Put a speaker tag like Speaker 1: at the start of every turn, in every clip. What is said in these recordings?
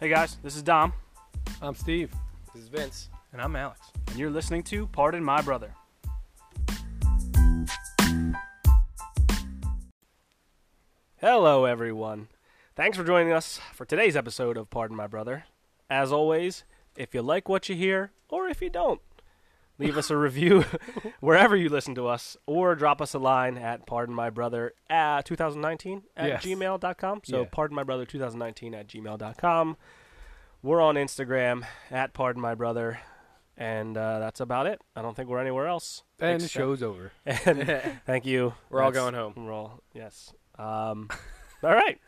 Speaker 1: Hey guys, this is Dom,
Speaker 2: I'm Steve.
Speaker 3: This is Vince.
Speaker 2: And I'm Alex.
Speaker 1: and you're listening to Pardon My Brother. Hello, everyone. Thanks for joining us for today's episode of Pardon My Brother. As always, if you like what you hear, or if you don't, leave us a review wherever you listen to us, or drop us a line at pardonmybrother at 2019 at
Speaker 2: Yes.
Speaker 1: gmail.com. So,
Speaker 2: Yeah.
Speaker 1: pardon my brother 2019 at gmail.com. We're on Instagram at pardon my brother, and uh, that's about it. I don't think we're anywhere else.
Speaker 2: And the
Speaker 1: Except-
Speaker 2: show's over.
Speaker 1: And thank you.
Speaker 3: We're all
Speaker 1: That's-
Speaker 3: going home.
Speaker 1: We're all yes. Um, all right,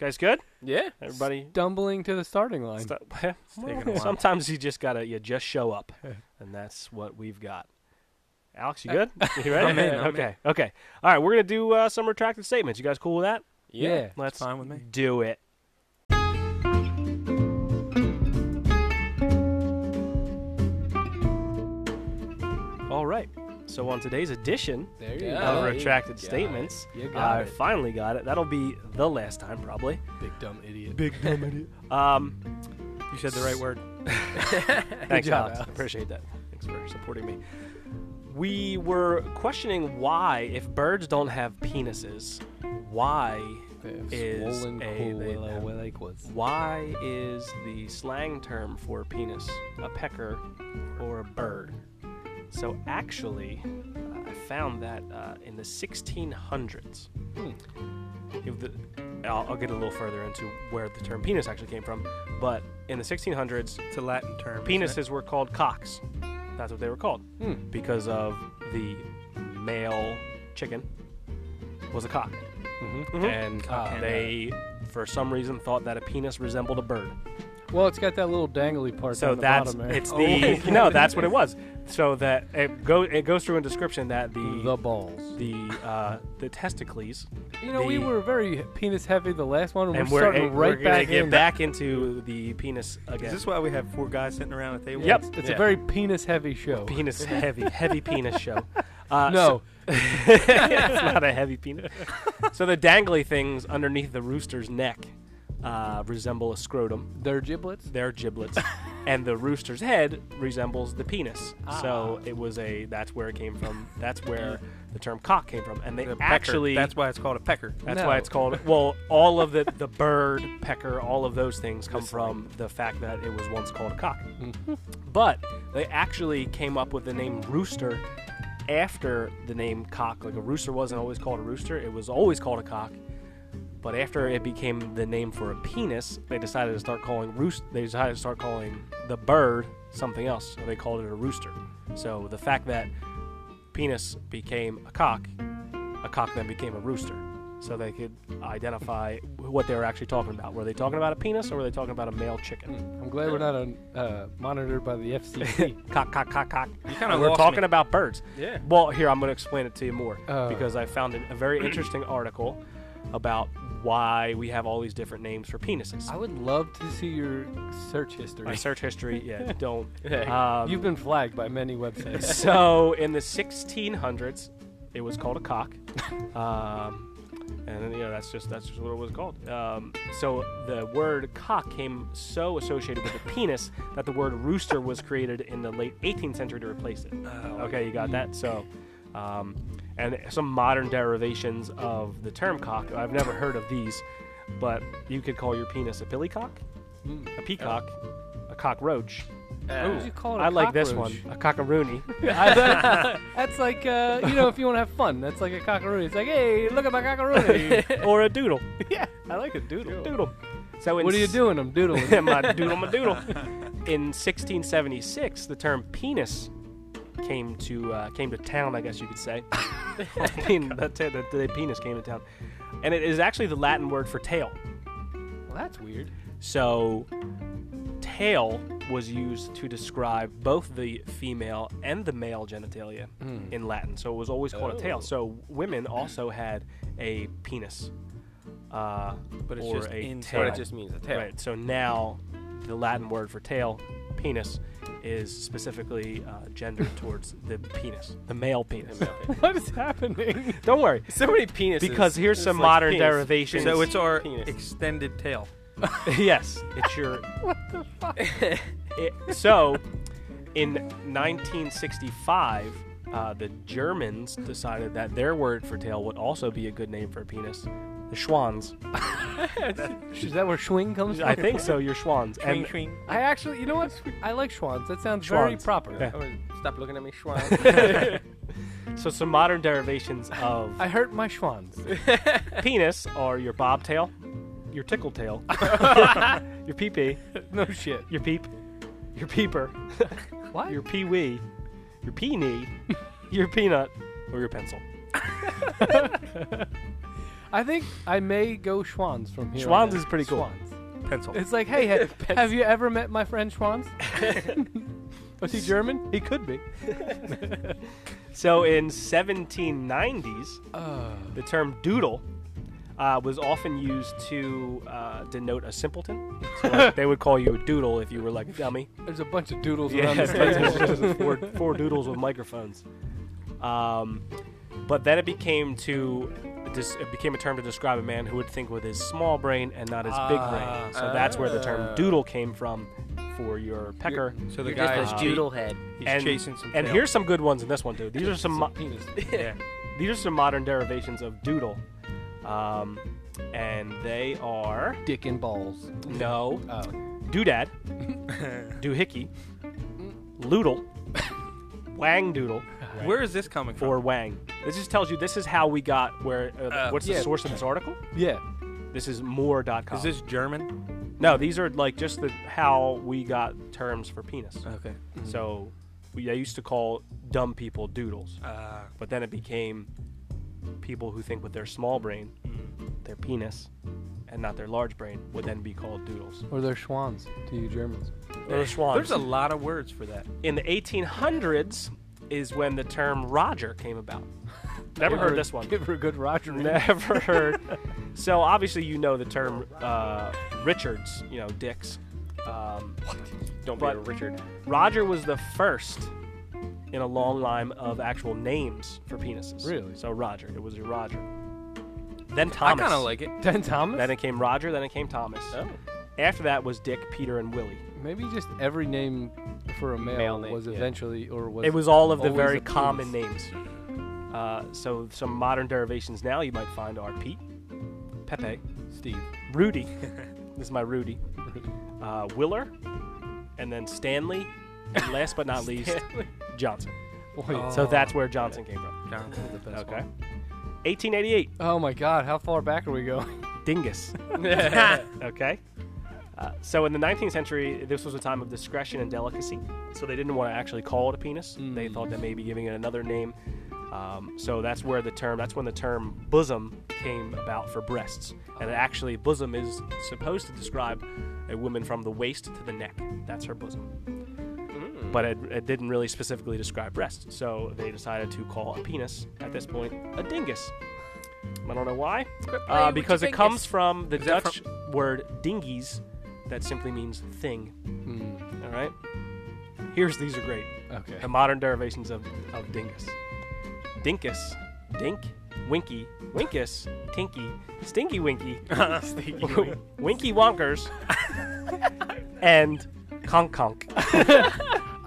Speaker 1: guys. Good.
Speaker 3: Yeah.
Speaker 1: Everybody.
Speaker 2: Dumbling to the starting line.
Speaker 1: Stop.
Speaker 4: taking a while.
Speaker 1: Sometimes you just gotta you just show up, and that's what we've got. Alex, you good? You ready?
Speaker 4: Uh, I'm in, I'm in.
Speaker 1: okay. Okay. All right. We're gonna do uh, some retracted statements. You guys cool with that?
Speaker 3: Yeah.
Speaker 1: Let's
Speaker 4: fine with me.
Speaker 1: do it. All right. So on today's edition
Speaker 2: Oh, There you
Speaker 3: Yeah.
Speaker 1: of
Speaker 2: go.
Speaker 3: Alright.
Speaker 1: retracted
Speaker 3: got it.
Speaker 1: statements,
Speaker 2: You got
Speaker 1: I
Speaker 2: it.
Speaker 1: finally got it. That'll be the last time probably.
Speaker 2: Big dumb idiot.
Speaker 1: Big dumb idiot. Um,
Speaker 4: You said the right word.
Speaker 1: Thanks,
Speaker 2: job,
Speaker 1: Alex.
Speaker 2: Alex.
Speaker 1: Appreciate that. Thanks for supporting me. We were questioning why, if birds don't have penises, why is
Speaker 2: swollen
Speaker 1: a-
Speaker 2: cool
Speaker 1: they-
Speaker 2: willow lake was.
Speaker 1: why is the slang term for penis a pecker or a bird? So actually, uh, I found that uh, in the 1600s. If the- I'll, I'll get a little further into where the term penis actually came from, but in the 1600s,
Speaker 4: It's a Latin term. isn't it?
Speaker 1: penises were called cocks. That's what they were called
Speaker 2: Hmm.
Speaker 1: because of the male chicken was a cock,
Speaker 2: Mhm.
Speaker 1: and
Speaker 2: Cock
Speaker 1: uh,
Speaker 4: and
Speaker 1: they, for some reason, thought that a penis resembled a bird.
Speaker 2: Well, it's got that little dangly part
Speaker 1: So
Speaker 2: on the
Speaker 1: that's
Speaker 2: bottom there. Oh.
Speaker 1: it's
Speaker 4: Oh
Speaker 1: the no, that's what it was. So that it go it goes through a description that
Speaker 2: the
Speaker 1: the
Speaker 2: balls.
Speaker 1: the uh, the testicles,
Speaker 2: You know, we
Speaker 1: the-
Speaker 2: were very penis heavy the last one.
Speaker 1: and
Speaker 2: we're
Speaker 1: we're,
Speaker 2: starting
Speaker 1: eh, we're
Speaker 2: right
Speaker 1: gonna
Speaker 2: back
Speaker 1: get
Speaker 2: in.
Speaker 1: back into the penis
Speaker 4: Is
Speaker 1: again.
Speaker 4: this why we have four guys sitting around at tables?
Speaker 1: Yep.
Speaker 2: It's
Speaker 3: Yeah.
Speaker 2: a very penis heavy show.
Speaker 1: penis heavy heavy penis show? Uh, so-
Speaker 2: no,
Speaker 1: it's not a heavy penis. so the dangly things underneath the rooster's neck uh, resemble a scrotum.
Speaker 2: they're giblets.
Speaker 1: They're giblets, and the rooster's head resembles the penis.
Speaker 4: Ah.
Speaker 1: So it was a. That's where it came from. That's where the term cock came from. And they
Speaker 4: The pecker.
Speaker 1: actually.
Speaker 4: That's why it's called a pecker.
Speaker 1: that's
Speaker 2: No.
Speaker 1: why it's called. Well, all of the the bird, pecker, all of those things come from the fact that it was once called a cock. But they actually came up with the name rooster after the name cock. Like a rooster wasn't always called a rooster; it was always called a cock. But after it became the name for a penis, they decided to start calling roost. They decided to start calling the bird something else. So they called it a rooster. So the fact that penis became a cock, a cock then became a rooster. So they could identify what they were actually talking about. Were they talking about a penis or were they talking about a male chicken?
Speaker 2: I'm glad we're not on, uh, monitored by the FCC.
Speaker 1: Cock, cock, cock, cock.
Speaker 3: You kind of
Speaker 1: we're talking about birds.
Speaker 3: Yeah.
Speaker 1: Well, here I'm going to explain it to you more
Speaker 2: Oh.
Speaker 1: because I found an- a very interesting article about why we have all these different names for penises.
Speaker 2: I would love to see your search history.
Speaker 1: My search history, yeah, don't.
Speaker 3: Yeah.
Speaker 1: Um,
Speaker 2: You've been flagged by many websites.
Speaker 1: so in the 1600s, it was called a cock, um, and then, you know that's just that's just what it was called. Um, so the word cock came so associated with the penis that the word rooster was created in the late 18th century to replace it.
Speaker 2: Oh.
Speaker 1: okay, you got that. So. Um, and some modern derivations of the term cock. I've never heard of these, but you could call your penis a pillycock,
Speaker 2: Hmm.
Speaker 1: a peacock, a cockroach.
Speaker 3: Oh.
Speaker 2: What would you call it? Oh. a
Speaker 1: I like this one,
Speaker 2: cockroach?
Speaker 1: a cockaroony.
Speaker 2: I bet- that's like uh, you know if you want to have fun, that's like a cockaroo. It's like, hey, look at my cockaroo.
Speaker 1: or a doodle. Yeah, I like a doodle. Doodle. So in
Speaker 2: what are you
Speaker 1: s-
Speaker 2: doing? I'm doodling.
Speaker 1: my doodle, my doodle. In 1676, the term penis came to uh, came to town. I guess you could say. I mean, the, te- the, the penis came to town, and it is actually the Latin word for tail.
Speaker 2: well, that's weird.
Speaker 1: So, tail was used to describe both the female and the male genitalia
Speaker 3: Hmm.
Speaker 1: in Latin. So it was always called a
Speaker 3: Oh.
Speaker 1: tail. So women also had a penis. Uh,
Speaker 3: But it's
Speaker 1: or
Speaker 3: just
Speaker 1: a
Speaker 3: inside.
Speaker 1: tail.
Speaker 3: But it just means a tail.
Speaker 1: Right. So now the Latin word for tail, penis, is specifically uh, gendered towards the penis, the male penis.
Speaker 2: What is happening?
Speaker 1: Don't worry.
Speaker 3: So many penises.
Speaker 1: Because here's
Speaker 3: It's
Speaker 1: some
Speaker 3: like
Speaker 1: modern
Speaker 3: penis.
Speaker 1: derivations.
Speaker 3: Penis.
Speaker 4: So it's our
Speaker 3: Penis.
Speaker 4: extended tail.
Speaker 1: yes, it's your. what the fuck? so, in 1965, uh, the Germans decided that their word for tail would also be a good name for a penis. The Schwanz.
Speaker 2: Is that where Schwing comes from?
Speaker 1: I think so, your Schwanz. And
Speaker 2: I actually, you know what? I like Schwanz. That sounds very
Speaker 1: Schwanz.
Speaker 2: proper.
Speaker 1: Yeah.
Speaker 3: Oh, stop looking at me, Schwan.
Speaker 1: so, some modern derivations of
Speaker 2: I hurt my Schwanz.
Speaker 1: penis are your bobtail, your tickle tail, your pee-pee,
Speaker 2: No shit.
Speaker 1: your peep, your peeper,
Speaker 2: What?
Speaker 1: your pee-wee, your pee-knee, your peanut, or your pencil.
Speaker 2: I think I may go Schwanz from here.
Speaker 1: Schwanz
Speaker 2: on out.
Speaker 1: is pretty cool.
Speaker 2: Schwanz.
Speaker 4: Pencil.
Speaker 2: It's like, hey, ha- have you ever met my friend Schwanz? Was he German? He could be.
Speaker 1: So in 1790s, the term doodle uh, was often used to uh, denote a simpleton. So like, they would call you a doodle if you were like a dummy.
Speaker 2: There's a bunch of doodles
Speaker 1: Yeah,
Speaker 2: around this
Speaker 1: it's
Speaker 2: table.
Speaker 1: just four, four doodles with microphones. Um, but then it became to dis- it became a term to describe a man who would think with his small brain and not his big brain. So that's where the term
Speaker 3: Ah.
Speaker 1: doodle came from for your pecker.
Speaker 4: so the
Speaker 3: You're
Speaker 4: guy
Speaker 3: just
Speaker 4: is
Speaker 3: a doodle head.
Speaker 4: He's
Speaker 1: and,
Speaker 4: chasing some.
Speaker 1: and
Speaker 4: tail.
Speaker 1: here's some good ones in this one too. These are some mo-
Speaker 2: Penis.
Speaker 4: Yeah.
Speaker 1: these are some modern derivations of doodle, um, and they are
Speaker 2: Dick and balls.
Speaker 1: no
Speaker 2: Oh.
Speaker 1: doodad, doohickey, loodle, wang doodle,
Speaker 4: Where is this coming from?
Speaker 1: or wang. This just tells you this is how we got where. Uh,
Speaker 4: Uh,
Speaker 1: what's
Speaker 2: yeah.
Speaker 1: the source of this article?
Speaker 2: Yeah.
Speaker 1: This is more.com.
Speaker 4: is this German?
Speaker 1: no? These are like just the how we got terms for penis.
Speaker 4: Okay.
Speaker 1: So we, I used to call dumb people doodles.
Speaker 4: Uh,
Speaker 1: but then it became people who think with their small brain, their penis, and not their large brain would then be called doodles.
Speaker 2: Or they're Schwanz to you Germans.
Speaker 1: Or the
Speaker 4: there's
Speaker 1: swans.
Speaker 4: a lot of words for that.
Speaker 1: In the 1800s is when the term Roger came about. Never
Speaker 2: Give her
Speaker 1: heard
Speaker 2: a-
Speaker 1: this one.
Speaker 2: Give her a good Roger. read.
Speaker 1: Never heard. So obviously you know the term uh, Richards, you know, dicks. Um,
Speaker 3: Don't
Speaker 1: But-
Speaker 3: be a Richard.
Speaker 1: Roger was the first in a long line of actual names for penises.
Speaker 2: Really?
Speaker 1: So Roger. It was your Roger. Then
Speaker 4: I
Speaker 1: Thomas.
Speaker 4: kind of like it.
Speaker 2: Dan Thomas?
Speaker 1: Then it came Roger. Then it came Thomas.
Speaker 3: Oh.
Speaker 1: After that was Dick, Peter, and Willie.
Speaker 2: Maybe just every name for a male,
Speaker 3: Male name,
Speaker 2: was
Speaker 3: yeah.
Speaker 2: eventually or was
Speaker 1: It was all of the
Speaker 2: always
Speaker 1: very
Speaker 2: a penis.
Speaker 1: common names. Uh, so some modern derivations now you might find are Pete, Pepe,
Speaker 2: Steve.
Speaker 1: Rudy. this is my Rudy. Uh, Willer, and then Stanley, and last but not least, Johnson.
Speaker 2: Wait,
Speaker 4: Oh.
Speaker 1: So that's where Johnson came from.
Speaker 4: Johnson.
Speaker 2: the best
Speaker 1: Okay.
Speaker 2: one.
Speaker 1: 1888,
Speaker 2: Oh my God! How far back are we going?
Speaker 1: Dingus. Okay. Uh, so in the 19th century, this was a time of discretion and delicacy. So they didn't want to actually call it a penis. They thought that maybe giving it another name. Um, so that's where the term. That's when the term bosom came about for breasts. And actually, bosom is supposed to describe a woman from the waist to the neck. That's her bosom. But it, it didn't really specifically describe breasts. So they decided to call a penis at this point a dingus. I don't know why. Uh, because it comes from the
Speaker 4: that
Speaker 1: Dutch word dingies, that simply means thing. All right. Here's these are great.
Speaker 2: Okay.
Speaker 1: The modern derivations of, of dingus. Dinkus, dink, winky, winkus, tinky, stinky winky, winky wonkers, and conk conk.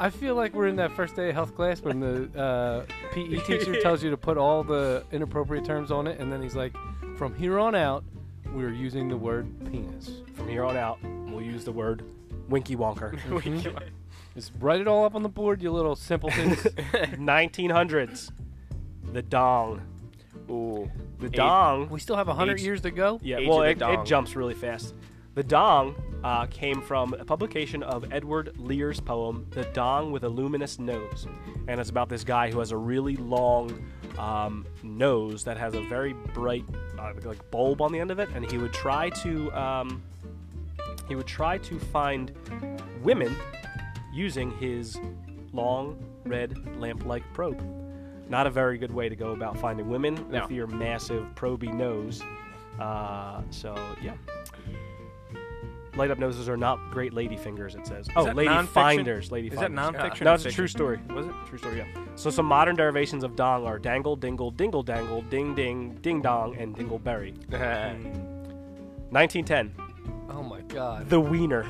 Speaker 2: I feel like we're in that first day of health class when the uh, PE teacher tells you to put all the inappropriate terms on it, and then he's like, "From here on out, we're using the word penis."
Speaker 1: From here on out, we'll use the word winky wonker.
Speaker 2: Just write it all up on the board, you little simpletons.
Speaker 1: 1900s. The dong.
Speaker 3: Ooh.
Speaker 1: The dong.
Speaker 2: we still have a hundred
Speaker 1: Age-
Speaker 2: years to go.
Speaker 1: Yeah,
Speaker 3: Age
Speaker 1: well,
Speaker 3: of the
Speaker 1: it, it
Speaker 3: Dong.
Speaker 1: jumps really fast. The Dong uh, came from a publication of Edward Lear's poem, The Dong with a Luminous Nose. And it's about this guy who has a really long um, nose that has a very bright uh, like bulb on the end of it. And he would try to um, he would try to find women using his long red lamp-like probe. Not a very good way to go about finding women
Speaker 3: No.
Speaker 1: with your massive proby nose. Uh, so yeah, light up noses are not great lady fingers. It says. oh,
Speaker 4: that
Speaker 1: lady
Speaker 4: nonfiction?
Speaker 1: finders, lady
Speaker 4: Is that
Speaker 1: finders.
Speaker 4: nonfiction?
Speaker 1: No,
Speaker 4: or
Speaker 1: it's a
Speaker 4: fiction?
Speaker 1: true story.
Speaker 4: Was it?
Speaker 1: True story. Yeah. So some modern derivations of dong are dangle, dingle, dingle, dangle, ding, ding, ding dong, and dingleberry. 1910,
Speaker 2: Oh my god.
Speaker 1: the wiener.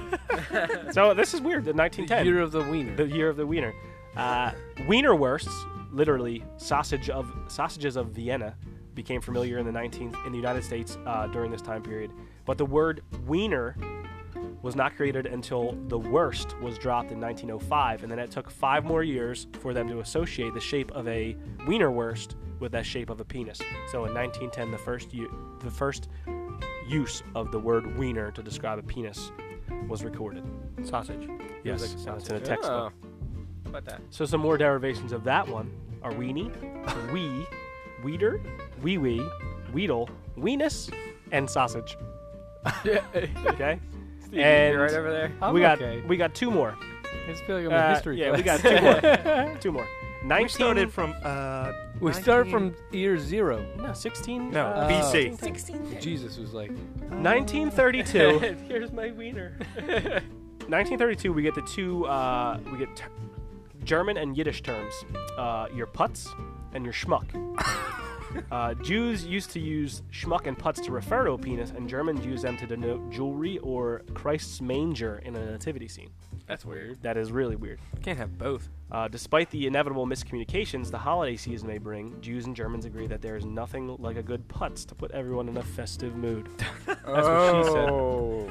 Speaker 1: so this is weird. The 1910,
Speaker 2: Year of the wiener.
Speaker 1: the year of the wiener. Uh, Wienerwursts, literally sausage of sausages of Vienna, became familiar in the 19th in the United States uh, during this time period. But the word wiener was not created until the worst was dropped in 1905, and then it took five more years for them to associate the shape of a wienerwurst with that shape of a penis. So in 1910, the first u- the first use of the word wiener to describe a penis was recorded.
Speaker 4: Sausage.
Speaker 1: Yes,
Speaker 4: like a
Speaker 1: uh, it's in a
Speaker 4: sausage.
Speaker 1: textbook.
Speaker 3: Oh. About that.
Speaker 1: So some more derivations of that one are weenie, wee, weeder, wee wee, weedle, weenus, and sausage. Okay.
Speaker 3: Steve,
Speaker 1: And-
Speaker 3: you're right over there.
Speaker 2: I'm
Speaker 1: we got
Speaker 2: okay.
Speaker 1: we got two more.
Speaker 2: I just feel like I'm in
Speaker 1: Uh,
Speaker 2: history
Speaker 1: yeah, we got
Speaker 2: class.
Speaker 1: two more. two more. Nineteen.
Speaker 4: We started from uh.
Speaker 2: we start from year zero.
Speaker 1: no sixteen.
Speaker 4: No,
Speaker 1: uh,
Speaker 4: BC.
Speaker 1: 16.
Speaker 2: Jesus was like,
Speaker 1: 1932.
Speaker 3: Here's my wiener.
Speaker 1: 1932. We get the two. Uh, we get ter- German and Yiddish terms. Uh, your putz and your schmuck. Uh, Jews used to use schmuck and putz to refer to a penis, and Germans used them to denote jewelry or Christ's manger in a nativity scene.
Speaker 3: That's weird.
Speaker 1: That is really weird.
Speaker 4: Can't have both.
Speaker 1: Uh, despite the inevitable miscommunications the holiday season may bring, Jews and Germans agree that there is nothing like a good putz to put everyone in a festive mood.
Speaker 3: That's
Speaker 4: what she said.
Speaker 3: oh.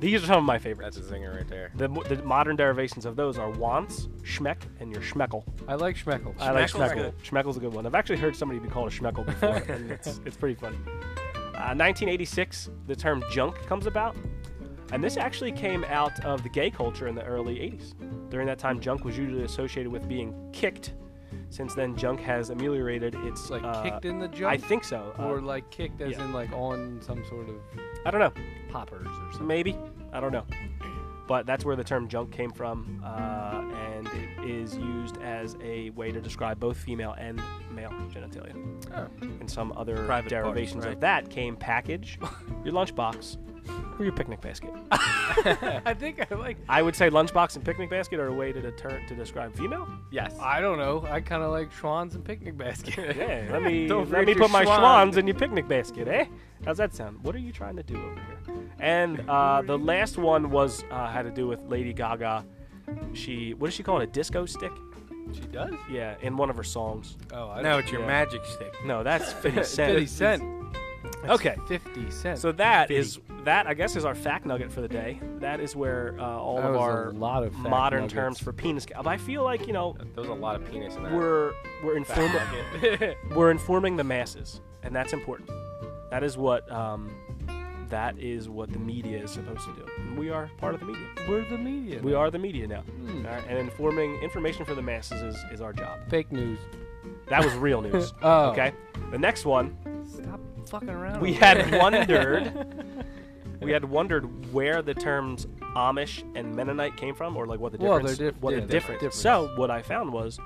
Speaker 1: These are some of my favorites.
Speaker 3: That's a zinger right there.
Speaker 1: The, mo- the modern derivations of those are wants, schmeck, and your schmeckel.
Speaker 2: I like Schmeckles.
Speaker 1: I like
Speaker 4: Schmeckel's
Speaker 1: schmeckel.
Speaker 4: good.
Speaker 1: Schmeckel's a good one. I've actually heard somebody be called a schmeckel before, and it's, it's pretty funny. Uh, 1986, the term junk comes about, and this actually came out of the gay culture in the early 80s. During that time, junk was usually associated with being kicked. Since then, junk has ameliorated its
Speaker 2: like
Speaker 1: uh,
Speaker 2: kicked in the
Speaker 1: I
Speaker 2: junk,
Speaker 1: think so. Uh,
Speaker 2: or like kicked as
Speaker 1: yeah.
Speaker 2: in like on some sort of
Speaker 1: I don't know.
Speaker 2: poppers or something.
Speaker 1: Maybe. I don't know. But that's where the term junk came from, uh, and it is used as a way to describe both female and male genitalia.
Speaker 3: Oh.
Speaker 1: And some other
Speaker 4: Private parts,
Speaker 1: derivations of
Speaker 4: right.
Speaker 1: that came package, your lunchbox, or your picnic basket.
Speaker 2: I think I like.
Speaker 1: I would say lunchbox and picnic basket are a way to deter- to describe female.
Speaker 3: Yes.
Speaker 2: I don't know. I kind of like Schwans and picnic basket.
Speaker 1: Yeah, let me
Speaker 3: Don't
Speaker 1: let
Speaker 3: forget
Speaker 1: me
Speaker 3: your
Speaker 1: put my
Speaker 3: schwan.
Speaker 1: schwans in your picnic basket, eh? How's that sound? What are you trying to do over here? And uh, the last one was uh, had to do with Lady Gaga. She what does she call it? A disco stick?
Speaker 2: she does.
Speaker 1: Yeah, in one of her songs.
Speaker 2: Oh, I
Speaker 4: No, it's your
Speaker 1: Yeah.
Speaker 4: magic stick.
Speaker 1: No, that's 50 Cent.
Speaker 2: Fifty cent.
Speaker 1: Okay.
Speaker 2: Fifty cent.
Speaker 1: So that is that I guess is our fact nugget for the day. That is where uh, all
Speaker 2: That
Speaker 1: of
Speaker 2: was a
Speaker 1: our
Speaker 2: lot of fact
Speaker 1: modern
Speaker 2: nuggets.
Speaker 1: terms for penis. But I feel like you know
Speaker 3: There's a lot of penis in that.
Speaker 1: we're we're informing we're informing the masses, and that's important. That is what um, that is what the media is supposed to do. And we are part of the media.
Speaker 2: we're the media.
Speaker 1: We are the media now,
Speaker 2: Hmm.
Speaker 1: All right? and informing information for the masses is, is our job.
Speaker 2: fake news.
Speaker 1: That was real news.
Speaker 2: Oh.
Speaker 1: Okay, the next one
Speaker 2: Stop fucking around.
Speaker 1: we
Speaker 2: over
Speaker 1: had wondered we had wondered where the terms Amish and Mennonite came from, or like what the
Speaker 2: Well,
Speaker 1: difference
Speaker 2: they're diff-
Speaker 1: what
Speaker 2: yeah,
Speaker 1: the
Speaker 2: they're
Speaker 1: difference.
Speaker 2: different.
Speaker 1: So what I found was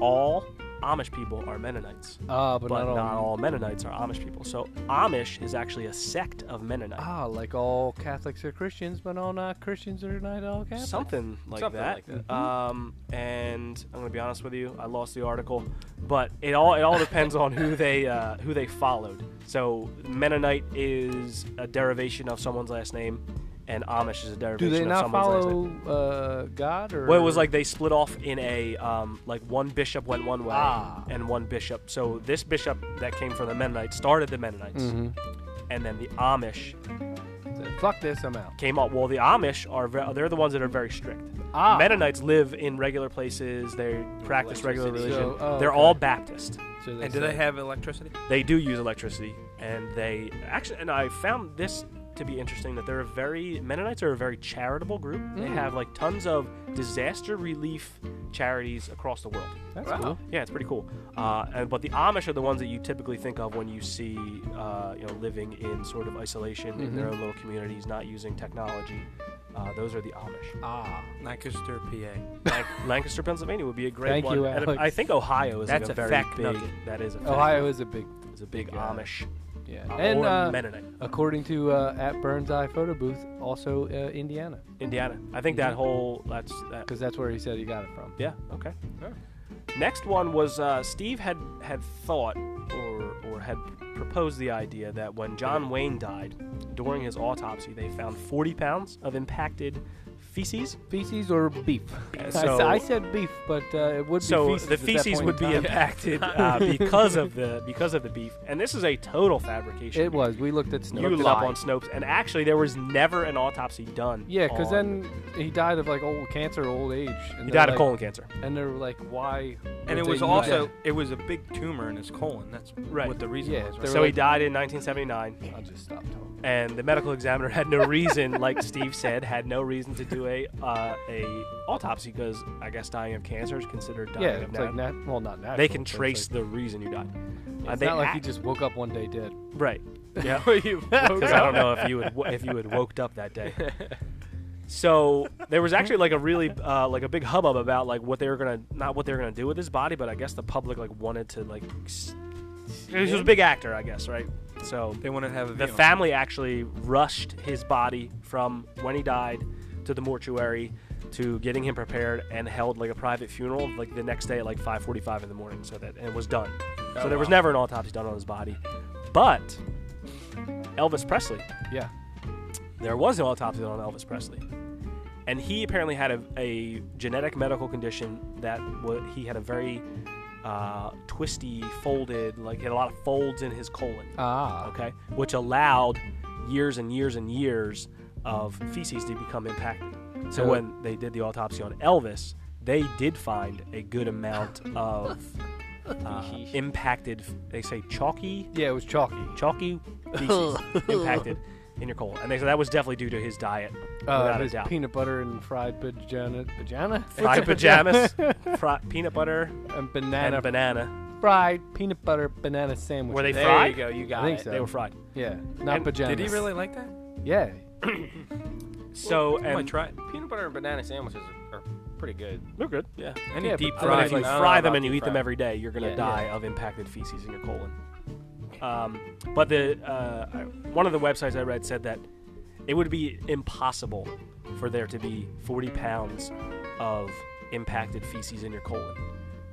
Speaker 1: all Amish people are Mennonites.
Speaker 2: there. Ah, but,
Speaker 1: But
Speaker 2: not, all.
Speaker 1: Mennonites are Amish people. So Amish is actually a sect of Mennonite.
Speaker 2: Ah, like all Catholics are Christians, but all not Christians are not all Catholics.
Speaker 1: Something like
Speaker 3: Something
Speaker 1: that.
Speaker 3: like
Speaker 2: Mm-hmm.
Speaker 3: that.
Speaker 1: Um, and I'm gonna be honest with you, I lost the article, but it all it all depends on who they uh, who they followed. So Mennonite is a derivation of someone's last name, and Amish is a
Speaker 2: Do
Speaker 1: derivation
Speaker 2: they
Speaker 1: of
Speaker 2: not
Speaker 1: someone's last name.
Speaker 2: follow uh, God or?
Speaker 1: Well, it was like they split off in a um, like one bishop went one way
Speaker 2: Ah.
Speaker 1: and one bishop. So this bishop that came from the Mennonites started the Mennonites,
Speaker 2: Mhm.
Speaker 1: and then the Amish
Speaker 2: Fuck this, I'm out.
Speaker 1: came up. Well, the Amish are ve- they're the ones that are very strict.
Speaker 2: Ah.
Speaker 1: Mennonites live in regular places. They practice regular
Speaker 3: electricity.
Speaker 1: religion.
Speaker 2: So- oh,
Speaker 1: they're
Speaker 2: okay.
Speaker 1: all Baptist.
Speaker 2: So
Speaker 4: And do they
Speaker 2: said-
Speaker 4: have electricity?
Speaker 1: They do use electricity, and they actually. And I found this to be interesting that they're a very Mennonites are a very charitable group. They
Speaker 2: Hmm.
Speaker 1: have like tons of disaster relief charities across the world.
Speaker 2: That's
Speaker 3: Wow.
Speaker 2: cool.
Speaker 1: Yeah, it's pretty cool. Uh, and, but the Amish are the ones that you typically think of when you see, uh, you know, living in sort of isolation
Speaker 2: Mm-hmm.
Speaker 1: in their own little communities, not using technology. Uh, those are the Amish.
Speaker 2: Ah.
Speaker 4: Lancaster, PA.
Speaker 1: Lan- Lancaster, Pennsylvania would be a great
Speaker 2: Thank
Speaker 1: one.
Speaker 2: you,
Speaker 1: And
Speaker 2: Alex.
Speaker 1: I think Ohio is
Speaker 4: That's
Speaker 1: like
Speaker 4: a
Speaker 1: a, very
Speaker 4: fact
Speaker 1: big.
Speaker 4: nugget.
Speaker 1: That is a fact
Speaker 2: Ohio
Speaker 1: nugget.
Speaker 2: is a big,
Speaker 1: It's a big
Speaker 2: big, uh,
Speaker 1: Amish
Speaker 2: yeah.
Speaker 1: uh,
Speaker 2: and
Speaker 1: or
Speaker 2: uh,
Speaker 1: Mennonite.
Speaker 2: according to uh, at Burns Eye photo booth, also uh, Indiana, Mhm.
Speaker 1: Indiana. I think that whole that's that.
Speaker 2: because that's where he said he got it from.
Speaker 1: Yeah. Okay.
Speaker 3: Sure.
Speaker 1: Next one was uh, Steve had had thought or or had proposed the idea that when John Wayne died, during his autopsy, they found 40 pounds of impacted feces.
Speaker 2: Feces or beef? I s-
Speaker 1: so-
Speaker 2: I, said beef, but uh, it would be
Speaker 1: So
Speaker 2: feces
Speaker 1: the
Speaker 2: at that point
Speaker 1: feces
Speaker 2: in
Speaker 1: would be
Speaker 2: time.
Speaker 1: impacted uh, because of the because of the beef. And this is a total fabrication.
Speaker 2: It was. We looked at
Speaker 1: You
Speaker 2: Snopes.
Speaker 1: looked it up on Snopes, and actually, there was never an autopsy done.
Speaker 2: Yeah, because
Speaker 1: on-
Speaker 2: then he died of like old cancer, old age.
Speaker 1: he
Speaker 2: And they're
Speaker 1: died
Speaker 2: like,
Speaker 1: of colon cancer.
Speaker 2: And they're like, why? would
Speaker 4: And it
Speaker 2: they
Speaker 4: was
Speaker 2: use
Speaker 4: also
Speaker 2: that?
Speaker 4: it was a big tumor in his colon. That's
Speaker 1: Right.
Speaker 4: what the reason
Speaker 2: Yeah,
Speaker 4: was.
Speaker 2: there
Speaker 4: Right?
Speaker 1: So
Speaker 2: were
Speaker 1: he
Speaker 2: like-
Speaker 1: died in 1979,
Speaker 2: I'll just stop talking.
Speaker 1: and the medical examiner had no reason, like Steve said, had no reason to do a uh, a autopsy because I guess dying of cancer is considered dying
Speaker 2: Yeah,
Speaker 1: of
Speaker 2: it's like
Speaker 1: nat-
Speaker 2: nat- well, not natural.
Speaker 1: They can
Speaker 2: but it's
Speaker 1: trace
Speaker 2: Like,
Speaker 1: the reason you died. Uh,
Speaker 2: it's
Speaker 1: they
Speaker 2: not like he
Speaker 1: act-
Speaker 2: just woke up one day dead.
Speaker 1: right. Yeah.
Speaker 2: you
Speaker 1: because I don't know if you had if you had woked up that day. So there was actually like a really uh, like a big hubbub about like what they were gonna not what they were gonna do with his body, but I guess the public like wanted to like. s- He was a big actor, I guess, right? So
Speaker 4: They wanted to have a
Speaker 1: the
Speaker 4: view on it.
Speaker 1: family actually rushed his body from when he died to the mortuary to getting him prepared and held like a private funeral like the next day at like 5:45 in the morning so that and it was done. so
Speaker 3: Oh,
Speaker 1: there was
Speaker 3: wow.
Speaker 1: never an autopsy done on his body. But Elvis Presley,
Speaker 2: Yeah.
Speaker 1: there was an autopsy on Elvis Presley. And he apparently had a, a genetic medical condition that wa he had a very uh, twisty, folded, like he had a lot of folds in his colon
Speaker 2: Ah.
Speaker 1: okay, which allowed years and years and years of feces to become impacted. So
Speaker 2: So-
Speaker 1: when they did the autopsy on Elvis, they did find a good amount of uh, impacted. They say chalky,
Speaker 2: Yeah, it was chalky.
Speaker 1: chalky feces impacted in your colon, and they said that was definitely due to his diet,
Speaker 2: Uh,
Speaker 1: without a
Speaker 2: his
Speaker 1: doubt.
Speaker 2: peanut butter and fried pajana, pajana,
Speaker 1: Fried pajamas, fri- peanut butter,
Speaker 2: and banana,
Speaker 1: and banana.
Speaker 2: fried peanut butter banana sandwich.
Speaker 1: Were they
Speaker 3: There
Speaker 1: fried?
Speaker 3: you go. You got
Speaker 2: I think
Speaker 3: it.
Speaker 2: so.
Speaker 1: They were fried.
Speaker 2: Yeah, not
Speaker 1: And
Speaker 2: pajamas.
Speaker 4: Did he really like that?
Speaker 2: Yeah.
Speaker 1: So
Speaker 4: I might
Speaker 1: and
Speaker 4: try it.
Speaker 3: Peanut butter and banana sandwiches are, are pretty good.
Speaker 1: they're good. Yeah.
Speaker 4: Any
Speaker 2: Yeah,
Speaker 4: deep
Speaker 2: but-
Speaker 1: But
Speaker 4: fried.
Speaker 1: if you
Speaker 4: I don't know
Speaker 1: fry
Speaker 2: "Oh,
Speaker 1: them
Speaker 3: about
Speaker 1: and you
Speaker 3: deep
Speaker 1: eat them
Speaker 3: fry.
Speaker 1: every day, you're gonna
Speaker 3: Yeah.
Speaker 1: die of impacted feces in your colon. Um, but the uh, I- one of the websites I read said that it would be impossible for there to be 40 pounds of impacted feces in your colon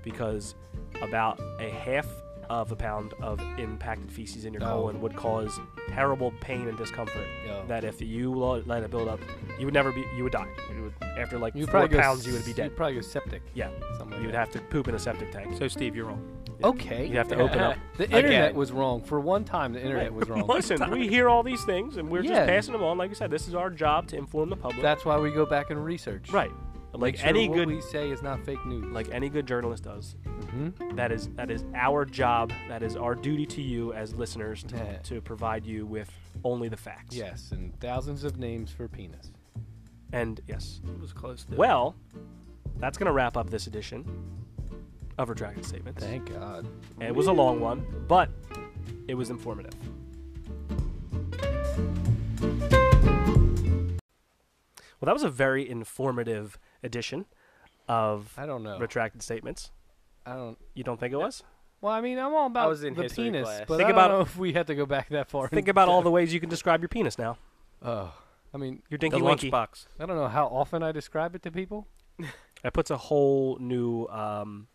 Speaker 1: because about a half of a pound of impacted feces in your
Speaker 2: Oh.
Speaker 1: colon would cause terrible pain and discomfort
Speaker 2: Yeah.
Speaker 1: that if you lo- let it build up you would never be you would die you would, after like
Speaker 2: You'd
Speaker 1: four
Speaker 2: probably go
Speaker 1: pounds
Speaker 2: s-
Speaker 1: you would be dead
Speaker 2: You'd probably go septic.
Speaker 1: yeah
Speaker 2: Something like
Speaker 1: you would
Speaker 2: that.
Speaker 1: have to poop in a septic tank
Speaker 4: So Steve, you're wrong.
Speaker 2: Okay.
Speaker 1: You'd have to open up.
Speaker 2: the
Speaker 3: Again.
Speaker 2: internet was wrong. For one time, the internet was wrong.
Speaker 1: Listen, we hear all these things, and we're
Speaker 2: Yeah.
Speaker 1: just passing them on. Like I said, this is our job to inform the public.
Speaker 2: That's why we go back and research.
Speaker 1: right.
Speaker 2: Make
Speaker 1: Like
Speaker 2: sure
Speaker 1: any
Speaker 2: what
Speaker 1: good,
Speaker 2: we say is not fake news.
Speaker 1: like any good journalist does.
Speaker 2: Mhm.
Speaker 1: That is that is our job. That is our duty to you as listeners
Speaker 2: Yeah.
Speaker 1: to, to provide you with only the facts.
Speaker 2: Yes, and thousands of names for penis.
Speaker 1: And yes.
Speaker 4: It was close. To
Speaker 1: Well, that's gonna wrap up this edition of Retracted Statements.
Speaker 2: Thank God.
Speaker 1: It was a long one, but it was informative. Well, that was a very informative edition of
Speaker 2: I don't know.
Speaker 1: Retracted Statements.
Speaker 2: I don't.
Speaker 1: You don't think it was?
Speaker 2: Well, I mean, I'm all about
Speaker 3: was in
Speaker 2: the
Speaker 3: history
Speaker 2: penis,
Speaker 3: class.
Speaker 2: but
Speaker 1: Think
Speaker 2: I don't
Speaker 1: about-
Speaker 2: know if we had to go back that far.
Speaker 1: Think about all the ways you can describe your penis now.
Speaker 2: Oh, I mean,
Speaker 1: Your
Speaker 4: the
Speaker 1: dinky winky.
Speaker 4: lunchbox.
Speaker 2: I don't know how often I describe it to people.
Speaker 1: That puts a whole new um,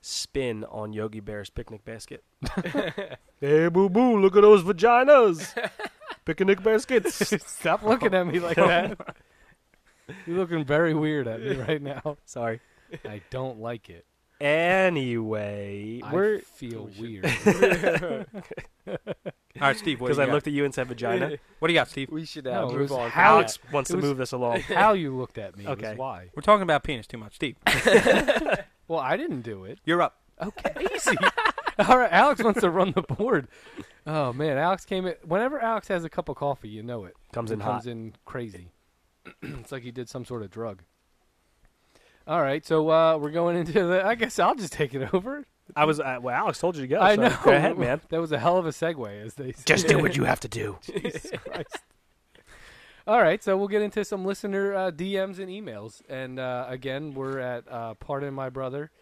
Speaker 1: spin on Yogi Bear's picnic basket. hey, boo boo, look at those vaginas. picnic baskets.
Speaker 2: Stop looking at me like that. You're looking very weird at me right now.
Speaker 1: Sorry.
Speaker 2: I don't like it.
Speaker 1: Anyway,
Speaker 2: I
Speaker 1: we're
Speaker 2: feel
Speaker 1: we should-
Speaker 2: weird.
Speaker 4: All right, Steve. What
Speaker 1: because
Speaker 4: do
Speaker 1: I
Speaker 4: you got?
Speaker 1: looked at you and said vagina.
Speaker 4: What do you got, Steve?
Speaker 3: We should
Speaker 2: No,
Speaker 3: uh,
Speaker 2: it
Speaker 3: move
Speaker 2: was
Speaker 3: on. from
Speaker 2: how-
Speaker 1: Alex wants to
Speaker 2: was-
Speaker 1: move this along.
Speaker 2: how you looked at me
Speaker 1: Okay.
Speaker 2: was why.
Speaker 4: We're talking about penis too much, Steve.
Speaker 2: Well, I didn't do it.
Speaker 4: You're up.
Speaker 2: Okay, easy. All right, Alex wants to run the board. Oh man, Alex came in. Whenever Alex has a cup of coffee, you know it.
Speaker 1: Comes
Speaker 2: He
Speaker 1: in
Speaker 2: comes
Speaker 1: hot.
Speaker 2: in crazy. it's like he did some sort of drug. All right, so uh, we're going into the. I guess I'll just take it over.
Speaker 1: I was uh, well. Alex told you to go.
Speaker 2: I
Speaker 1: so
Speaker 2: know.
Speaker 1: Go ahead, man.
Speaker 2: That was a hell of a segue, as they say.
Speaker 1: Just do what you have to do.
Speaker 2: Jesus Christ. All right, so we'll get into some listener uh, DMs and emails, and uh, again, we're at uh, pardon my brother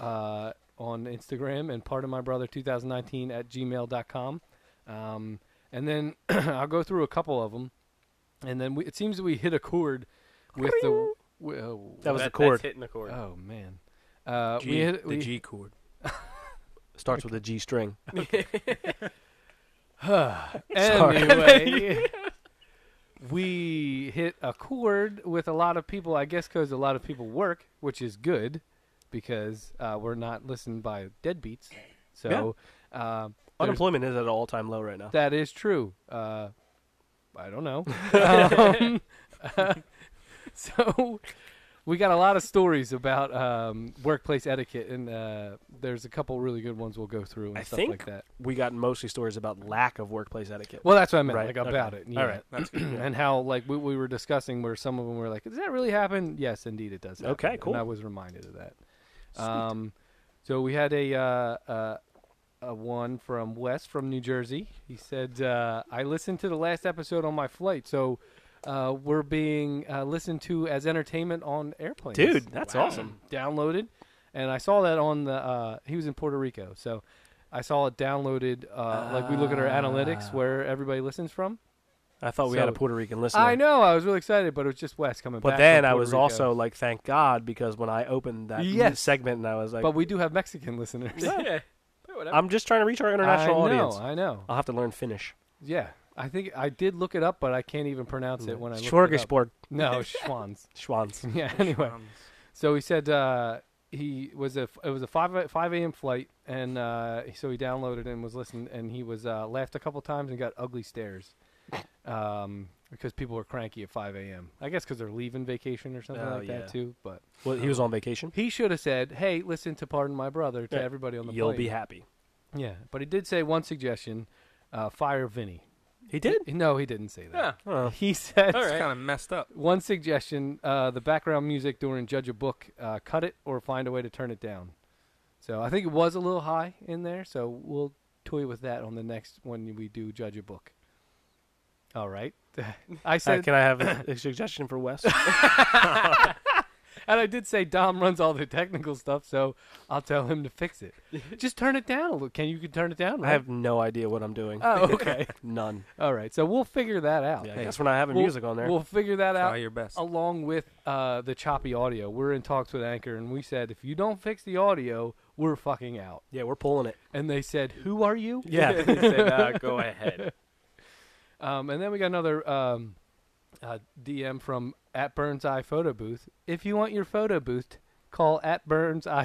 Speaker 2: uh, on Instagram and pardon my brother 2019 at gmail.com. Um, and then I'll go through a couple of them, and then we, it seems that we hit a chord with the. w- oh,
Speaker 1: That was
Speaker 3: that,
Speaker 1: the chord.
Speaker 2: Uh,
Speaker 3: That's hitting the chord.
Speaker 2: Oh man, Uh,
Speaker 4: G,
Speaker 2: we had,
Speaker 4: the
Speaker 2: we,
Speaker 4: G chord.
Speaker 1: Starts with a G string. Sorry.
Speaker 2: anyway, we hit a chord with a lot of people, I guess, because a lot of people work, which is good because uh, we're not listened by deadbeats. So uh, there's-
Speaker 1: Unemployment is at an all time low right now.
Speaker 2: that is true. Uh, I don't know. um, so we got a lot of stories about um, workplace etiquette, and uh, there's a couple really good ones we'll go through and
Speaker 1: I
Speaker 2: stuff
Speaker 1: think
Speaker 2: like that.
Speaker 1: we got mostly stories about lack of workplace etiquette.
Speaker 2: Well, that's what I meant,
Speaker 1: Right,
Speaker 2: like
Speaker 1: okay.
Speaker 2: about it.
Speaker 1: All right.
Speaker 4: That's good.
Speaker 2: and how like we, we were discussing where some of them were like, does that really happen? Yes, indeed it does. Happen.
Speaker 1: Okay, cool.
Speaker 2: And I was reminded of that. Um, so we had a, uh, uh, a one from Wes from New Jersey. He said, uh, I listened to the last episode on my flight, so uh, we're being uh, listened to as entertainment on airplanes.
Speaker 1: Dude, that's awesome.
Speaker 2: Downloaded, and I saw that on the. Uh, he was in Puerto Rico, so. I saw it downloaded, uh, like we look at our
Speaker 1: Ah.
Speaker 2: analytics where everybody listens from.
Speaker 1: I thought we had a
Speaker 2: So-
Speaker 1: Puerto Rican listener.
Speaker 2: I know. I was really excited, but it was just Wes coming back.
Speaker 1: But
Speaker 2: from
Speaker 1: then I
Speaker 2: Puerto
Speaker 1: was
Speaker 2: Rico.
Speaker 1: also like, thank God, because when I opened that
Speaker 2: Yes.
Speaker 1: segment and I was like,
Speaker 2: But we do have Mexican listeners.
Speaker 3: yeah. Hey, whatever.
Speaker 1: I'm just trying to reach our international
Speaker 2: I know,
Speaker 1: audience.
Speaker 2: I know.
Speaker 1: I'll have to learn Finnish.
Speaker 2: Yeah, I think I did look it up, but I can't even pronounce it when I look it up.
Speaker 1: Schwargesport.
Speaker 2: No, Schwans.
Speaker 1: Schwanz.
Speaker 2: Yeah. Anyway,
Speaker 4: Um,
Speaker 2: so he said uh, he was a it was a five a- five a.m. flight, and uh, so he downloaded and was listening, and he was uh, laughed a couple times and got ugly stares. Um, because people were cranky at 5 a.m. I guess because they're leaving vacation or something
Speaker 1: Oh,
Speaker 2: like
Speaker 1: yeah.
Speaker 2: that too. But
Speaker 1: Well, he was on vacation.
Speaker 2: he should have said, "Hey, listen to Pardon My Brother" to
Speaker 1: Yeah.
Speaker 2: everybody on the
Speaker 1: You'll
Speaker 2: plane.
Speaker 1: be happy.
Speaker 2: Yeah, but he did say one suggestion: uh, fire Vinny.
Speaker 1: He did?
Speaker 2: No, he didn't say
Speaker 4: Yeah.
Speaker 2: that.
Speaker 1: Oh.
Speaker 2: He said
Speaker 4: That's kind of messed up.
Speaker 2: one suggestion: uh, the background music during Judge a Book, uh, cut it or find a way to turn it down. So I think it was a little high in there. So we'll toy with that on the next one we do Judge a Book. All right. I
Speaker 1: Uh,
Speaker 2: said,
Speaker 1: can I have a, a suggestion for Wes?
Speaker 2: and I did say Dom runs all the technical stuff, so I'll tell him to fix it. Just turn it down a little. Can you can turn it down?
Speaker 1: I
Speaker 2: right?
Speaker 1: have no idea what I'm doing.
Speaker 2: Oh, okay.
Speaker 1: None.
Speaker 2: all right. So we'll figure that out.
Speaker 1: Yeah, I guess we're not having
Speaker 2: We'll-
Speaker 1: music on there.
Speaker 2: We'll figure that
Speaker 4: Try
Speaker 2: out
Speaker 4: your best.
Speaker 2: along with uh, the choppy audio. We're in talks with Anchor, and we said if you don't fix the audio, we're fucking out.
Speaker 1: yeah, we're pulling it.
Speaker 2: And they said, "Who are you?"
Speaker 1: Yeah.
Speaker 3: He said, uh, go ahead.
Speaker 2: Um, and then we got another um, uh, DM from at Burns Eye Photo Booth. If you want your photo booth, call at Burns Eye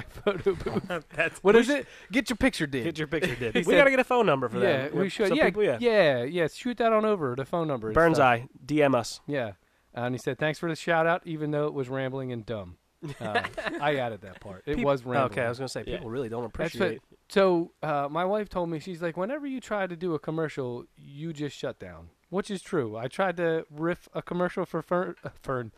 Speaker 2: Photo Booth.
Speaker 4: That's
Speaker 2: What is it? Get your picture did.
Speaker 1: Get your picture did.
Speaker 2: He
Speaker 1: we
Speaker 2: said-
Speaker 1: got to get a phone number for
Speaker 2: yeah,
Speaker 1: that.
Speaker 2: we should.
Speaker 1: So
Speaker 2: yeah,
Speaker 1: people- yeah.
Speaker 2: yeah, yeah. Shoot that on over the phone number. and
Speaker 1: Burns
Speaker 2: stuff.
Speaker 1: Eye, DM us.
Speaker 2: Yeah. And he said, thanks for the shout out, even though it was rambling and dumb. Uh, I added that part. It
Speaker 1: Peop-
Speaker 2: was rambling.
Speaker 1: Okay, I was going to say,
Speaker 3: Yeah.
Speaker 1: people really don't
Speaker 2: That's
Speaker 1: appreciate
Speaker 2: what- so uh, my wife told me, she's like, whenever you try to do a commercial, you just shut down, which is true. I tried to riff a commercial for Fern, uh, Fern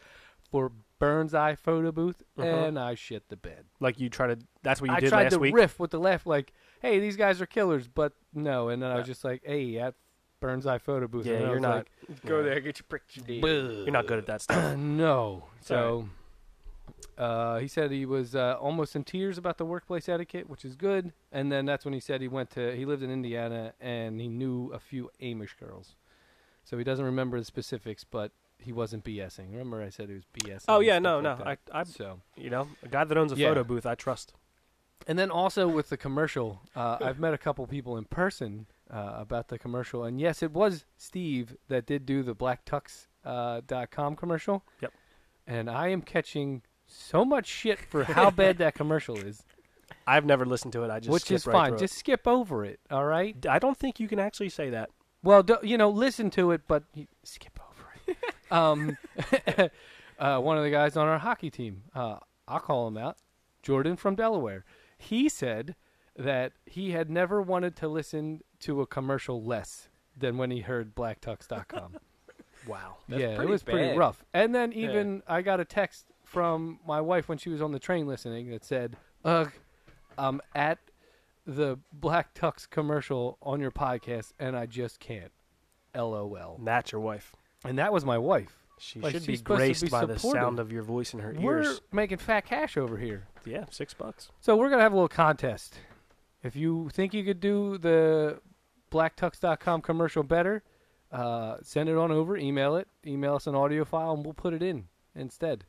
Speaker 2: for Burns Eye Photo Booth, and I shit the bed.
Speaker 1: Like you try to. That's what Uh-huh. you did
Speaker 2: I tried
Speaker 1: last
Speaker 2: to
Speaker 1: week.
Speaker 2: riff with the left, like, hey, these guys are killers, but no. And then I was just like, hey, at Burns Eye Photo Booth.
Speaker 1: Yeah,
Speaker 2: and I
Speaker 1: you're
Speaker 2: was
Speaker 1: not.
Speaker 2: like,
Speaker 3: go there, get your picture. dude.
Speaker 1: You're not good at that stuff.
Speaker 2: Uh, No.
Speaker 1: all
Speaker 2: So uh, he said he was uh, almost in tears about the workplace etiquette, which is good. And then that's when he said he went to he lived in Indiana and he knew a few Amish girls. So he doesn't remember the specifics, but he wasn't BSing. Remember I said he was BSing.
Speaker 1: Oh
Speaker 2: and
Speaker 1: yeah,
Speaker 2: stuff
Speaker 1: no, no.
Speaker 2: like
Speaker 1: I,
Speaker 2: that.
Speaker 1: I,
Speaker 2: so
Speaker 1: you know, a guy that owns a
Speaker 2: Yeah.
Speaker 1: photo booth, I trust.
Speaker 2: and then also with the commercial, uh, I've met a couple people in person uh, about the commercial, and yes, it was Steve that did do the blacktux.com uh, dot com commercial.
Speaker 1: Yep.
Speaker 2: And I am catching so much shit for how bad that commercial is,
Speaker 1: I've never listened to it. I just
Speaker 2: which
Speaker 1: skip
Speaker 2: is
Speaker 1: right
Speaker 2: fine.
Speaker 1: through it.
Speaker 2: Just skip over it, all right?
Speaker 1: I don't think you can actually say that.
Speaker 2: Well, do, you know, listen to it, but you skip over it. um, uh, one of the guys on our hockey team, uh, I'll call him out, Jordan from Delaware. He said that he had never wanted to listen to a commercial less than when he heard blacktux.com.
Speaker 1: Wow.
Speaker 2: yeah, it
Speaker 3: pretty
Speaker 2: was pretty
Speaker 3: bad.
Speaker 2: rough. And then even I got a text from my wife when she was on the train listening that said, "Ugh, I'm at the Black Tux commercial on your podcast and I just can't." LOL.
Speaker 1: And that's your wife.
Speaker 2: And that was my wife.
Speaker 1: She
Speaker 2: Like,
Speaker 1: should be
Speaker 2: she's supposed to
Speaker 1: graced
Speaker 2: be
Speaker 1: by the
Speaker 2: supportive.
Speaker 1: sound of your voice in her
Speaker 2: We're
Speaker 1: ears.
Speaker 2: making fat cash over here.
Speaker 1: Yeah, six bucks.
Speaker 2: So we're gonna have a little contest. If you think you could do the blacktux.com commercial better, uh, send it on over. Email it. Email us an audio file, and we'll put it in instead.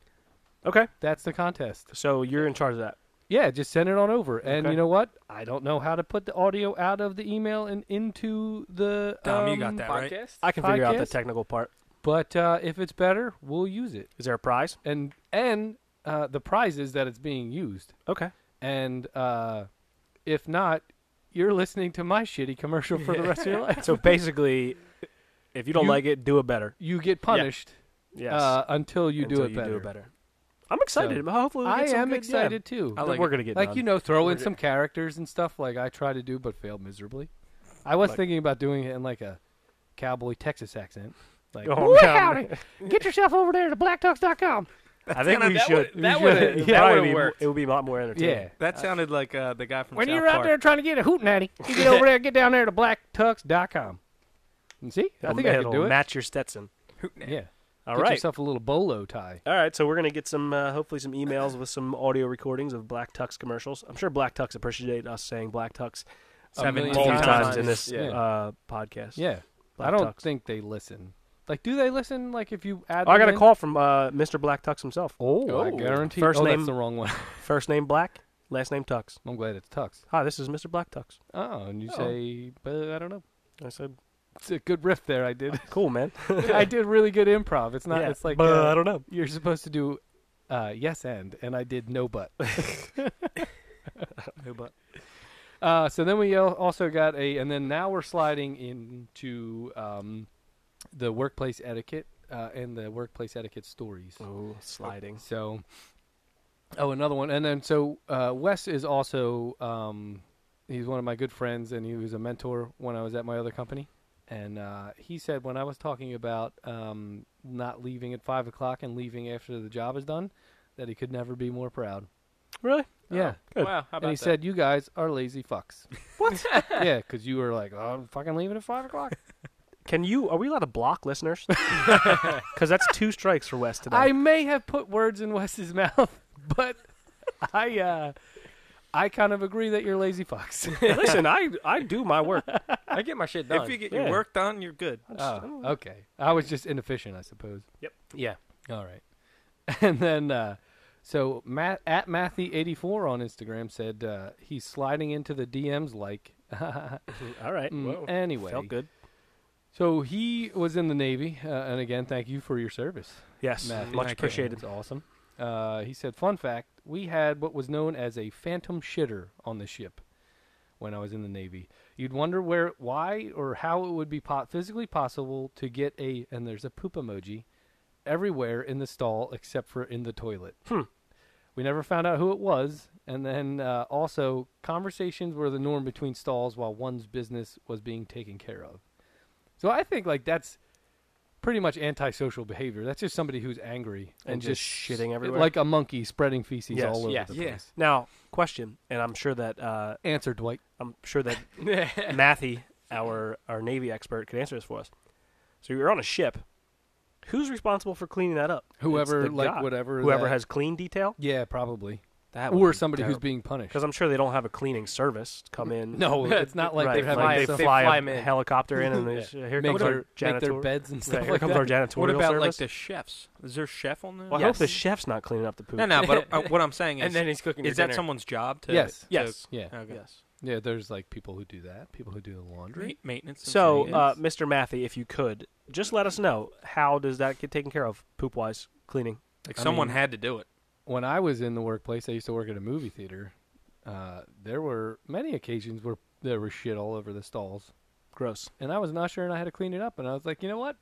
Speaker 1: Okay,
Speaker 2: That's the contest.
Speaker 1: so you're in charge of that.
Speaker 2: Yeah, just send it on over. And
Speaker 1: Okay.
Speaker 2: you know what? I don't know how to put the audio out of the email and into the
Speaker 4: Dom, you got
Speaker 2: um,
Speaker 4: that right.
Speaker 3: Podcast?
Speaker 1: I can figure out the
Speaker 2: Podcast?
Speaker 1: technical part.
Speaker 2: But uh, if it's better, we'll use it.
Speaker 1: Is there a prize?
Speaker 2: And and uh, the prize is that it's being used.
Speaker 1: Okay.
Speaker 2: And uh, if not, you're listening to my shitty commercial for the rest of your life.
Speaker 1: So basically, if you don't
Speaker 2: You-
Speaker 1: like it, do it better.
Speaker 2: You get punished
Speaker 1: Yes.
Speaker 2: uh, until you,
Speaker 1: Until
Speaker 2: do, it better.
Speaker 1: I'm excited. Hopefully, we
Speaker 2: I
Speaker 1: get some
Speaker 2: am
Speaker 1: good- yeah.
Speaker 2: excited too.
Speaker 4: I like
Speaker 1: we're
Speaker 4: it.
Speaker 1: gonna get
Speaker 2: like
Speaker 1: done.
Speaker 2: you know, throw in
Speaker 1: We're-
Speaker 2: some characters and stuff like I try to do, but failed miserably. I was
Speaker 1: Like-
Speaker 2: thinking about doing it in like a cowboy Texas accent. Like,
Speaker 1: Oh,
Speaker 2: "Woo,
Speaker 1: no.
Speaker 2: howdy. get yourself over there to blacktalks.com.
Speaker 1: I think
Speaker 4: kinda-
Speaker 1: we
Speaker 4: that
Speaker 1: should.
Speaker 3: would- that
Speaker 1: we should.
Speaker 3: would-
Speaker 1: It'd
Speaker 3: that
Speaker 1: probably
Speaker 3: would've
Speaker 1: be-
Speaker 3: worked.
Speaker 1: It would be a lot more entertaining.
Speaker 2: Yeah.
Speaker 4: That sounded like uh, the guy from
Speaker 2: When
Speaker 4: South
Speaker 2: you're out
Speaker 4: Park.
Speaker 2: there trying to get a hootenanny, you get over there, get down there to blacktux.com. And see, I
Speaker 1: It'll-
Speaker 2: think I
Speaker 1: it'll
Speaker 2: could do it.
Speaker 1: match your Stetson.
Speaker 2: yeah.
Speaker 1: All right.
Speaker 2: get yourself a little bolo tie.
Speaker 1: All right, so we're gonna get some, uh, hopefully, some emails with some audio recordings of Black Tux commercials. I'm sure Black Tux appreciate us saying Black Tux
Speaker 4: Seventeen
Speaker 2: million
Speaker 1: multiple
Speaker 2: times.
Speaker 1: times, in this
Speaker 3: Yeah.
Speaker 1: uh, podcast.
Speaker 2: Yeah.
Speaker 1: Black
Speaker 2: I don't
Speaker 1: Tux.
Speaker 2: think they listen. Like, do they listen? Like, if you add.
Speaker 1: Oh, I got
Speaker 2: them
Speaker 1: a
Speaker 2: in?
Speaker 1: call from uh, Mr. Black Tux himself.
Speaker 2: Oh, I
Speaker 3: Oh.
Speaker 2: guarantee.
Speaker 1: First
Speaker 2: oh,
Speaker 1: name-
Speaker 2: that's the wrong one.
Speaker 1: First name Black, last name Tux.
Speaker 2: I'm glad it's Tux.
Speaker 1: Hi, this is Mr. Black Tux.
Speaker 2: Oh, and you
Speaker 4: Oh.
Speaker 2: say, but I don't know.
Speaker 1: I said,
Speaker 2: It's a good riff there. I did.
Speaker 1: cool, man.
Speaker 2: I did really good improv. It's not.
Speaker 1: Yeah,
Speaker 2: It's like
Speaker 1: but
Speaker 2: uh,
Speaker 1: I don't know.
Speaker 2: you're supposed to do uh, yes and, and I did no but.
Speaker 1: No, but
Speaker 2: Uh, so then we al- also got a, and then now we're sliding into um, the workplace etiquette uh, and the workplace etiquette stories.
Speaker 1: oh, sliding.
Speaker 2: So, oh, another one. And then so uh, Wes is also um, he's one of my good friends, and he was a mentor when I was at my other company. And uh, he said when I was talking about um, not leaving at five o'clock and leaving after the job is done, that he could never be more proud.
Speaker 1: Really?
Speaker 2: Yeah.
Speaker 1: Good.
Speaker 4: Wow, how about
Speaker 2: And he
Speaker 4: that?
Speaker 2: said, "You guys are lazy fucks." what? yeah, because you were like, oh, "I'm fucking leaving at five o'clock."
Speaker 1: Can you? Are we allowed to block listeners? Because that's two strikes for West today.
Speaker 2: I may have put words in Wes's mouth, but I uh, I kind of agree that you're lazy fucks.
Speaker 1: Listen, I I do my work.
Speaker 3: I get my shit done.
Speaker 4: If you get
Speaker 1: Yeah.
Speaker 4: your work done, you're good.
Speaker 2: Oh, okay. I was just inefficient, I suppose.
Speaker 1: Yeah.
Speaker 2: All right. And then, uh, so Matt at Matthew84 on Instagram said uh, he's sliding into the DMs like.
Speaker 1: All right.
Speaker 2: Mm,
Speaker 1: Whoa.
Speaker 2: anyway,
Speaker 1: Felt good.
Speaker 2: so he was in the Navy, uh, and again, thank you for your service.
Speaker 1: Yes.
Speaker 3: Mm-hmm.
Speaker 2: Matthew.
Speaker 1: Much
Speaker 4: Thank you.
Speaker 1: appreciated.
Speaker 2: It's awesome. Uh, he said, "Fun fact: We had what was known as a phantom shitter on the ship when I was in the Navy. You'd wonder where, why, or how it would be po- physically possible to get a and there's a poop emoji everywhere in the stall except for in the toilet.
Speaker 1: Hmm.
Speaker 2: We never found out who it was, and then uh, also conversations were the norm between stalls while one's business was being taken care of. So I think like that's." Pretty much antisocial behavior. That's just somebody who's angry
Speaker 1: And just shitting everywhere?
Speaker 2: like a monkey spreading feces
Speaker 1: Yes,
Speaker 2: all over
Speaker 3: yes,
Speaker 2: the place.
Speaker 4: yeah.
Speaker 1: Now, question, and I'm sure that uh,
Speaker 2: Answer Dwight.
Speaker 1: I'm sure that Matthew, our our Navy expert, could answer this for us. So you're on a ship. Who's responsible for cleaning that up? It's
Speaker 2: Whoever,
Speaker 1: the
Speaker 2: like
Speaker 1: job.
Speaker 2: whatever,
Speaker 1: Whoever
Speaker 2: that-
Speaker 1: has clean detail.
Speaker 2: Yeah, probably.
Speaker 1: That
Speaker 2: Or somebody who's being punished.
Speaker 1: because I'm sure they don't have a cleaning service come in.
Speaker 2: No, it's not like
Speaker 1: right,
Speaker 2: they're having
Speaker 1: like they
Speaker 2: some-
Speaker 1: fly,
Speaker 3: fly
Speaker 1: a
Speaker 3: 'em in.
Speaker 1: helicopter in and they sh- here
Speaker 2: make,
Speaker 1: comes
Speaker 2: their,
Speaker 1: our
Speaker 2: make their
Speaker 1: janitor.
Speaker 2: beds and stuff
Speaker 1: Right, here
Speaker 2: like
Speaker 1: comes
Speaker 2: that.
Speaker 1: our janitorial
Speaker 4: What about like
Speaker 1: service.
Speaker 4: the chefs? Is there a chef on there?
Speaker 1: Well, I hope
Speaker 3: Yes.
Speaker 1: the chef's not cleaning up the poop.
Speaker 4: No, no. But uh, what I'm saying is,
Speaker 3: and then he's cooking.
Speaker 4: is
Speaker 3: your
Speaker 4: that
Speaker 3: dinner.
Speaker 4: someone's job to?
Speaker 2: Yes.
Speaker 4: to-
Speaker 1: Yes.
Speaker 2: Yeah,
Speaker 4: Okay.
Speaker 1: Yes.
Speaker 2: yeah. There's like people who do that. People who do the laundry.
Speaker 4: Ma- Maintenance. and
Speaker 1: So,
Speaker 4: maintenance.
Speaker 1: uh, Mr. Matthew, if you could just let us know how does that get taken care of poop wise cleaning?
Speaker 4: like
Speaker 2: I
Speaker 4: someone
Speaker 2: mean-
Speaker 4: had to do it.
Speaker 2: When I was in the workplace, I used to work at a movie theater. Uh, there were many occasions where there was shit all over the stalls,
Speaker 1: Gross.
Speaker 2: and I was an usher, and I had to clean it up. And I was like, you know what?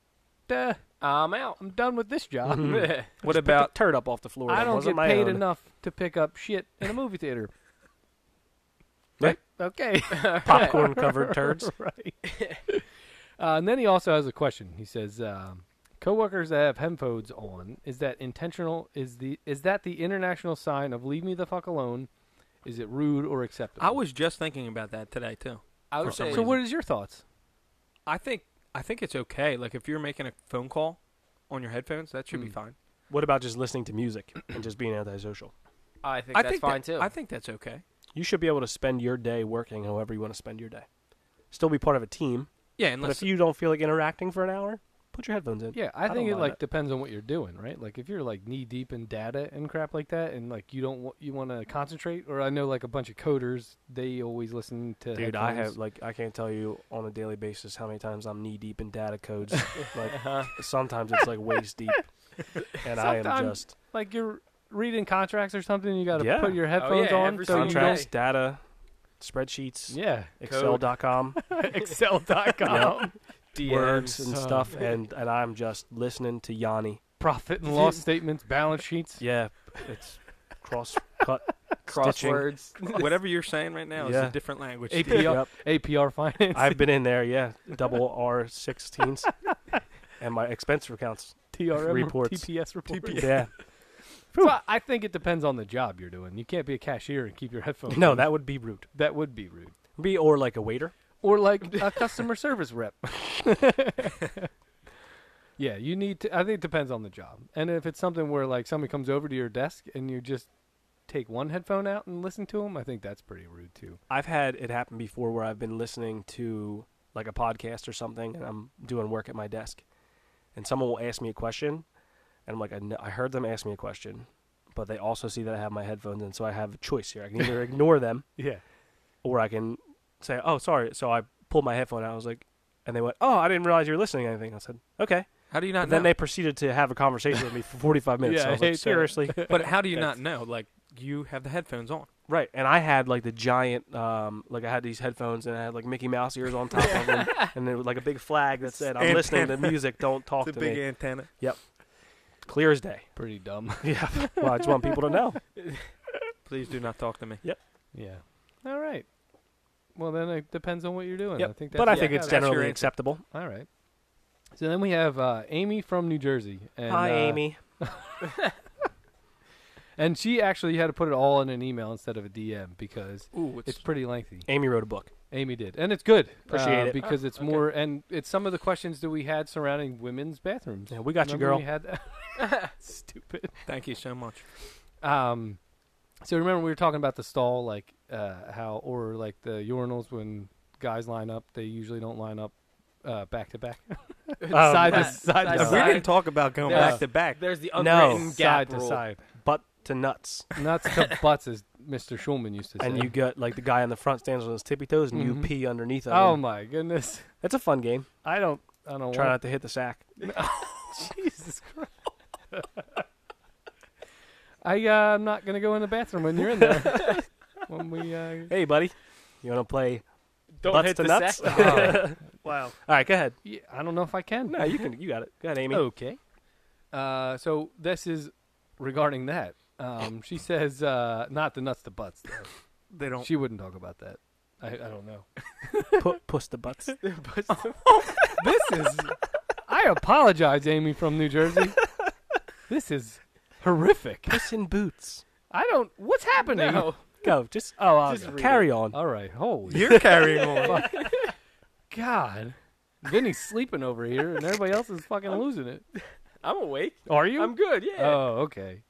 Speaker 2: Duh,
Speaker 3: I'm out.
Speaker 2: I'm done with this job.
Speaker 1: What
Speaker 4: about-
Speaker 1: pick the turd up off the floor?
Speaker 2: I
Speaker 1: Mm-hmm. That
Speaker 2: don't
Speaker 1: wasn't
Speaker 2: get
Speaker 1: my
Speaker 2: paid
Speaker 1: own.
Speaker 2: enough to pick up shit in a movie theater.
Speaker 1: Right.
Speaker 2: Okay.
Speaker 1: Popcorn covered turds.
Speaker 2: right. uh, and then he also has a question. He says, um, "Coworkers that have headphones on is that intentional? Is the is that the international sign of leave me the fuck alone? Is it rude or acceptable?"
Speaker 4: I was just thinking about that today too.
Speaker 3: I
Speaker 4: For
Speaker 3: would
Speaker 4: some
Speaker 3: say
Speaker 2: So, what is your thoughts?
Speaker 4: I think I think it's okay. Like if you're making a phone call on your headphones, that should be
Speaker 2: Mm.
Speaker 4: fine.
Speaker 1: What about just listening to music and just being antisocial?
Speaker 3: I think
Speaker 4: I
Speaker 3: that's
Speaker 4: think
Speaker 3: fine
Speaker 4: that-
Speaker 3: too.
Speaker 4: I think that's okay.
Speaker 1: You should be able to spend your day working however you want to spend your day. Still be part of a team,
Speaker 4: Yeah,
Speaker 1: but
Speaker 4: unless
Speaker 1: if you don't feel like interacting for an hour, put your headphones in.
Speaker 2: Yeah, I,
Speaker 1: don't
Speaker 2: think it
Speaker 1: mind
Speaker 2: like
Speaker 1: it.
Speaker 2: depends on what you're doing, right? Like if you're like knee deep in data and crap like that, and like you don't wa- you want to concentrate, or I know like a bunch of coders, they always listen to.
Speaker 1: Dude, I have
Speaker 2: headphones.
Speaker 1: like I can't tell you on a daily basis how many times I'm knee deep in data codes. like
Speaker 3: Uh-huh.
Speaker 1: sometimes it's like waist deep, and I am
Speaker 2: Sometimes-
Speaker 1: just
Speaker 2: like you're reading contracts or something. You got to
Speaker 1: Yeah.
Speaker 2: put your headphones
Speaker 3: yeah,
Speaker 2: on.
Speaker 3: every
Speaker 2: So you
Speaker 1: contracts,
Speaker 2: don't,
Speaker 3: day.
Speaker 1: data, spreadsheets,
Speaker 2: yeah,
Speaker 1: Excel.com,
Speaker 2: Excel.com,
Speaker 1: words
Speaker 3: DMs.
Speaker 1: and
Speaker 2: Uh,
Speaker 1: stuff, and and I'm just listening to Yanni.
Speaker 2: profit and loss statements, balance sheets.
Speaker 1: Yeah, it's cross cut stitching.
Speaker 3: crosswords.
Speaker 4: Whatever you're saying right now is
Speaker 1: Yeah.
Speaker 4: a different language.
Speaker 2: AP.
Speaker 4: Steve.
Speaker 1: Yep.
Speaker 2: APR finance.
Speaker 1: I've been in there, yeah. Double R sixteens and my expense accounts.
Speaker 2: TRM
Speaker 1: reports.
Speaker 2: TPS reports.
Speaker 1: Yeah.
Speaker 2: So I- I think it depends on the job you're doing. You can't be a cashier and keep your headphones.
Speaker 1: No,
Speaker 2: on.
Speaker 1: that would be rude.
Speaker 2: that would be rude.
Speaker 1: Be or like a waiter.
Speaker 2: Or like a customer service rep. yeah, you need to. I think it depends on the job. And if it's something where like somebody comes over to your desk and you just take one headphone out and listen to them, I think that's pretty rude too.
Speaker 1: I've had it happen before where I've been listening to like a podcast or something and I'm doing work at my desk and someone will ask me a question and I'm like, I, kn- I heard them ask me a question, but they also see that I have my headphones in, so I have a choice here. I can either ignore them
Speaker 2: Yeah.
Speaker 1: or I can say, oh, sorry. So I pulled my headphone out. I was like, and they went, oh, I didn't realize you were listening to anything. I said, okay.
Speaker 4: How do you
Speaker 1: But
Speaker 4: not
Speaker 1: then
Speaker 4: know?
Speaker 1: they proceeded to have a conversation with me for 45 minutes.
Speaker 2: Yeah,
Speaker 1: so I
Speaker 2: I
Speaker 1: was
Speaker 2: hate
Speaker 1: like,
Speaker 2: that.
Speaker 1: seriously?
Speaker 4: but how do you not know? Like you have the headphones on.
Speaker 1: Right, and I had like the giant, um, like I had these headphones and I had like Mickey Mouse ears on top of them, and there was like a big flag that said, "I'm
Speaker 4: Antenna.
Speaker 1: listening to music. Don't talk to me."
Speaker 4: antenna.
Speaker 1: Clear as day.
Speaker 2: Pretty dumb.
Speaker 1: Yeah, well, I just want people to know.
Speaker 4: Please do not talk to me.
Speaker 2: Yeah. All right. Well, then it depends on what you're doing.
Speaker 1: Yep,
Speaker 2: I think. That's
Speaker 1: But I
Speaker 2: yeah,
Speaker 1: think
Speaker 2: yeah,
Speaker 1: it's
Speaker 2: that's-
Speaker 1: generally
Speaker 4: answer.
Speaker 1: acceptable.
Speaker 2: all right. So then we have uh, Amy from New Jersey. And,
Speaker 1: Hi,
Speaker 2: uh,
Speaker 1: Amy.
Speaker 2: And she actually had to put it all in an email instead of a DM because
Speaker 4: Ooh, it's,
Speaker 2: it's pretty lengthy.
Speaker 1: Amy wrote a book.
Speaker 2: Amy did, and it's good.
Speaker 1: Appreciate
Speaker 2: uh,
Speaker 1: it. Oh,
Speaker 2: because it's more, and it's some of the questions that we had surrounding women's bathrooms.
Speaker 1: Yeah, we got you,
Speaker 2: Remember
Speaker 1: girl.
Speaker 2: We had that? Stupid.
Speaker 4: thank you so much.
Speaker 2: Um, so remember we were talking about the stall, like uh, how, or like the urinals when guys line up, they usually don't line up uh, back to back,
Speaker 1: Um,
Speaker 2: side to side to
Speaker 3: that- side to
Speaker 2: side,
Speaker 3: side. We didn't
Speaker 4: talk about going
Speaker 2: back
Speaker 4: to back.
Speaker 3: There's the
Speaker 1: No.
Speaker 3: unwritten gap
Speaker 2: side to
Speaker 3: rule.
Speaker 2: side,
Speaker 1: Butt to nuts,
Speaker 2: nuts to butts, as Mr. Schulman used to say.
Speaker 1: and you get like the guy on the front stands on his tippy toes, and
Speaker 2: Mhm.
Speaker 1: you pee underneath him.
Speaker 2: oh my goodness,
Speaker 1: it's a fun game.
Speaker 2: I don't, I don't
Speaker 1: Try
Speaker 2: want
Speaker 1: not to hit the sack.
Speaker 2: Jesus Christ. I, uh, I'm not going to go in the bathroom when you're in there. when we, uh,
Speaker 1: Hey, buddy, you want to play
Speaker 3: Don't
Speaker 1: butts
Speaker 3: hit
Speaker 1: to
Speaker 3: the
Speaker 1: nuts?
Speaker 3: sack.
Speaker 1: wow. All right, go ahead.
Speaker 2: uh, yeah, I don't know if I can.
Speaker 1: No, you can. You got it. Go ahead, Amy.
Speaker 2: Okay. Uh, so this is regarding that. Um, she says, uh, not the nuts to butts. Though.
Speaker 4: They don't.
Speaker 2: She wouldn't talk about that. I, I don't know.
Speaker 1: Pu- puss the butts.
Speaker 2: This is. I apologize, Amy from New Jersey. This is horrific.
Speaker 1: Puss in boots.
Speaker 2: I don't. What's happening?
Speaker 3: No.
Speaker 1: Go, just
Speaker 2: Oh, I'll
Speaker 3: Just
Speaker 2: go.
Speaker 3: read
Speaker 1: carry on.
Speaker 2: all right. Holy
Speaker 4: You're carrying on.
Speaker 2: God. Vinny's sleeping over here, and everybody else is fucking losing it.
Speaker 3: I'm awake.
Speaker 2: Are you?
Speaker 3: I'm good. Yeah.
Speaker 2: oh, okay.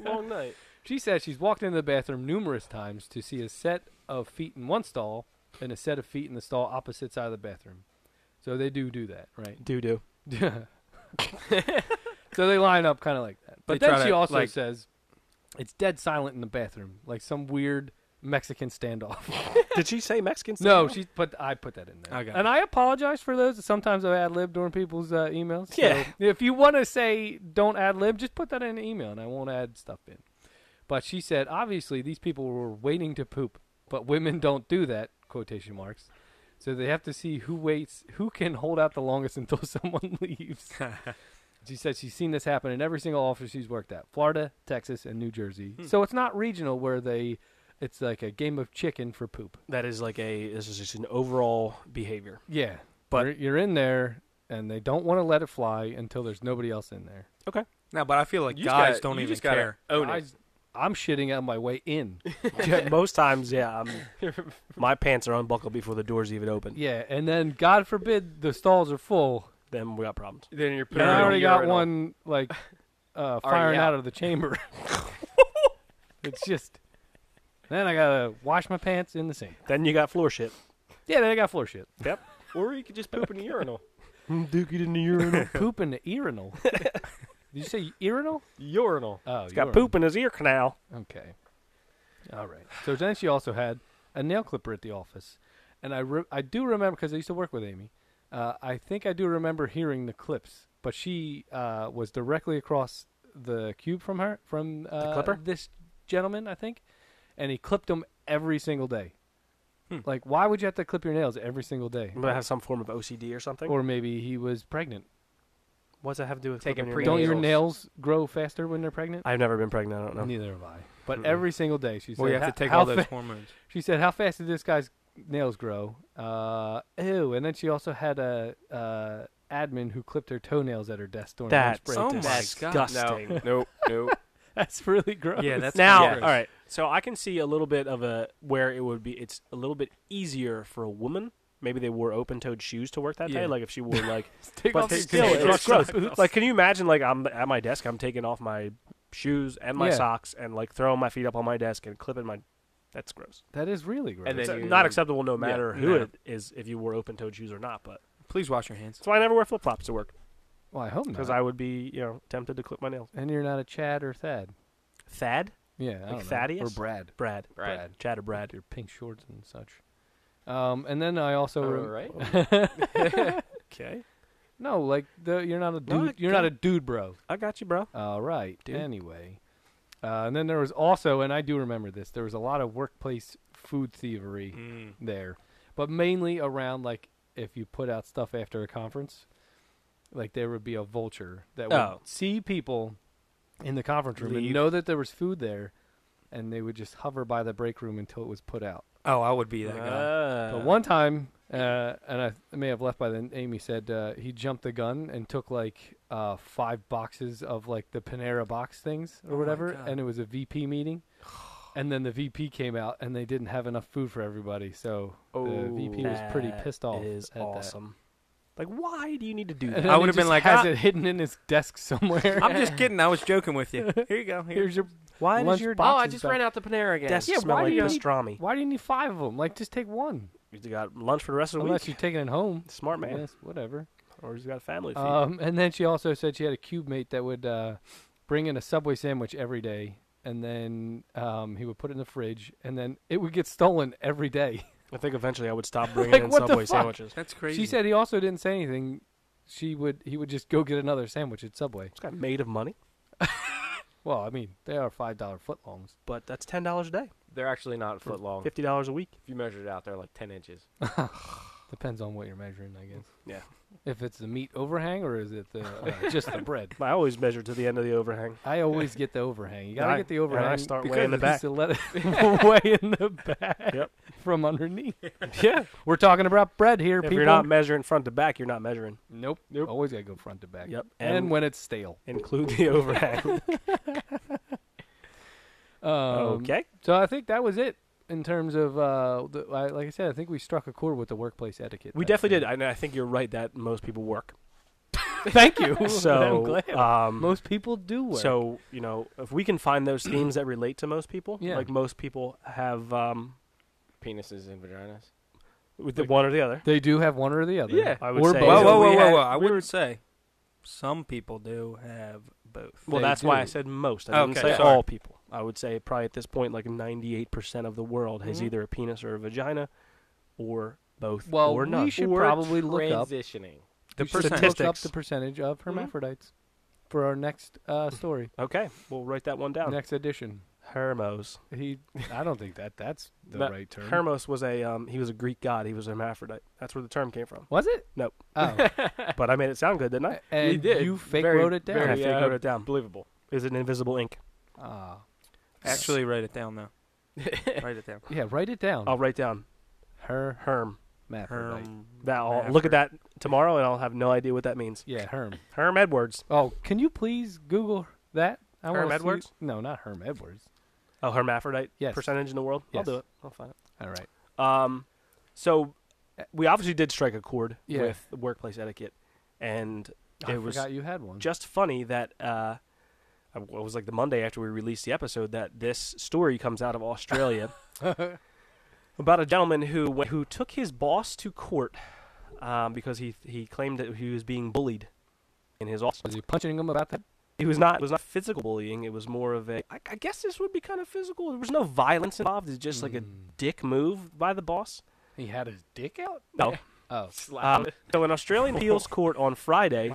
Speaker 3: Long night.
Speaker 2: She says she's walked into the bathroom numerous times to see a set of feet in one stall and a set of feet in the stall opposite side of the bathroom. So they do do that, right?
Speaker 1: Do do.
Speaker 2: so they line up kind of like that. But
Speaker 4: They try
Speaker 2: then she
Speaker 4: to,
Speaker 2: also
Speaker 4: like-
Speaker 2: says it's dead silent in the bathroom, like some weird Mexican standoff.
Speaker 1: Did she say Mexican?
Speaker 2: No, she put I put that in there.
Speaker 4: I got
Speaker 2: and I apologize for those. Sometimes I ad lib during people's uh, emails. So
Speaker 1: Yeah.
Speaker 2: If you want to say don't ad lib, just put that in an email, and I won't add stuff in. But she said, obviously these people were waiting to poop, but women don't do that. Quotation marks. So they have to see who waits, who can hold out the longest until someone leaves. she said she's seen this happen in every single office she's worked at: Florida, Texas, and New Jersey. So it's not regional where they. It's like a game of chicken for poop.
Speaker 1: That is like a. This is just an overall behavior.
Speaker 2: Yeah,
Speaker 1: But-
Speaker 2: but you're, you're in there, and they don't want to let it fly until there's nobody else in there.
Speaker 4: No, but I feel like
Speaker 3: You just
Speaker 4: guys
Speaker 3: gotta-
Speaker 4: don't
Speaker 3: you
Speaker 4: even
Speaker 3: just gotta
Speaker 4: care.
Speaker 3: Own
Speaker 2: I,
Speaker 3: it.
Speaker 2: I'm shitting on my way in.
Speaker 1: Yeah, most times, yeah. I'm, my pants are unbuckled before the doors even open.
Speaker 2: yeah, and then God forbid the stalls are full.
Speaker 1: Then we got problems.
Speaker 3: Then you're putting
Speaker 2: And I
Speaker 3: it
Speaker 2: already
Speaker 3: in
Speaker 2: got
Speaker 3: urinal.
Speaker 2: one like uh,
Speaker 3: Already
Speaker 2: firing out.
Speaker 3: out.
Speaker 2: of the chamber. it's just. Then I gotta wash my pants in the sink.
Speaker 1: Then you got floor shit.
Speaker 2: Yeah, then I got floor shit.
Speaker 1: Yep.
Speaker 3: Or you could just poop in the urinal.
Speaker 1: Mm, Dookie in the urinal.
Speaker 2: poop in the urinal. Did you say urinal?
Speaker 3: Urinal.
Speaker 2: Oh,
Speaker 1: He's got
Speaker 2: urinal.
Speaker 1: poop in his ear canal.
Speaker 2: Okay. All right. So then she also had a nail clipper at the office, and I re- I do remember because I used to work with Amy. Uh, I think I do remember hearing the clips, but she uh, was directly across the cube from her from uh,
Speaker 1: clipper?
Speaker 2: this gentleman, I think, and he clipped them every single day.
Speaker 4: Hmm.
Speaker 2: Like, why would you have to clip your nails every single day?
Speaker 1: But I have some form of OCD or something.
Speaker 2: Or maybe he was pregnant.
Speaker 1: What's that have to do with
Speaker 3: Taking
Speaker 1: clipping
Speaker 3: pre-
Speaker 1: your
Speaker 2: Don't
Speaker 1: nails?
Speaker 2: your
Speaker 3: nails.
Speaker 2: nails grow faster when they're pregnant?
Speaker 1: I've never been pregnant. I don't know.
Speaker 2: Neither have I. But
Speaker 1: Mm-mm.
Speaker 2: every single day, she said,
Speaker 4: Well, you have
Speaker 2: "How-
Speaker 4: to take
Speaker 2: how
Speaker 4: all
Speaker 2: fa-
Speaker 4: those hormones.
Speaker 2: She said, "How fast did this guy's nails grow?" Uh, ew. And then she also had a uh, admin who clipped her toenails at her desk during
Speaker 1: That's
Speaker 2: lunch break.
Speaker 4: Oh my God,
Speaker 1: disgusting.
Speaker 3: nope, nope.
Speaker 2: That's really gross.
Speaker 4: Yeah, that's
Speaker 1: now,
Speaker 4: gross.
Speaker 1: all right. So I can see a little bit of a where it would be. It's a little bit easier for a woman. Maybe they wore open-toed shoes to work that day.
Speaker 4: Yeah.
Speaker 1: Like if she wore like,
Speaker 2: Take
Speaker 1: but
Speaker 2: off your
Speaker 1: still,
Speaker 2: toenails.
Speaker 1: it's gross. Like, can you imagine? Like I'm at my desk. I'm taking off my shoes and my
Speaker 2: Yeah.
Speaker 1: socks and like throwing my feet up on my desk and clipping my. That's gross.
Speaker 2: That is really gross.
Speaker 3: And then
Speaker 1: It's
Speaker 3: you-
Speaker 1: not acceptable, no matter who
Speaker 4: no.
Speaker 1: it is, if you wore open-toed shoes or not. But
Speaker 4: Please wash your hands.
Speaker 1: that's why I never wear flip-flops to work
Speaker 2: well, I hope not.
Speaker 1: because I would be, you know, tempted to clip my nails.
Speaker 2: and you're not a Chad or Thad.
Speaker 1: Thad,
Speaker 2: Yeah, I don't know.
Speaker 1: Thaddeus?
Speaker 2: or Brad.
Speaker 1: Brad,
Speaker 3: Brad.
Speaker 1: Chad, or Brad.
Speaker 2: Your pink shorts and such. Um, and then I also
Speaker 3: All
Speaker 2: rem-
Speaker 3: Oh, right.
Speaker 1: Okay,
Speaker 2: no like the, you're not a dude.
Speaker 1: No, I
Speaker 2: you're not a dude, bro.
Speaker 1: I got you, bro.
Speaker 2: All right.
Speaker 1: Dude.
Speaker 2: Anyway, uh, and then there was also, and I do remember this. There was a lot of workplace food thievery
Speaker 4: Mm.
Speaker 2: there, but mainly around like if you put out stuff after a conference, like there would be a vulture that would
Speaker 1: Oh.
Speaker 2: see people in the conference room
Speaker 1: Leave.
Speaker 2: and know that there was food there, and they would just hover by the break room until it was put out.
Speaker 4: Oh, I would be that guy.
Speaker 2: But
Speaker 1: Uh,
Speaker 2: one time, uh, and I I may have left by then. Amy said uh, he jumped the gun and took like uh, five boxes of like the Panera box things
Speaker 4: Oh
Speaker 2: or
Speaker 4: my
Speaker 2: whatever,
Speaker 4: God.
Speaker 2: and it was a VP meeting. And then the VP came out, and they didn't have enough food for everybody, so the VP was pretty
Speaker 1: That
Speaker 2: pissed off.
Speaker 1: Is
Speaker 2: at
Speaker 1: awesome. Like, why do you need to do
Speaker 2: That.
Speaker 1: that?
Speaker 2: And
Speaker 4: I
Speaker 2: then he
Speaker 4: would've been
Speaker 2: just
Speaker 4: like,
Speaker 2: has
Speaker 4: "Ah."
Speaker 2: it hidden in his desk somewhere.
Speaker 1: Uh,
Speaker 4: I'm just kidding. I was joking with you. Here you go. Here.
Speaker 2: Here's your.
Speaker 1: Why
Speaker 2: lunch
Speaker 1: does your
Speaker 2: box
Speaker 3: oh, I
Speaker 2: is
Speaker 3: just
Speaker 2: back-
Speaker 3: ran out the Panera again.
Speaker 1: desk
Speaker 2: Yeah,
Speaker 1: smell
Speaker 2: why
Speaker 1: like
Speaker 2: do you-
Speaker 1: pastrami?
Speaker 2: Why do you need five of them? Like, just take one.
Speaker 1: He's got lunch for the rest of the
Speaker 2: Unless
Speaker 1: week.
Speaker 2: you're taking it home.
Speaker 1: Smart man,
Speaker 2: Yes, whatever.
Speaker 1: or he's got a family. feed.
Speaker 2: Um, and then she also said she had a cube mate that would uh, bring in a Subway sandwich every day, and then um, he would put it in the fridge, and then it would get stolen every day.
Speaker 1: I think eventually I would stop bringing
Speaker 2: Like,
Speaker 1: in
Speaker 2: what the
Speaker 1: Subway
Speaker 2: fuck?
Speaker 1: sandwiches.
Speaker 4: That's crazy.
Speaker 2: She said he also didn't say anything. She would he would just go get another sandwich at Subway.
Speaker 1: It's got made of money,
Speaker 2: Well, I mean they are five dollar footlongs.
Speaker 1: but that's ten dollars a day,
Speaker 3: They're actually not foot long. If
Speaker 1: fifty dollars a week.
Speaker 3: you measure it out, they're like 10 inches.
Speaker 2: Depends on what you're measuring, I guess.
Speaker 1: Yeah.
Speaker 2: If it's the meat overhang or is it the uh, just the bread?
Speaker 1: I always measure to the end of the overhang.
Speaker 2: I always get the overhang. You gotta
Speaker 1: I-
Speaker 2: get the
Speaker 1: and
Speaker 2: overhang.
Speaker 1: I start
Speaker 2: because
Speaker 1: way in the
Speaker 2: it's
Speaker 1: back.
Speaker 2: the letter- way in the back.
Speaker 1: Yep.
Speaker 2: From underneath.
Speaker 1: yeah,
Speaker 2: We're talking about bread here,
Speaker 1: if
Speaker 2: people.
Speaker 1: you're not measuring front to back, you're not measuring.
Speaker 2: nope.
Speaker 1: Nope.
Speaker 2: Always gotta go front to back.
Speaker 1: Yep,
Speaker 2: And, when it's stale.
Speaker 1: include the overhang.
Speaker 2: Um,
Speaker 1: okay,
Speaker 2: So I think that was it in terms of, uh, the, I, like I said, I think we struck a chord with the workplace etiquette.
Speaker 1: we
Speaker 2: type
Speaker 1: definitely did,
Speaker 2: thing.
Speaker 1: and I think you're right that most people work.
Speaker 2: Thank you. I'm
Speaker 1: So,
Speaker 2: glad.
Speaker 1: um,
Speaker 2: Most people do work.
Speaker 1: So you know, if we can find those themes that relate to most people,
Speaker 2: Yeah.
Speaker 1: like most people have um,
Speaker 3: Penises and vaginas.
Speaker 1: with the one or the other.
Speaker 2: they do have one or the other.
Speaker 4: Yeah.
Speaker 1: I would
Speaker 2: Or
Speaker 1: say.
Speaker 2: both.
Speaker 4: Whoa,
Speaker 1: so
Speaker 4: whoa,
Speaker 1: we
Speaker 4: whoa, whoa,
Speaker 1: had-
Speaker 4: whoa! I
Speaker 1: we were-
Speaker 4: wouldn't say. Some people do have both.
Speaker 1: Well,
Speaker 2: They
Speaker 1: that's why I
Speaker 2: do.
Speaker 1: said most. I didn't
Speaker 4: Okay,
Speaker 1: say
Speaker 4: sorry.
Speaker 1: all people. I would say probably at this point, like 98% of the world has
Speaker 2: Mm-hmm.
Speaker 4: Mhm.
Speaker 1: either a penis or a vagina, or both,
Speaker 2: Well,
Speaker 1: or none.
Speaker 2: we should
Speaker 3: Or
Speaker 2: probably look up
Speaker 3: transitioning.
Speaker 4: The
Speaker 2: we should
Speaker 4: percentage.
Speaker 2: look up
Speaker 1: Statistics. Mm-hmm.
Speaker 2: the percentage of hermaphrodites for our next uh, story,
Speaker 1: Okay, we'll write that one down.
Speaker 2: next edition.
Speaker 1: Hermos.
Speaker 2: He, I don't think that that's the
Speaker 1: Ma-
Speaker 2: right term.
Speaker 1: Hermos was a um, he was a Greek god. He was a hermaphrodite. That's where the term came from.
Speaker 2: was it?
Speaker 1: Nope.
Speaker 2: Oh,
Speaker 1: But I made it sound good, didn't I?
Speaker 2: and
Speaker 3: did.
Speaker 2: you fake
Speaker 3: Very-
Speaker 2: wrote it down.
Speaker 1: I
Speaker 3: very-
Speaker 1: think I
Speaker 3: uh,
Speaker 1: wrote it down.
Speaker 3: Believable.
Speaker 1: Is it an invisible ink?
Speaker 2: Ah,
Speaker 4: Actually, write it down though. write it down.
Speaker 2: yeah, write it down.
Speaker 1: I'll write down
Speaker 2: Her
Speaker 1: Oh. Herm.
Speaker 2: map.
Speaker 4: Herm.
Speaker 1: That I'll look at that tomorrow, and I'll have no idea what that means.
Speaker 2: Yeah, Herm.
Speaker 1: Herm Edwards.
Speaker 2: Oh, can you please Google that? I wanna
Speaker 1: Herm
Speaker 2: see-
Speaker 1: Edwards?
Speaker 2: No, not Herm Edwards.
Speaker 1: Oh, hermaphrodite
Speaker 2: Yes.
Speaker 1: percentage in the world.
Speaker 2: Yes.
Speaker 1: I'll do it. I'll find it.
Speaker 2: All right.
Speaker 1: Um, so uh, we obviously did strike a chord
Speaker 2: Yeah.
Speaker 1: with workplace etiquette, and
Speaker 2: I
Speaker 1: it was
Speaker 2: forgot you had one.
Speaker 1: just funny that uh, I- it was like the Monday after we released the episode that this story comes out of Australia about a gentleman who went, who took his boss to court um, because he he claimed that he was being bullied in his office.
Speaker 2: Was he punching him about that?
Speaker 1: It was not it was not physical bullying. It was more of a I, I guess this would be kind of physical. There was no violence involved. It's just
Speaker 2: Mm-hmm.
Speaker 1: like a dick move by the boss.
Speaker 2: Hmm. He had his dick out?
Speaker 1: No.
Speaker 2: Oh.
Speaker 1: Um, so an Australian appeals court on Friday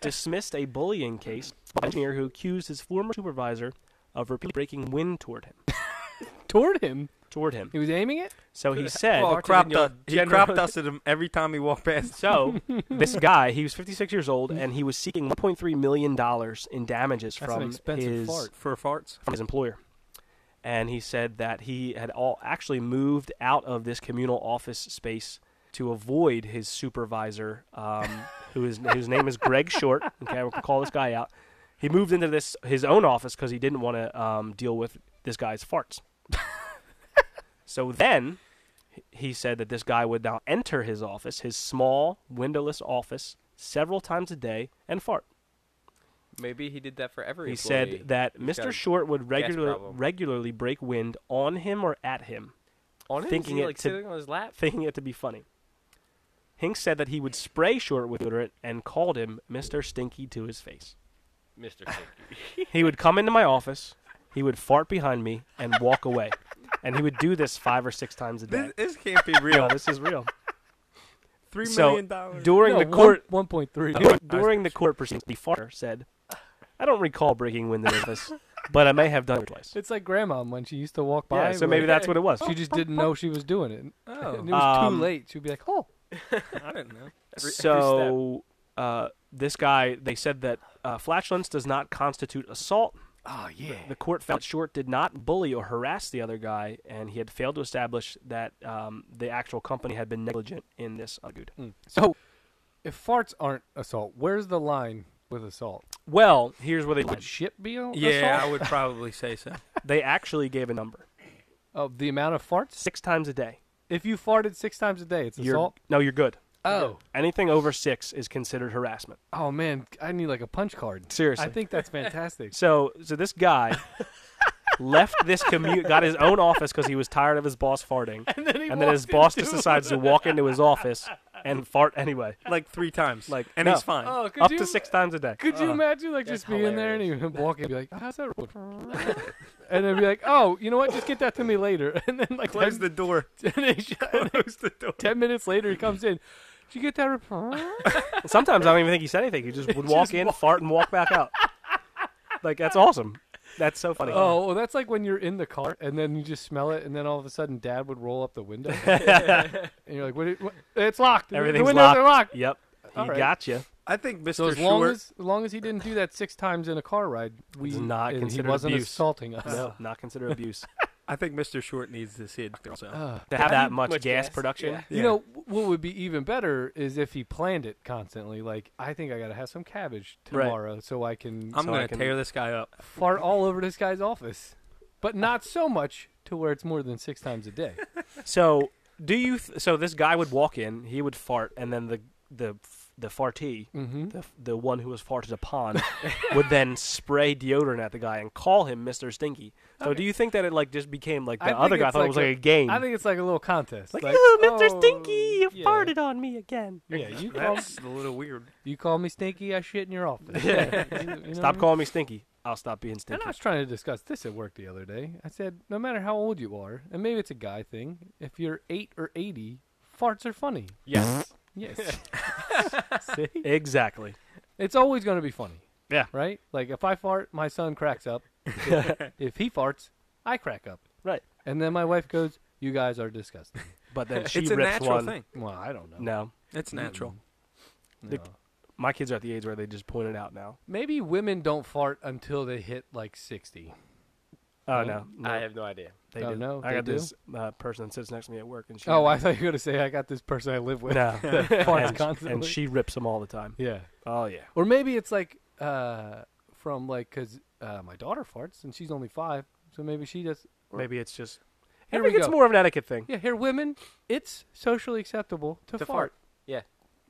Speaker 1: dismissed a bullying case by an engineer who accused his former supervisor of repeatedly breaking wind toward him.
Speaker 2: Toward him?
Speaker 1: Toward him.
Speaker 2: He was aiming it?
Speaker 1: So he said.
Speaker 4: Well, Oh, crop dust. He
Speaker 1: general-
Speaker 4: crop dusted him every time he walked past.
Speaker 1: So this guy, he was 56 years old, and he was seeking 1.3 million dollars in damages
Speaker 2: That's an
Speaker 1: from
Speaker 2: expensive
Speaker 1: his
Speaker 2: fart.
Speaker 4: For farts.
Speaker 1: from his employer. And he said that he had all actually moved out of this communal office space to avoid his supervisor, um, who is, whose name is Greg Short. Okay, we'll call this guy out. He moved into this his own office because he didn't want to um, deal with this guy's farts. so then he said that this guy would now enter his office, his small windowless office, several times a day and fart.
Speaker 3: Maybe he did that for every.
Speaker 1: He
Speaker 3: employee.
Speaker 1: said that
Speaker 3: He's got
Speaker 1: Mr.
Speaker 3: a
Speaker 1: Short would regular,
Speaker 3: problem.
Speaker 1: regularly break wind on him or at him,
Speaker 3: on him,
Speaker 1: thinking
Speaker 3: is he,
Speaker 1: it
Speaker 3: like
Speaker 1: to-
Speaker 3: sitting on his lap.
Speaker 1: thinking it to be funny. Hinks said that he would spray Short with deodorant and called him Mr. Stinky to his face.
Speaker 3: Mr.
Speaker 1: He would come into my office, he would fart behind me, and walk away. And he would do this five or six times a day.
Speaker 4: This, this can't be
Speaker 1: No,
Speaker 4: real.
Speaker 1: this is real.
Speaker 4: Three million
Speaker 1: So,
Speaker 4: dollars.
Speaker 1: During
Speaker 2: No,
Speaker 1: the court,
Speaker 2: One, 1.3.
Speaker 1: Dur- during the court proceedings, the farter said, "I don't recall breaking wind in the office, but I may have done it twice."
Speaker 2: It's like grandma when she used to walk by.
Speaker 1: Yeah, so maybe
Speaker 2: like,
Speaker 1: that's what it was.
Speaker 2: She just didn't know she was doing it. And it
Speaker 4: oh,
Speaker 2: was
Speaker 1: Um,
Speaker 2: too late. She'd be like, oh.
Speaker 4: I didn't know.
Speaker 3: every step.
Speaker 1: so uh, this guy they said that uh, flatulence does not constitute assault
Speaker 2: Oh, yeah.
Speaker 1: the court found short did not bully or harass the other guy and he had failed to establish that um, the actual company had been negligent in this lawsuit
Speaker 3: Hmm.
Speaker 2: So, if farts aren't assault, where's the line with assault?
Speaker 1: well here's where they
Speaker 2: Would shit be a-
Speaker 4: Yeah, I
Speaker 2: assault?
Speaker 4: would probably say so.
Speaker 1: they actually gave a number
Speaker 2: Of the amount of farts?
Speaker 1: six times a day
Speaker 2: If you farted six times a day, it's
Speaker 1: You're-
Speaker 2: assault?
Speaker 1: no you're good
Speaker 2: Oh.
Speaker 1: anything over six is considered harassment
Speaker 2: Oh, man. I need like a punch card.
Speaker 1: seriously
Speaker 2: I think that's fantastic.
Speaker 1: So so this guy left this commute, got his own office because he was tired of his boss farting, and then, his boss just decides to walk into his office and fart anyway,
Speaker 4: Like three times.
Speaker 1: Like,
Speaker 4: and
Speaker 1: no.
Speaker 4: he's fine.
Speaker 2: oh, could
Speaker 1: up
Speaker 2: you,
Speaker 1: to six times a day.
Speaker 2: Could you imagine like just
Speaker 3: that's
Speaker 2: being there and you walk in and be like, how's that road? and then be like, oh, you know what? Just get that to me later. And then like
Speaker 4: Close
Speaker 2: 10,
Speaker 4: the door. Close the door.
Speaker 2: ten minutes later, he comes in. Did you get that? Rep-
Speaker 1: Sometimes I don't even think he said anything. He just would walk in, fart, and walk back out. Like that's awesome. That's so funny.
Speaker 2: oh, well, that's like when you're in the car and then you just smell it, and then all of a sudden, Dad would roll up the window, and you're like, what? Did, what it's locked. The-
Speaker 1: Everything's
Speaker 2: the windows
Speaker 1: locked.
Speaker 2: are locked.
Speaker 1: Yep, he
Speaker 2: All right.
Speaker 1: got you.
Speaker 4: I think Mr.
Speaker 2: So as long
Speaker 4: Short.
Speaker 2: as, as long as he didn't do that six times in a car ride, we
Speaker 1: It's not
Speaker 2: and he
Speaker 1: considered
Speaker 2: wasn't
Speaker 1: abuse.
Speaker 2: assaulting us.
Speaker 1: No, not consider abuse.
Speaker 4: I think Mr. Short needs this hid. So.
Speaker 2: Ugh.
Speaker 1: To have that much,
Speaker 3: much
Speaker 1: gas,
Speaker 3: gas?
Speaker 1: production.
Speaker 3: Yeah.
Speaker 2: You
Speaker 4: Yeah.
Speaker 2: know w- what would be even better is if he planned it constantly. Like I think I gotta have some cabbage
Speaker 1: Right.
Speaker 2: tomorrow so I can
Speaker 4: I'm
Speaker 1: So I
Speaker 4: gonna
Speaker 1: can-
Speaker 4: tear this guy up.
Speaker 2: fart all over this guy's office, but not so much to where it's more than six times a day.
Speaker 1: So do you? Th- so this guy would walk in, he would fart, and then the the the fartee
Speaker 2: Mm-hmm.
Speaker 1: the, the one who was farted upon would then spray deodorant at the guy and call him Mr. Stinky. So do you think that it like just became like the
Speaker 2: I think
Speaker 1: other guy
Speaker 2: it's
Speaker 1: thought
Speaker 2: like
Speaker 1: it was like a, game?
Speaker 2: I think it's like a little contest.
Speaker 1: like,
Speaker 2: like,
Speaker 1: "Ooh, Mr.
Speaker 2: oh,
Speaker 1: Stinky, you
Speaker 2: yeah.
Speaker 1: farted on me again.
Speaker 2: Yeah, you call
Speaker 4: That's a little weird.
Speaker 2: you call me stinky, I shit in your office.
Speaker 1: Yeah.
Speaker 2: You- you know what I
Speaker 1: Stop
Speaker 2: mean?
Speaker 1: calling me Stinky. I'll stop being
Speaker 2: And
Speaker 1: Stinky.
Speaker 2: I was trying to discuss this at work the other day. I said, no matter how old you are, and maybe it's a guy thing, if you're eight or 80, farts are funny.
Speaker 3: yes.
Speaker 2: Yes. See?
Speaker 1: Exactly.
Speaker 2: It's always going to be funny.
Speaker 1: Yeah.
Speaker 2: Right? Like if I fart, my son cracks up. if, if he farts, I crack up.
Speaker 1: Right.
Speaker 2: And then my wife goes, "You guys are disgusting."
Speaker 1: But then she
Speaker 4: it's a
Speaker 1: rips
Speaker 4: natural
Speaker 1: one.
Speaker 4: thing.
Speaker 2: well, I don't know.
Speaker 1: No.
Speaker 4: It's natural.
Speaker 2: No.
Speaker 1: The- My kids are at the age where they just point it out now.
Speaker 2: Maybe women don't fart until they hit like 60.
Speaker 1: Oh
Speaker 2: No.
Speaker 1: no. no.
Speaker 3: I have no idea.
Speaker 1: they
Speaker 2: Oh,
Speaker 1: do.
Speaker 2: no,
Speaker 1: I
Speaker 2: they
Speaker 1: got
Speaker 2: do?
Speaker 1: this uh, person that sits next to me at work and she
Speaker 2: Oh, I thought you were going to say I got this person I live with.
Speaker 1: No.
Speaker 2: farts
Speaker 1: and,
Speaker 2: constantly.
Speaker 1: and she rips them all the time.
Speaker 2: Yeah.
Speaker 1: Oh yeah.
Speaker 2: Or maybe it's like uh, from like because uh, my daughter farts and she's only five, so maybe she does. Or-
Speaker 1: Maybe it's just
Speaker 2: Here
Speaker 1: I
Speaker 2: we
Speaker 1: think it's
Speaker 2: go.
Speaker 1: more of an etiquette thing.
Speaker 2: Yeah, here women, it's socially acceptable to,
Speaker 3: To
Speaker 2: fart.
Speaker 3: fart. Yeah.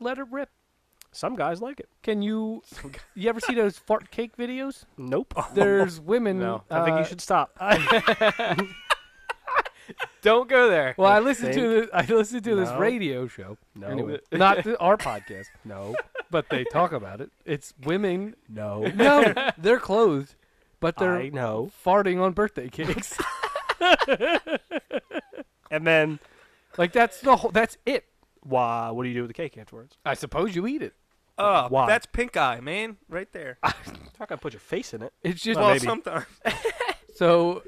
Speaker 2: Let it rip.
Speaker 1: Some guys like it.
Speaker 2: Can you? You ever see those fart cake videos?
Speaker 1: Nope.
Speaker 2: There's women.
Speaker 1: No, I think you
Speaker 2: uh,
Speaker 1: should stop.
Speaker 3: Don't go there.
Speaker 2: Well, I listened
Speaker 1: think-
Speaker 2: to this, I listened to this
Speaker 1: No.
Speaker 2: radio show.
Speaker 1: No.
Speaker 2: Anyway, not the, our podcast,
Speaker 1: No,
Speaker 2: but they talk about it. It's women.
Speaker 1: no.
Speaker 2: No, they're clothed, but they're
Speaker 1: I know.
Speaker 2: farting on birthday cakes.
Speaker 1: And then,
Speaker 2: like that's the whole. That's it.
Speaker 1: why? What do you do with the cake afterwards?
Speaker 2: I suppose you eat it.
Speaker 4: Oh,
Speaker 1: Why?
Speaker 4: that's pink eye, man, right there.
Speaker 1: I'm not gonna put your face in it.
Speaker 2: It's just
Speaker 1: Well,
Speaker 4: Well,
Speaker 1: maybe.
Speaker 4: sometimes.
Speaker 2: so.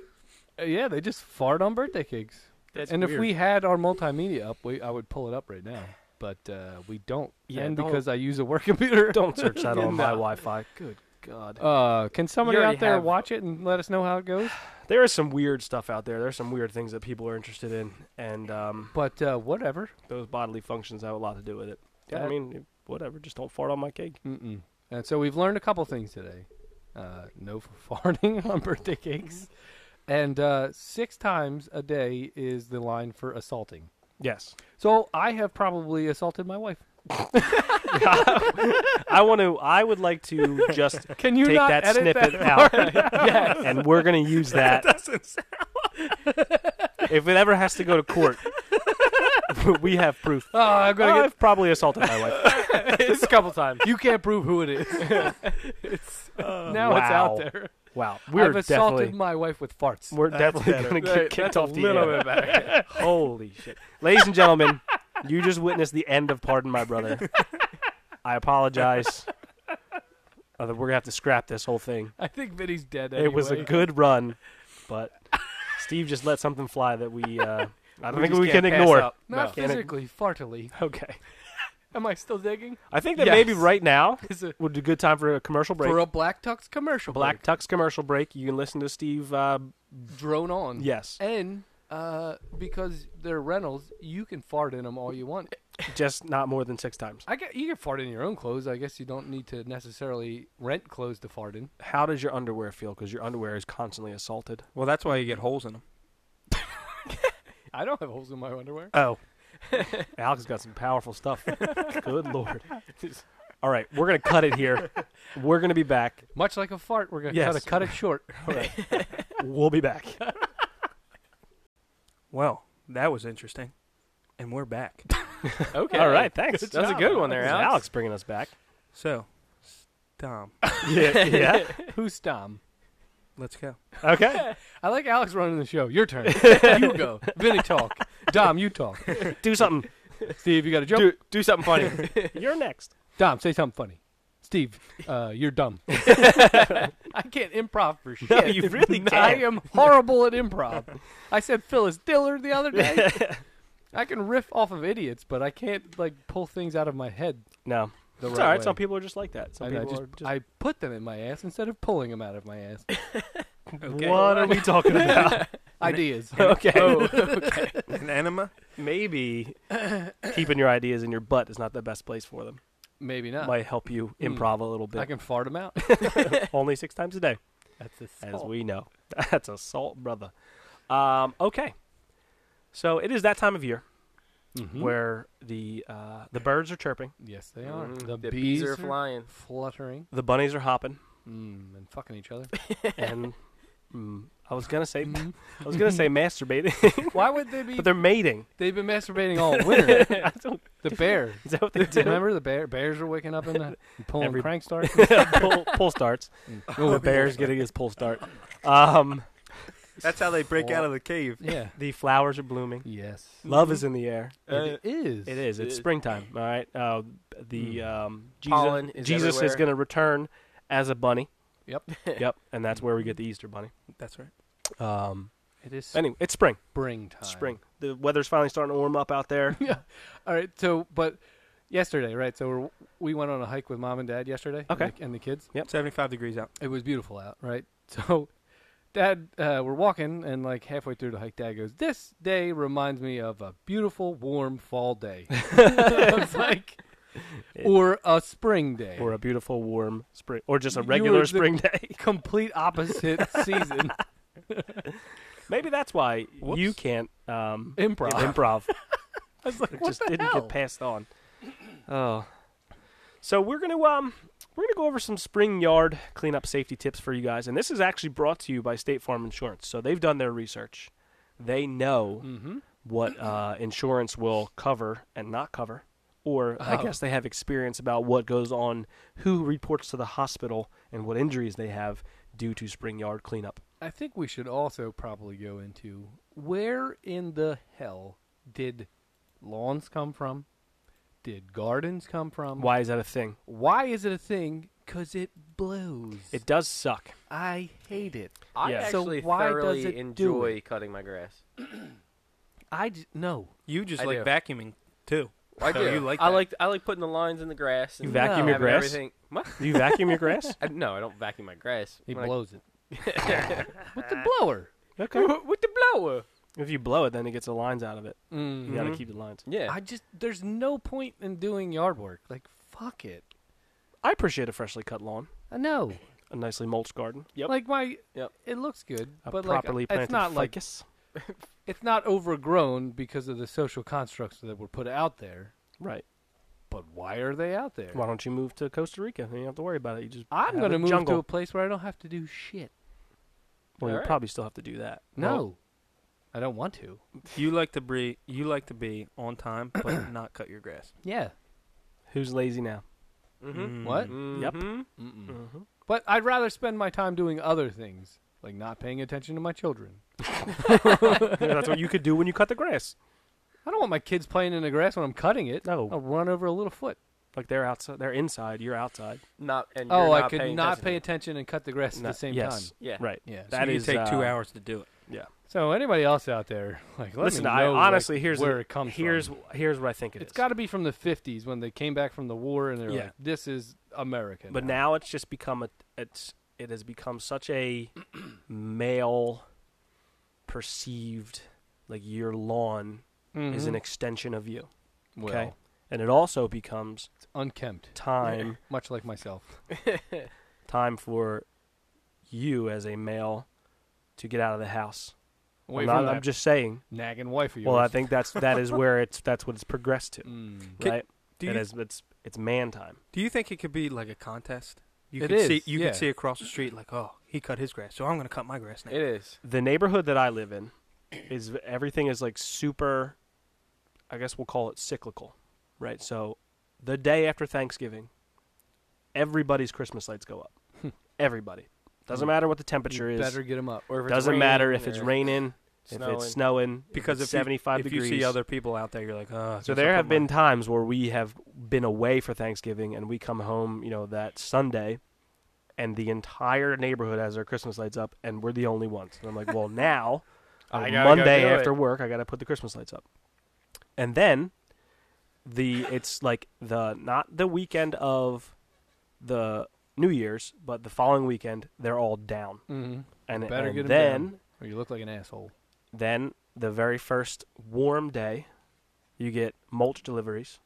Speaker 2: uh, yeah, they just fart on birthday cakes.
Speaker 3: That's
Speaker 2: and if
Speaker 3: weird.
Speaker 2: we had our multimedia up, we I would pull it up right now. But uh, we don't.
Speaker 1: Yeah,
Speaker 2: and
Speaker 1: don't-
Speaker 2: because I use a work computer.
Speaker 1: Don't search that on my
Speaker 4: No.
Speaker 1: Wi-Fi. Good God.
Speaker 2: Uh, can somebody
Speaker 3: already
Speaker 2: out there
Speaker 3: have-
Speaker 2: watch it and let us know how it goes?
Speaker 1: there is some weird stuff out there. There's some weird things that people are interested in, and um,
Speaker 2: But uh, whatever.
Speaker 1: those bodily functions have a lot to do with it. Yeah, I
Speaker 2: That-
Speaker 1: mean, whatever. Just don't fart on my cake.
Speaker 2: Mm-mm. And so we've learned a couple things today. Uh, no farting on birthday cakes, and uh, six times a day is the line for assaulting.
Speaker 1: Yes.
Speaker 2: So I have probably assaulted my wife.
Speaker 1: I want to. I would like to just
Speaker 2: Can you
Speaker 1: take
Speaker 2: not
Speaker 1: that
Speaker 2: edit
Speaker 1: snippet
Speaker 2: that
Speaker 1: out. and we're gonna use that. if it ever has to go to court, we have proof.
Speaker 2: Oh, I'm gonna
Speaker 1: I've probably assaulted my wife.
Speaker 2: get this a couple times. You can't prove who it is. uh, now it's
Speaker 1: wow.
Speaker 2: out there.
Speaker 1: Wow, we're
Speaker 2: I've assaulted
Speaker 1: definitely
Speaker 2: my wife with farts.
Speaker 1: we're definitely gonna get kicked off the air.
Speaker 3: better.
Speaker 1: Holy shit, ladies and gentlemen, you just witnessed the end of Pardon My Brother. I apologize. Uh, we're gonna have to scrap this whole thing.
Speaker 2: I think Vinny's dead.
Speaker 1: It was a
Speaker 2: anyway.
Speaker 1: good run, but Steve just let something fly that we. Uh, I don't
Speaker 3: We
Speaker 1: think
Speaker 3: just
Speaker 1: we can
Speaker 3: can't pass
Speaker 1: ignore.
Speaker 3: up.
Speaker 2: Not
Speaker 1: No.
Speaker 2: physically, fartily.
Speaker 1: Okay.
Speaker 2: Am I still digging?
Speaker 1: I think that maybe
Speaker 2: Yes.
Speaker 1: right now
Speaker 2: Is it
Speaker 1: would be a good time for a commercial break.
Speaker 2: for a Black Tux commercial?
Speaker 1: Black Tux commercial break. You can listen to Steve. Uh,
Speaker 3: Mm.
Speaker 2: break? drone on.
Speaker 1: yes,
Speaker 2: And uh, because they're rentals, you can fart in them all you want.
Speaker 1: just not more than six times.
Speaker 2: I get you can fart in your own clothes. I guess you don't need to necessarily rent clothes to fart in.
Speaker 1: How does your underwear feel? Because your underwear is constantly assaulted.
Speaker 4: Well, that's why you get holes in them.
Speaker 2: I don't have holes in my underwear.
Speaker 1: Oh, Alex has got some powerful stuff. good lord. All right, we're gonna cut it here. We're gonna be back.
Speaker 2: Much like a fart, we're gonna
Speaker 1: Yes.
Speaker 2: kind of cut it short.
Speaker 1: All right, we'll be back.
Speaker 4: Well, that was interesting, and we're back.
Speaker 3: okay.
Speaker 1: All right, thanks.
Speaker 3: Good That was a job. good one there,
Speaker 1: This is
Speaker 3: Alex.
Speaker 1: Alex bringing us back.
Speaker 4: So, Tom,
Speaker 1: yeah, yeah.
Speaker 2: Who's Tom?
Speaker 4: let's go.
Speaker 1: Okay.
Speaker 2: I like Alex running the show. Your turn. you go. Vinny talk. Dom, you talk.
Speaker 1: Do something.
Speaker 2: Steve, you got a joke.
Speaker 1: Do do something funny. You're next.
Speaker 2: Dom, say something funny. Steve, uh, you're dumb. I can't improv for shit.
Speaker 1: No, you really
Speaker 2: I
Speaker 1: can't.
Speaker 2: am horrible at improv. I said Phyllis Diller the other day. I can riff off of idiots, but I can't like pull things out of my head.
Speaker 1: No.
Speaker 2: The
Speaker 1: it's
Speaker 2: right
Speaker 1: all right.
Speaker 2: way.
Speaker 1: Some people are just like that. Some
Speaker 2: And I,
Speaker 1: people
Speaker 2: just,
Speaker 1: are just.
Speaker 2: I put them in my ass instead of pulling them out of my ass.
Speaker 4: Okay.
Speaker 1: What are we talking about?
Speaker 2: Ideas.
Speaker 1: okay.
Speaker 4: Oh, An enema?
Speaker 1: Maybe keeping your ideas in your butt is not the best place for them.
Speaker 2: Maybe not.
Speaker 1: Might help you
Speaker 2: Hmm.
Speaker 1: improv a little
Speaker 2: I
Speaker 1: bit.
Speaker 2: can fart them out.
Speaker 1: Only six times a day,
Speaker 2: That's
Speaker 1: as we know. That's assault, brother. Um, okay. So it is that time of year
Speaker 2: Hmm.
Speaker 1: where the uh, the birds are chirping,
Speaker 2: Yes, they are.
Speaker 1: Mm-hmm.
Speaker 3: Mm,
Speaker 2: The,
Speaker 3: the
Speaker 2: bees,
Speaker 3: are flying.
Speaker 2: fluttering
Speaker 1: the bunnies are hopping,
Speaker 2: mm, and fucking each other. Mm-hmm.
Speaker 1: and mm, I was gonna
Speaker 2: Hmm.
Speaker 1: say I was gonna say masturbating,
Speaker 2: Why would they be?
Speaker 1: but they're mating.
Speaker 2: They've been masturbating all winter.
Speaker 1: I don't-
Speaker 2: The bear.
Speaker 1: is that what they do?
Speaker 2: Remember the bear? Bears are waking up in the and pulling
Speaker 1: Every-
Speaker 2: crank starts.
Speaker 1: pull, pull starts.
Speaker 2: Oh,
Speaker 1: the bear's getting his pull start. Um,
Speaker 4: That's how they break out of the cave.
Speaker 2: Yeah.
Speaker 1: the flowers are blooming.
Speaker 2: Yes.
Speaker 1: Love is in the air.
Speaker 3: Uh,
Speaker 2: it is.
Speaker 1: It is. It's
Speaker 3: It-
Speaker 1: springtime. All right. Uh, the um, Jesus,
Speaker 3: Pollen is
Speaker 1: Jesus is
Speaker 3: everywhere.
Speaker 1: going to return as a bunny.
Speaker 2: Yep.
Speaker 1: yep. And that's where we get the Easter bunny.
Speaker 4: That's right.
Speaker 1: Um,
Speaker 2: It is
Speaker 1: anyway, it's spring.
Speaker 2: springtime.
Speaker 1: Spring. The weather's finally starting to warm up out there.
Speaker 2: yeah. All right. So, but yesterday, right? So we're, we went on a hike with mom and dad yesterday.
Speaker 1: Okay.
Speaker 2: And the, and the kids.
Speaker 4: 75 degrees out.
Speaker 2: It was beautiful out, right? So, dad, uh, we're walking, and like halfway through the hike, dad goes, "This day reminds me of a beautiful, warm fall day." I was like, or a spring day.
Speaker 1: Or a beautiful warm spring, or just a
Speaker 2: You
Speaker 1: regular
Speaker 2: were the-
Speaker 1: spring day.
Speaker 2: complete opposite season
Speaker 1: Maybe that's why you
Speaker 4: Whoops.
Speaker 1: can't um,
Speaker 2: improv.
Speaker 1: improv.
Speaker 2: I was like,
Speaker 1: It
Speaker 2: what
Speaker 1: just
Speaker 2: the
Speaker 1: didn't
Speaker 2: hell?
Speaker 1: get passed on. Oh. So we're gonna um we're gonna go over some spring yard cleanup safety tips for you guys, and this is actually brought to you by State Farm Insurance. So they've done their research. they know
Speaker 4: Mm-hmm.
Speaker 1: what uh, insurance will cover and not cover, or I
Speaker 4: Oh.
Speaker 1: guess they have experience about what goes on, who reports to the hospital, and what injuries they have due to spring yard cleanup.
Speaker 2: I think we should also probably go into where in the hell did lawns come from? Did gardens come from?
Speaker 1: Why is that a thing?
Speaker 2: Why is it a thing? Because it blows.
Speaker 1: It does suck.
Speaker 2: I hate it.
Speaker 1: I
Speaker 3: I
Speaker 1: Yeah.
Speaker 2: So
Speaker 3: actually
Speaker 2: actually why does thoroughly
Speaker 3: thoroughly
Speaker 2: it do
Speaker 3: enjoy
Speaker 2: enjoy
Speaker 3: cutting my grass.
Speaker 2: I j- no.
Speaker 4: You just
Speaker 3: I
Speaker 4: like
Speaker 3: do.
Speaker 4: vacuuming too.
Speaker 3: I
Speaker 4: So Oh, you like
Speaker 3: I
Speaker 4: that.
Speaker 3: like I like putting the lines in the grass. And
Speaker 1: You vacuum
Speaker 2: No.
Speaker 1: your
Speaker 3: having
Speaker 1: grass?
Speaker 3: Everything. What?
Speaker 1: Do you vacuum your grass?
Speaker 3: I, no, I don't vacuum my grass.
Speaker 2: He
Speaker 3: When I-
Speaker 2: blows it with the blower.
Speaker 1: Okay.
Speaker 3: with the blower.
Speaker 1: If you blow it, then it gets the lines out of it. You got to
Speaker 2: Mhm.
Speaker 1: keep the lines.
Speaker 3: Yeah.
Speaker 2: I just there's no point in doing yard work. Like fuck it.
Speaker 1: I appreciate a freshly cut lawn,
Speaker 2: I know.
Speaker 1: a nicely mulched garden,
Speaker 3: Yep.
Speaker 2: Like my,
Speaker 3: Yep.
Speaker 2: it looks good,
Speaker 1: a
Speaker 2: but like
Speaker 1: properly planted
Speaker 2: it's not like
Speaker 1: ficus.
Speaker 2: it's not overgrown because of the social constructs that were put out there.
Speaker 1: Right.
Speaker 2: But why are they out there?
Speaker 1: Why don't you move to Costa Rica? You don't have to worry about it. You just
Speaker 2: I'm
Speaker 1: have
Speaker 2: gonna
Speaker 1: a
Speaker 2: move
Speaker 1: jungle.
Speaker 2: to a place where I don't have to do shit.
Speaker 1: Well, you
Speaker 3: Alright.
Speaker 1: probably still have to do that.
Speaker 2: No,
Speaker 1: Well,
Speaker 2: I don't want to.
Speaker 4: You like to be you like to be on time, but not cut your grass. Mm.
Speaker 2: Yeah.
Speaker 1: who's lazy now?
Speaker 4: Hmm?
Speaker 3: Mm-hmm.
Speaker 2: What?
Speaker 1: Yep.
Speaker 3: Mhm.
Speaker 2: Mm-mm.
Speaker 1: Mm-hmm.
Speaker 2: But I'd rather spend my time doing other things, like not paying attention to my children.
Speaker 1: that's what you could do when you cut the grass.
Speaker 2: I don't want my kids playing in the grass when I'm cutting it.
Speaker 1: No.
Speaker 2: I'll run over a little foot.
Speaker 1: Like they're outside, they're inside, you're outside.
Speaker 3: Not. And
Speaker 2: oh,
Speaker 3: you're
Speaker 2: I
Speaker 3: not
Speaker 2: could
Speaker 3: paying
Speaker 2: not
Speaker 3: attention.
Speaker 2: pay attention and cut the grass at
Speaker 1: No,
Speaker 2: the same
Speaker 1: yes.
Speaker 2: time.
Speaker 3: Yeah.
Speaker 1: Right.
Speaker 2: Yeah.
Speaker 1: That
Speaker 4: you
Speaker 1: is,
Speaker 4: take two
Speaker 1: uh,
Speaker 4: hours to do it.
Speaker 2: So anybody else out there, like, let
Speaker 1: Listen,
Speaker 2: me
Speaker 1: I
Speaker 2: know, like,
Speaker 1: honestly here's the-
Speaker 2: where it comes
Speaker 1: Here's
Speaker 2: from.
Speaker 1: here's what I think it
Speaker 2: It's
Speaker 1: is.
Speaker 2: got to be from the '50s when they came back from the war and they were
Speaker 1: Yeah.
Speaker 2: like, "This is America."
Speaker 1: but
Speaker 2: now.
Speaker 1: now it's just become a it's it has become such a male perceived like your lawn is an
Speaker 2: Mhm.
Speaker 1: extension of you,
Speaker 2: well,
Speaker 1: okay? And it also becomes
Speaker 2: it's unkempt,
Speaker 1: time
Speaker 2: much like myself.
Speaker 1: time for you as a male to get out of the house.
Speaker 2: Away
Speaker 1: I'm,
Speaker 2: from
Speaker 1: not-
Speaker 2: that
Speaker 1: I'm just saying.
Speaker 2: nagging wife of yours.
Speaker 1: Well, I think that's that is where it's that's what it's progressed to,
Speaker 2: Mm.
Speaker 4: Could-
Speaker 1: right?
Speaker 4: Do you
Speaker 1: it is it's it's man time.
Speaker 4: do you think it could be like a contest? You
Speaker 2: It
Speaker 4: could see
Speaker 2: is,
Speaker 4: you
Speaker 2: yeah.
Speaker 4: could see across the street like, oh, he cut his grass, so I'm gonna cut my grass now.
Speaker 3: It is.
Speaker 1: The neighborhood that I live in is v- everything is like super. I guess we'll call it cyclical, right? So, the day after Thanksgiving, everybody's Christmas lights go up.
Speaker 4: Hmm.
Speaker 1: Everybody doesn't
Speaker 2: Hmm.
Speaker 1: matter what the
Speaker 2: You
Speaker 1: temperature is.
Speaker 2: better get them up.
Speaker 3: Or if it's
Speaker 1: Doesn't matter
Speaker 3: raining
Speaker 1: if it's
Speaker 3: or
Speaker 1: raining, if it's snowing,
Speaker 4: because
Speaker 1: if it's
Speaker 4: if you-
Speaker 1: 75
Speaker 4: if
Speaker 1: degrees.
Speaker 4: you see other people out there, you're like, oh. I
Speaker 1: So
Speaker 4: guess
Speaker 1: there
Speaker 4: I'll
Speaker 1: have
Speaker 4: put
Speaker 1: been
Speaker 4: mine."
Speaker 1: times where we have been away for Thanksgiving and we come home, you know, that Sunday and the entire neighborhood has their Christmas lights up and we're the only ones. And I'm like, well, now,
Speaker 3: I
Speaker 1: on
Speaker 3: gotta go
Speaker 1: Monday
Speaker 3: do it.
Speaker 1: after work, I got to put the Christmas lights up. And then the it's like the not the weekend of the New Year's, but the following weekend they're all down.
Speaker 2: Mm-hmm.
Speaker 1: And,
Speaker 2: Better
Speaker 1: and
Speaker 2: get 'em
Speaker 1: then
Speaker 2: down. Or you look like an asshole.
Speaker 1: then the very first warm day, you get mulch deliveries,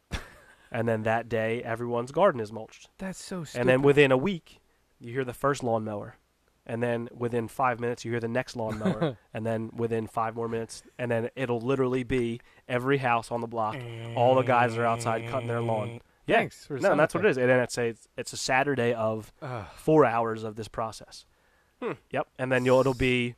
Speaker 1: and then that day everyone's garden is mulched.
Speaker 2: That's so stupid.
Speaker 1: And then within a week, you hear the first lawnmower, and then within five minutes you hear the next lawnmower, and then within five more minutes, and then it'll literally be every house on the block. All the guys are outside cutting their lawn. Yeah.
Speaker 2: thanks. For
Speaker 1: No, and that's what it is. And then it's a it's a Saturday of four hours of this process.
Speaker 3: Hmm.
Speaker 1: Yep. And then you'll, it'll be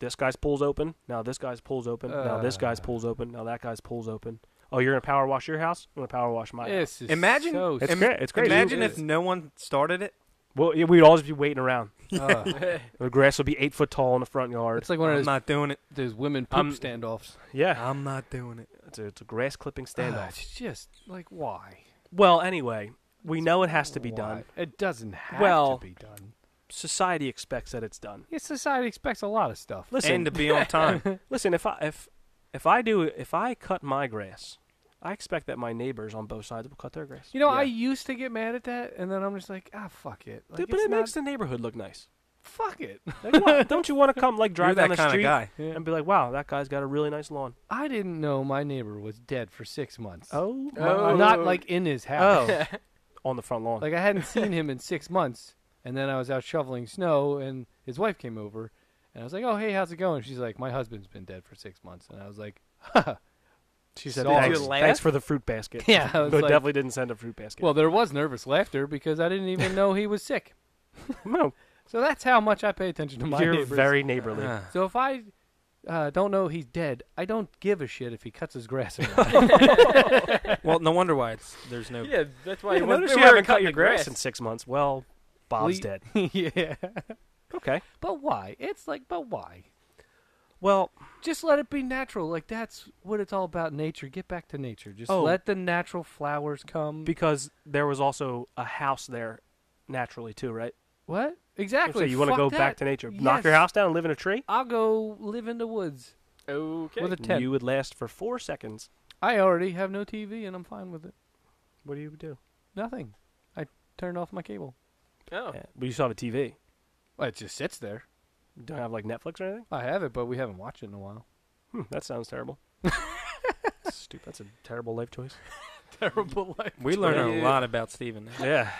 Speaker 1: this guy's pool's open. Now this guy's pool's open. now this guy's
Speaker 2: Uh.
Speaker 1: pool's open. Now that guy's pool's open. Oh, you're going to power wash your house? I'm going to power wash my house.
Speaker 2: This is
Speaker 4: Imagine-
Speaker 2: so
Speaker 1: It's,
Speaker 4: Im-
Speaker 1: cra- it's crazy.
Speaker 4: Imagine
Speaker 2: It
Speaker 4: if
Speaker 2: is.
Speaker 4: no one started it.
Speaker 1: Well, yeah, we'd always be waiting around.
Speaker 2: stu- uh,
Speaker 1: The grass would be eight foot tall in the front yard.
Speaker 2: it's like one of
Speaker 4: I'm
Speaker 2: those,
Speaker 4: not doing it.
Speaker 2: those women poop
Speaker 1: I'm-
Speaker 2: standoffs.
Speaker 1: Yeah.
Speaker 4: I'm not doing it.
Speaker 1: It's a, it's a grass clipping
Speaker 2: Ah,
Speaker 1: standoff.
Speaker 2: it's just like why?
Speaker 1: well, anyway, we know it has to be
Speaker 2: Why?
Speaker 1: done.
Speaker 2: It doesn't have
Speaker 1: Well-
Speaker 2: to be done.
Speaker 1: Society expects that it's done.
Speaker 2: Yeah, society expects a lot of stuff.
Speaker 1: Listen,
Speaker 4: And to be on time.
Speaker 1: Listen, if I if if I do if I cut my grass, I expect that my neighbors on both sides will cut their grass.
Speaker 2: You know, I
Speaker 1: Yeah.
Speaker 2: used to get mad at that, and then I'm just like, ah, fuck it. Like,
Speaker 1: Dude, but
Speaker 2: it's
Speaker 1: it
Speaker 2: not-
Speaker 1: makes the neighborhood look nice.
Speaker 2: fuck it.
Speaker 1: Like, what? Don't you want to come like
Speaker 4: you're
Speaker 1: drive
Speaker 4: that
Speaker 1: down the
Speaker 4: kind
Speaker 1: street
Speaker 4: of guy.
Speaker 1: and be like, "Wow, that guy's got a really nice lawn."
Speaker 2: I didn't know my neighbor was dead for six months.
Speaker 1: Oh, Oh.
Speaker 3: Oh.
Speaker 2: not like in his house.
Speaker 4: Oh.
Speaker 1: on the front lawn.
Speaker 2: Like I hadn't seen him in six months, and then I was out shoveling snow, and his wife came over, and I was like, "Oh, hey, how's it going?" She's like, "My husband's been deid for six months," and I was like,
Speaker 1: she said,
Speaker 2: Did you
Speaker 1: thanks,
Speaker 3: laugh?
Speaker 1: "Thanks for the fruit basket."
Speaker 2: Yeah, I
Speaker 1: but
Speaker 2: was like-
Speaker 1: definitely didn't send a fruit basket.
Speaker 2: "Well, there was nervous laughter because I didn't even know he was sick."
Speaker 1: no,
Speaker 2: So that's how much I pay attention to my
Speaker 1: you're
Speaker 2: neighbors.
Speaker 1: Uh-huh. very neighborly.
Speaker 4: Ah.
Speaker 2: So if I uh, don't know he's dead. I don't give a shit if he cuts his grass or not.
Speaker 4: well, no wonder why it's there's no.
Speaker 3: Yeah, that's why
Speaker 1: Hey,
Speaker 3: you
Speaker 1: notice you haven't cut your grass in six months. Well, Bob's
Speaker 2: Le-
Speaker 1: dead.
Speaker 2: yeah.
Speaker 1: Okay.
Speaker 2: But why? It's like, but why?
Speaker 1: Well,
Speaker 2: Just let it be natural. Like that's what it's all about. Nature. Get back to nature. Just
Speaker 1: Oh.
Speaker 2: let the natural flowers come.
Speaker 1: because there was also a house there naturally too, right?
Speaker 2: what?
Speaker 1: So
Speaker 2: Exactly.
Speaker 1: you want to
Speaker 2: Fuck
Speaker 1: go back
Speaker 2: that.
Speaker 1: to nature. Knock your
Speaker 2: Yes.
Speaker 1: house down and live in a tree?
Speaker 2: I'll go live in the woods
Speaker 3: Okay.
Speaker 2: with a tent.
Speaker 1: You would last for four seconds.
Speaker 2: I already have no TV and I'm fine with it.
Speaker 1: What do you do?
Speaker 2: Nothing. I turned off my cable.
Speaker 3: oh.
Speaker 1: Yeah, Eh, But you still have a TV.
Speaker 2: Well, it just sits there.
Speaker 1: You don't have like Netflix or anything?
Speaker 2: I have it, but we haven't watched it in a while.
Speaker 1: Hmm, that sounds terrible. Stupid. That's a terrible life choice.
Speaker 2: Terrible life.
Speaker 4: We learn
Speaker 1: Yeah.
Speaker 4: a lot about Steven. now.
Speaker 1: Yeah.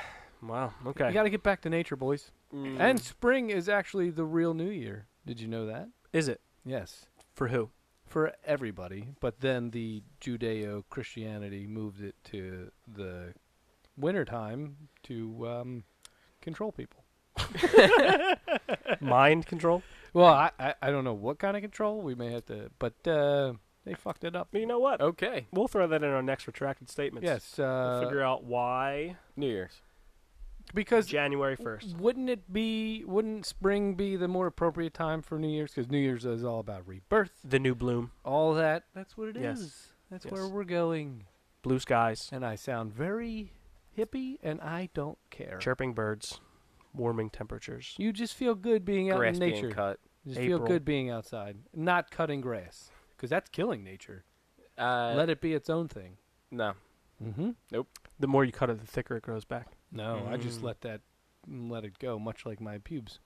Speaker 1: Wow. Okay.
Speaker 2: You got to get back to nature, boys.
Speaker 3: Mm.
Speaker 2: And spring is actually the real new year. Did you know that?
Speaker 1: Is it
Speaker 2: Yes.
Speaker 1: for who?
Speaker 2: For everybody. But then the Judeo Christianity moved it to the wintertime to um, control people.
Speaker 1: Mind control.
Speaker 2: Well, I, I, I don't know what kind of control. We may have to. But uh, they fucked it up.
Speaker 1: But you know what?
Speaker 3: okay.
Speaker 1: We'll throw that in our next retracted statements.
Speaker 2: Yes. Uh,
Speaker 1: We'll figure out why
Speaker 3: New Year's.
Speaker 2: because
Speaker 1: January first.
Speaker 2: Wouldn't it be? Wouldn't spring be the more appropriate time for New Year's? Because New Year's is all about rebirth,
Speaker 1: The new bloom,
Speaker 2: all that. That's what it is.
Speaker 1: Yes.
Speaker 2: That's
Speaker 1: Yes.
Speaker 2: where we're going.
Speaker 1: blue skies,
Speaker 2: And I sound very hippie, and I don't care.
Speaker 1: chirping birds, warming temperatures.
Speaker 2: You just feel good being out
Speaker 3: grass
Speaker 2: in
Speaker 3: being
Speaker 2: nature.
Speaker 3: cut.
Speaker 2: Just feel
Speaker 1: April.
Speaker 2: good being outside, not cutting grass, because that's killing nature.
Speaker 3: Uh,
Speaker 2: Let it be its own thing.
Speaker 3: no.
Speaker 2: Mm-hmm.
Speaker 1: The more you cut it, the thicker it grows back.
Speaker 2: No, I just
Speaker 4: Mm.
Speaker 2: let that, mm, let it go, much like my pubes.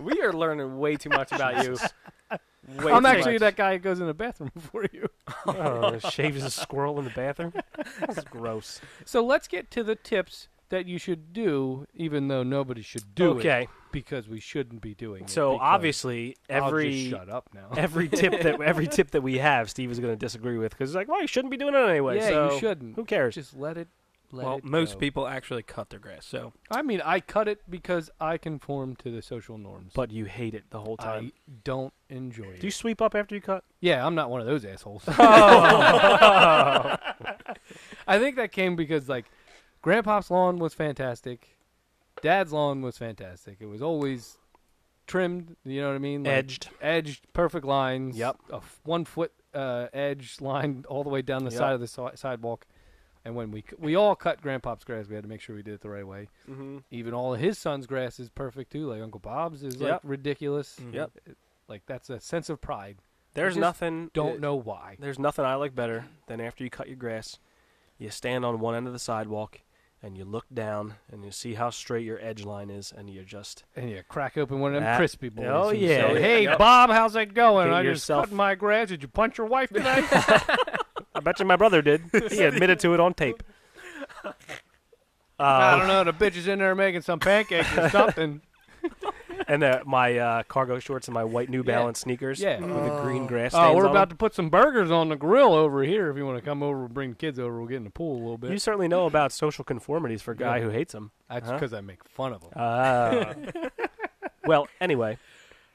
Speaker 3: we are learning way too much about you. Way
Speaker 2: I'm
Speaker 3: too
Speaker 2: actually
Speaker 3: much.
Speaker 2: that guy who goes in the bathroom before you.
Speaker 1: oh, shaves a squirrel in the bathroom. That's gross.
Speaker 2: So let's get to the tips that you should do, even though nobody should do it
Speaker 1: okay,
Speaker 2: because we shouldn't be doing it.
Speaker 1: so
Speaker 2: because-
Speaker 1: obviously
Speaker 2: I'll just
Speaker 1: every
Speaker 2: shut up now.
Speaker 1: every tip that every tip that we have, Steve is going to disagree with because he's like, well, you shouldn't be doing it anyway.
Speaker 2: yeah,
Speaker 1: so
Speaker 2: you shouldn't.
Speaker 1: Who cares?
Speaker 2: Just let it. Let
Speaker 4: Well,
Speaker 2: it
Speaker 4: most
Speaker 2: go.
Speaker 4: people actually cut their grass, so
Speaker 2: I mean, I cut it because I conform to the social norms.
Speaker 1: But you hate it the whole time.
Speaker 2: I don't enjoy it.
Speaker 1: Do you sweep up after you cut?
Speaker 2: Yeah, I'm not one of those assholes.
Speaker 1: Oh.
Speaker 2: I think that came because like grandpa's lawn was fantastic. Dad's lawn was fantastic. It was always trimmed, you know what I mean? Like,
Speaker 1: Edged.
Speaker 2: Edged, perfect lines.
Speaker 1: Yep.
Speaker 2: A f- one foot uh, edge line all the way down the
Speaker 1: Yep.
Speaker 2: side of the si- sidewalk. And when we c- we all cut grandpa's grass, we had to make sure we did it the right way.
Speaker 3: Mhm.
Speaker 2: Even all of his son's grass is perfect too. Like Uncle Bob's is like
Speaker 1: Yep. Mm-hmm.
Speaker 2: ridiculous.
Speaker 1: Yep.
Speaker 2: Like that's a sense of pride.
Speaker 1: There's
Speaker 2: just
Speaker 1: nothing.
Speaker 2: Don't
Speaker 1: uh,
Speaker 2: know why.
Speaker 1: There's nothing I like better than after you cut your grass, you stand on one end of the sidewalk and you look down and you see how straight your edge line is, and you just
Speaker 2: And you crack open one of them
Speaker 1: That-
Speaker 2: crispy boys.
Speaker 1: Oh,
Speaker 2: and
Speaker 1: yeah.
Speaker 2: say,
Speaker 1: Yeah.
Speaker 2: hey
Speaker 3: Yep.
Speaker 2: Bob, how's it going?
Speaker 1: Get
Speaker 2: I just
Speaker 1: yourself-
Speaker 2: cut my grass. Did you punch your wife tonight?
Speaker 1: I bet you my brother did. He admitted to it on tape.
Speaker 2: I
Speaker 1: Uh,
Speaker 2: don't know. The bitch is in there making some pancakes or something.
Speaker 1: and uh, my uh, cargo shorts and my white New Balance sneakers
Speaker 2: Yeah.
Speaker 1: with the green grass stains
Speaker 2: Oh, we're
Speaker 1: on
Speaker 2: about
Speaker 1: them.
Speaker 2: to put some burgers on the grill over here. If you want to come over, bring the kids over. We'll get in the pool a little bit.
Speaker 1: You certainly know about social conformities for a guy
Speaker 2: Yeah.
Speaker 1: who hates them.
Speaker 2: That's
Speaker 1: huh?
Speaker 2: because I make fun of them.
Speaker 1: Ah. well, anyway,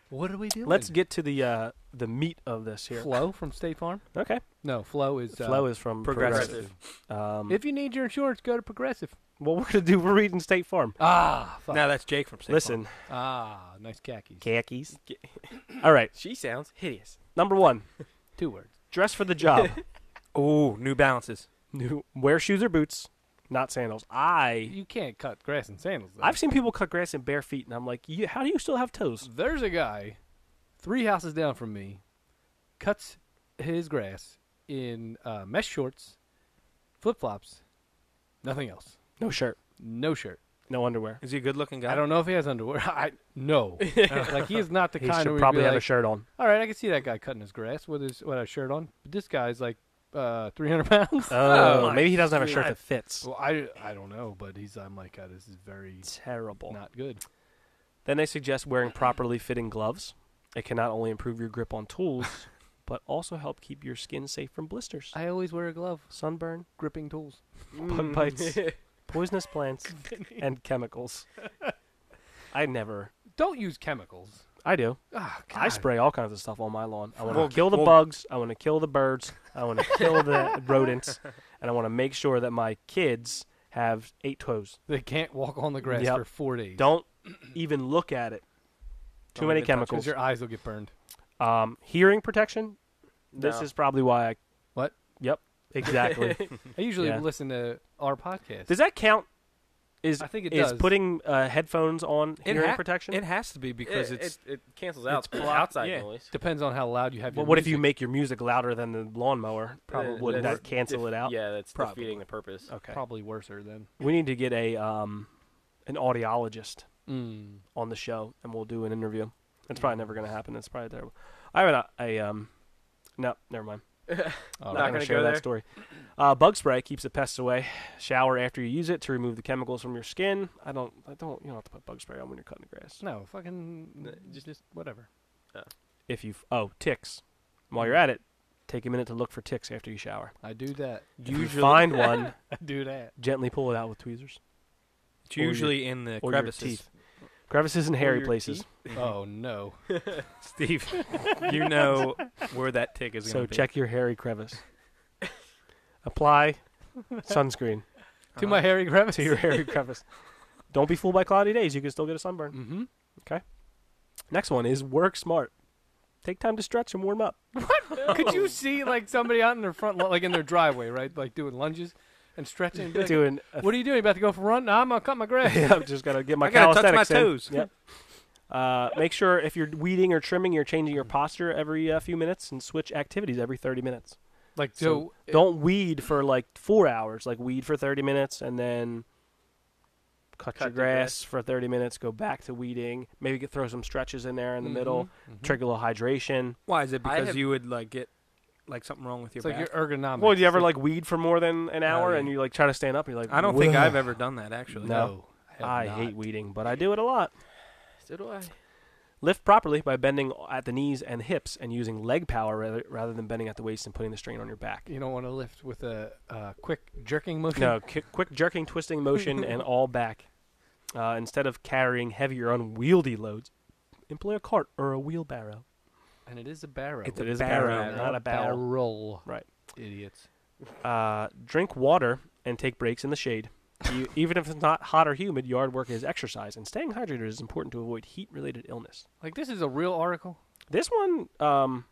Speaker 2: what are we doing?
Speaker 1: let's get to the uh, the meat of this here.
Speaker 2: Flo from State Farm.
Speaker 1: Okay,
Speaker 2: No, Flo is uh,
Speaker 1: Flow is from Progressive.
Speaker 3: Progressive.
Speaker 1: Um,
Speaker 2: If you need your insurance, go to Progressive.
Speaker 1: well, we're gonna do we're reading State Farm.
Speaker 2: Ah, fuck.
Speaker 4: now that's Jake from. State
Speaker 1: Listen,
Speaker 4: Farm.
Speaker 2: ah, nice khakis.
Speaker 1: khakis. All right,
Speaker 3: She sounds hideous.
Speaker 1: number one,
Speaker 2: Two words.
Speaker 1: dress for the job.
Speaker 4: Ooh, New Balances.
Speaker 1: New wear shoes or boots, not sandals. I
Speaker 2: You can't cut grass in sandals. Though.
Speaker 1: I've seen people cut grass in bare feet, and I'm like, you, how do you still have toes?
Speaker 2: There's a guy three houses down from me cuts his grass in uh, mesh shorts, flip flops, nothing else.
Speaker 1: No shirt,
Speaker 2: No shirt.
Speaker 1: no underwear.
Speaker 4: Is he a good-looking guy?
Speaker 2: I don't know if he has underwear. I no. like he is not the
Speaker 1: He
Speaker 2: kind
Speaker 1: should
Speaker 2: of
Speaker 1: probably
Speaker 2: like,
Speaker 1: have a shirt on.
Speaker 2: All right, I can see that guy cutting his grass with his without a shirt on. But this guy's like uh, 300 pounds.
Speaker 1: Oh,
Speaker 3: my
Speaker 1: maybe he doesn't have a shirt
Speaker 4: God.
Speaker 1: that fits.
Speaker 2: well, I I don't know, but he's I'm like God, this is very
Speaker 1: Terrible.
Speaker 2: not good.
Speaker 1: Then they suggest wearing properly fitting gloves. It can not only improve your grip on tools, but also help keep your skin safe from blisters,
Speaker 2: I always wear a glove,
Speaker 1: sunburn,
Speaker 2: gripping tools.
Speaker 4: Mm.
Speaker 1: Bug bites. poisonous plants, and chemicals. I never.
Speaker 2: Don't use chemicals.
Speaker 1: I do.
Speaker 2: Ah,
Speaker 1: I
Speaker 2: God.
Speaker 1: spray all kinds of stuff on my lawn. I want to
Speaker 4: Well,
Speaker 1: kill the
Speaker 4: well-
Speaker 1: bugs. I want to kill the birds. I want to kill the rodents, and I want to make sure that my kids have eight toes.
Speaker 2: They can't walk on the grass
Speaker 1: Yep.
Speaker 2: for four days.
Speaker 1: Don't even look at it. Too
Speaker 4: Don't
Speaker 1: many
Speaker 4: even touch it.
Speaker 1: chemicals.
Speaker 2: Because your eyes will get burned.
Speaker 1: Um, hearing protection. This
Speaker 3: No.
Speaker 1: is probably why I.
Speaker 2: What?
Speaker 1: Yep. Exactly.
Speaker 2: I usually
Speaker 1: Yeah.
Speaker 2: listen to our podcast.
Speaker 1: Does that count? Is
Speaker 2: I think it
Speaker 1: is
Speaker 2: does.
Speaker 1: putting uh, headphones on
Speaker 4: It
Speaker 1: hearing
Speaker 4: ha-
Speaker 1: protection?
Speaker 4: It has to be because it's
Speaker 3: it, it cancels out
Speaker 4: it's
Speaker 3: the
Speaker 4: blocked,
Speaker 3: outside
Speaker 4: yeah.
Speaker 3: noise.
Speaker 2: Depends on how loud you have
Speaker 1: well,
Speaker 2: your
Speaker 1: what if you
Speaker 2: music.
Speaker 1: make your music louder than the lawnmower? Probably
Speaker 3: Uh,
Speaker 1: wouldn't
Speaker 3: that's
Speaker 1: that cancel
Speaker 3: def-
Speaker 1: it out?
Speaker 3: Yeah, that's
Speaker 4: Probably.
Speaker 3: defeating the purpose.
Speaker 1: Okay.
Speaker 2: Probably worser then.
Speaker 1: We need to get a um, an audiologist
Speaker 2: Mm.
Speaker 1: on the show, and we'll do an interview. It's probably never going to happen. It's probably terrible. I have a, a um, no, never mind.
Speaker 2: All
Speaker 1: I'm
Speaker 3: Not
Speaker 1: not
Speaker 2: right.
Speaker 1: going
Speaker 3: gonna
Speaker 1: to share
Speaker 3: go
Speaker 1: that
Speaker 3: there.
Speaker 1: story. Uh, bug spray keeps the pests away. Shower after you use it to remove the chemicals from your skin. I don't. I don't. You don't have to put bug spray on when you're cutting the grass.
Speaker 2: No, fucking
Speaker 3: N-
Speaker 2: just, just whatever.
Speaker 1: If you oh ticks, while you're at it, take a minute to look for ticks after you shower.
Speaker 2: I do that.
Speaker 1: If you find one,
Speaker 2: I do that.
Speaker 1: gently pull it out with tweezers
Speaker 4: it's
Speaker 1: or your-
Speaker 4: usually in the
Speaker 1: or
Speaker 4: crevices.
Speaker 1: your teeth. Crevices and hairy
Speaker 3: your
Speaker 1: places.
Speaker 2: Oh no.
Speaker 4: Steve, you know where that tick is
Speaker 1: So
Speaker 4: going to be.
Speaker 1: check your hairy crevice. Apply sunscreen
Speaker 4: Uh-huh.
Speaker 2: To my hairy crevice.
Speaker 1: to your hairy crevice. Don't be fooled by cloudy days. You can still get a sunburn.
Speaker 2: Mm-hmm.
Speaker 1: Next one is work smart. Take time to stretch and warm up.
Speaker 2: Could you see like somebody out in their front, lo- like in their driveway, right, like doing lunges and stretching? and be like,
Speaker 1: Doing a
Speaker 2: what are you doing? You about to go for a run? Nah, I'm gonna cut my grass.
Speaker 1: yeah, I'm just gotta get my
Speaker 4: I gotta touch my
Speaker 1: calisthenics in.
Speaker 4: toes.
Speaker 1: Yep. Uh, make sure if you're weeding or trimming, you're changing your posture every uh, few minutes and switch activities every 30 minutes.
Speaker 2: Like
Speaker 1: So
Speaker 2: so,
Speaker 1: Don't weed for like four hours. Like weed for 30 minutes and then cut,
Speaker 3: Cut
Speaker 1: your
Speaker 3: the
Speaker 1: grass, for 30 minutes. Go back to weeding. Maybe get, throw some stretches in there in
Speaker 2: Mm-hmm.
Speaker 3: Mm-hmm.
Speaker 1: the middle. Trigger a little hydration.
Speaker 4: Why is it
Speaker 3: I
Speaker 4: because
Speaker 3: have-
Speaker 4: you would like get like something wrong with your
Speaker 2: It's like your
Speaker 4: back?
Speaker 2: ergonomics.
Speaker 1: Well, do you ever
Speaker 2: It's
Speaker 1: like weed for more than an hour
Speaker 4: yeah.
Speaker 1: and you like try to stand up and you're like,
Speaker 4: I don't think I've
Speaker 1: "Whoa."
Speaker 4: ever done that actually.
Speaker 1: No. I
Speaker 2: have
Speaker 1: hate
Speaker 2: not.
Speaker 1: weeding, but I do it a lot.
Speaker 3: So do I.
Speaker 1: Lift properly by bending at the knees and hips and using leg power rather, rather than bending at the waist and putting the strain on your back.
Speaker 2: You don't want to lift with a uh, quick jerking motion.
Speaker 1: No, qui- quick jerking, twisting motion, and all back. Uh, instead of carrying heavy or unwieldy loads, employ a cart or a wheelbarrow.
Speaker 2: and it is a barrel.
Speaker 4: It's
Speaker 1: It
Speaker 4: a
Speaker 1: is a
Speaker 4: barrow,
Speaker 1: not a barrel.
Speaker 2: barrel.
Speaker 1: Right.
Speaker 2: Idiots.
Speaker 1: Uh, drink water and take breaks in the shade. You, even if it's not hot or humid, yard work is exercise, and staying hydrated is important to avoid heat-related illness.
Speaker 2: Like this is a real article.
Speaker 1: This one, um,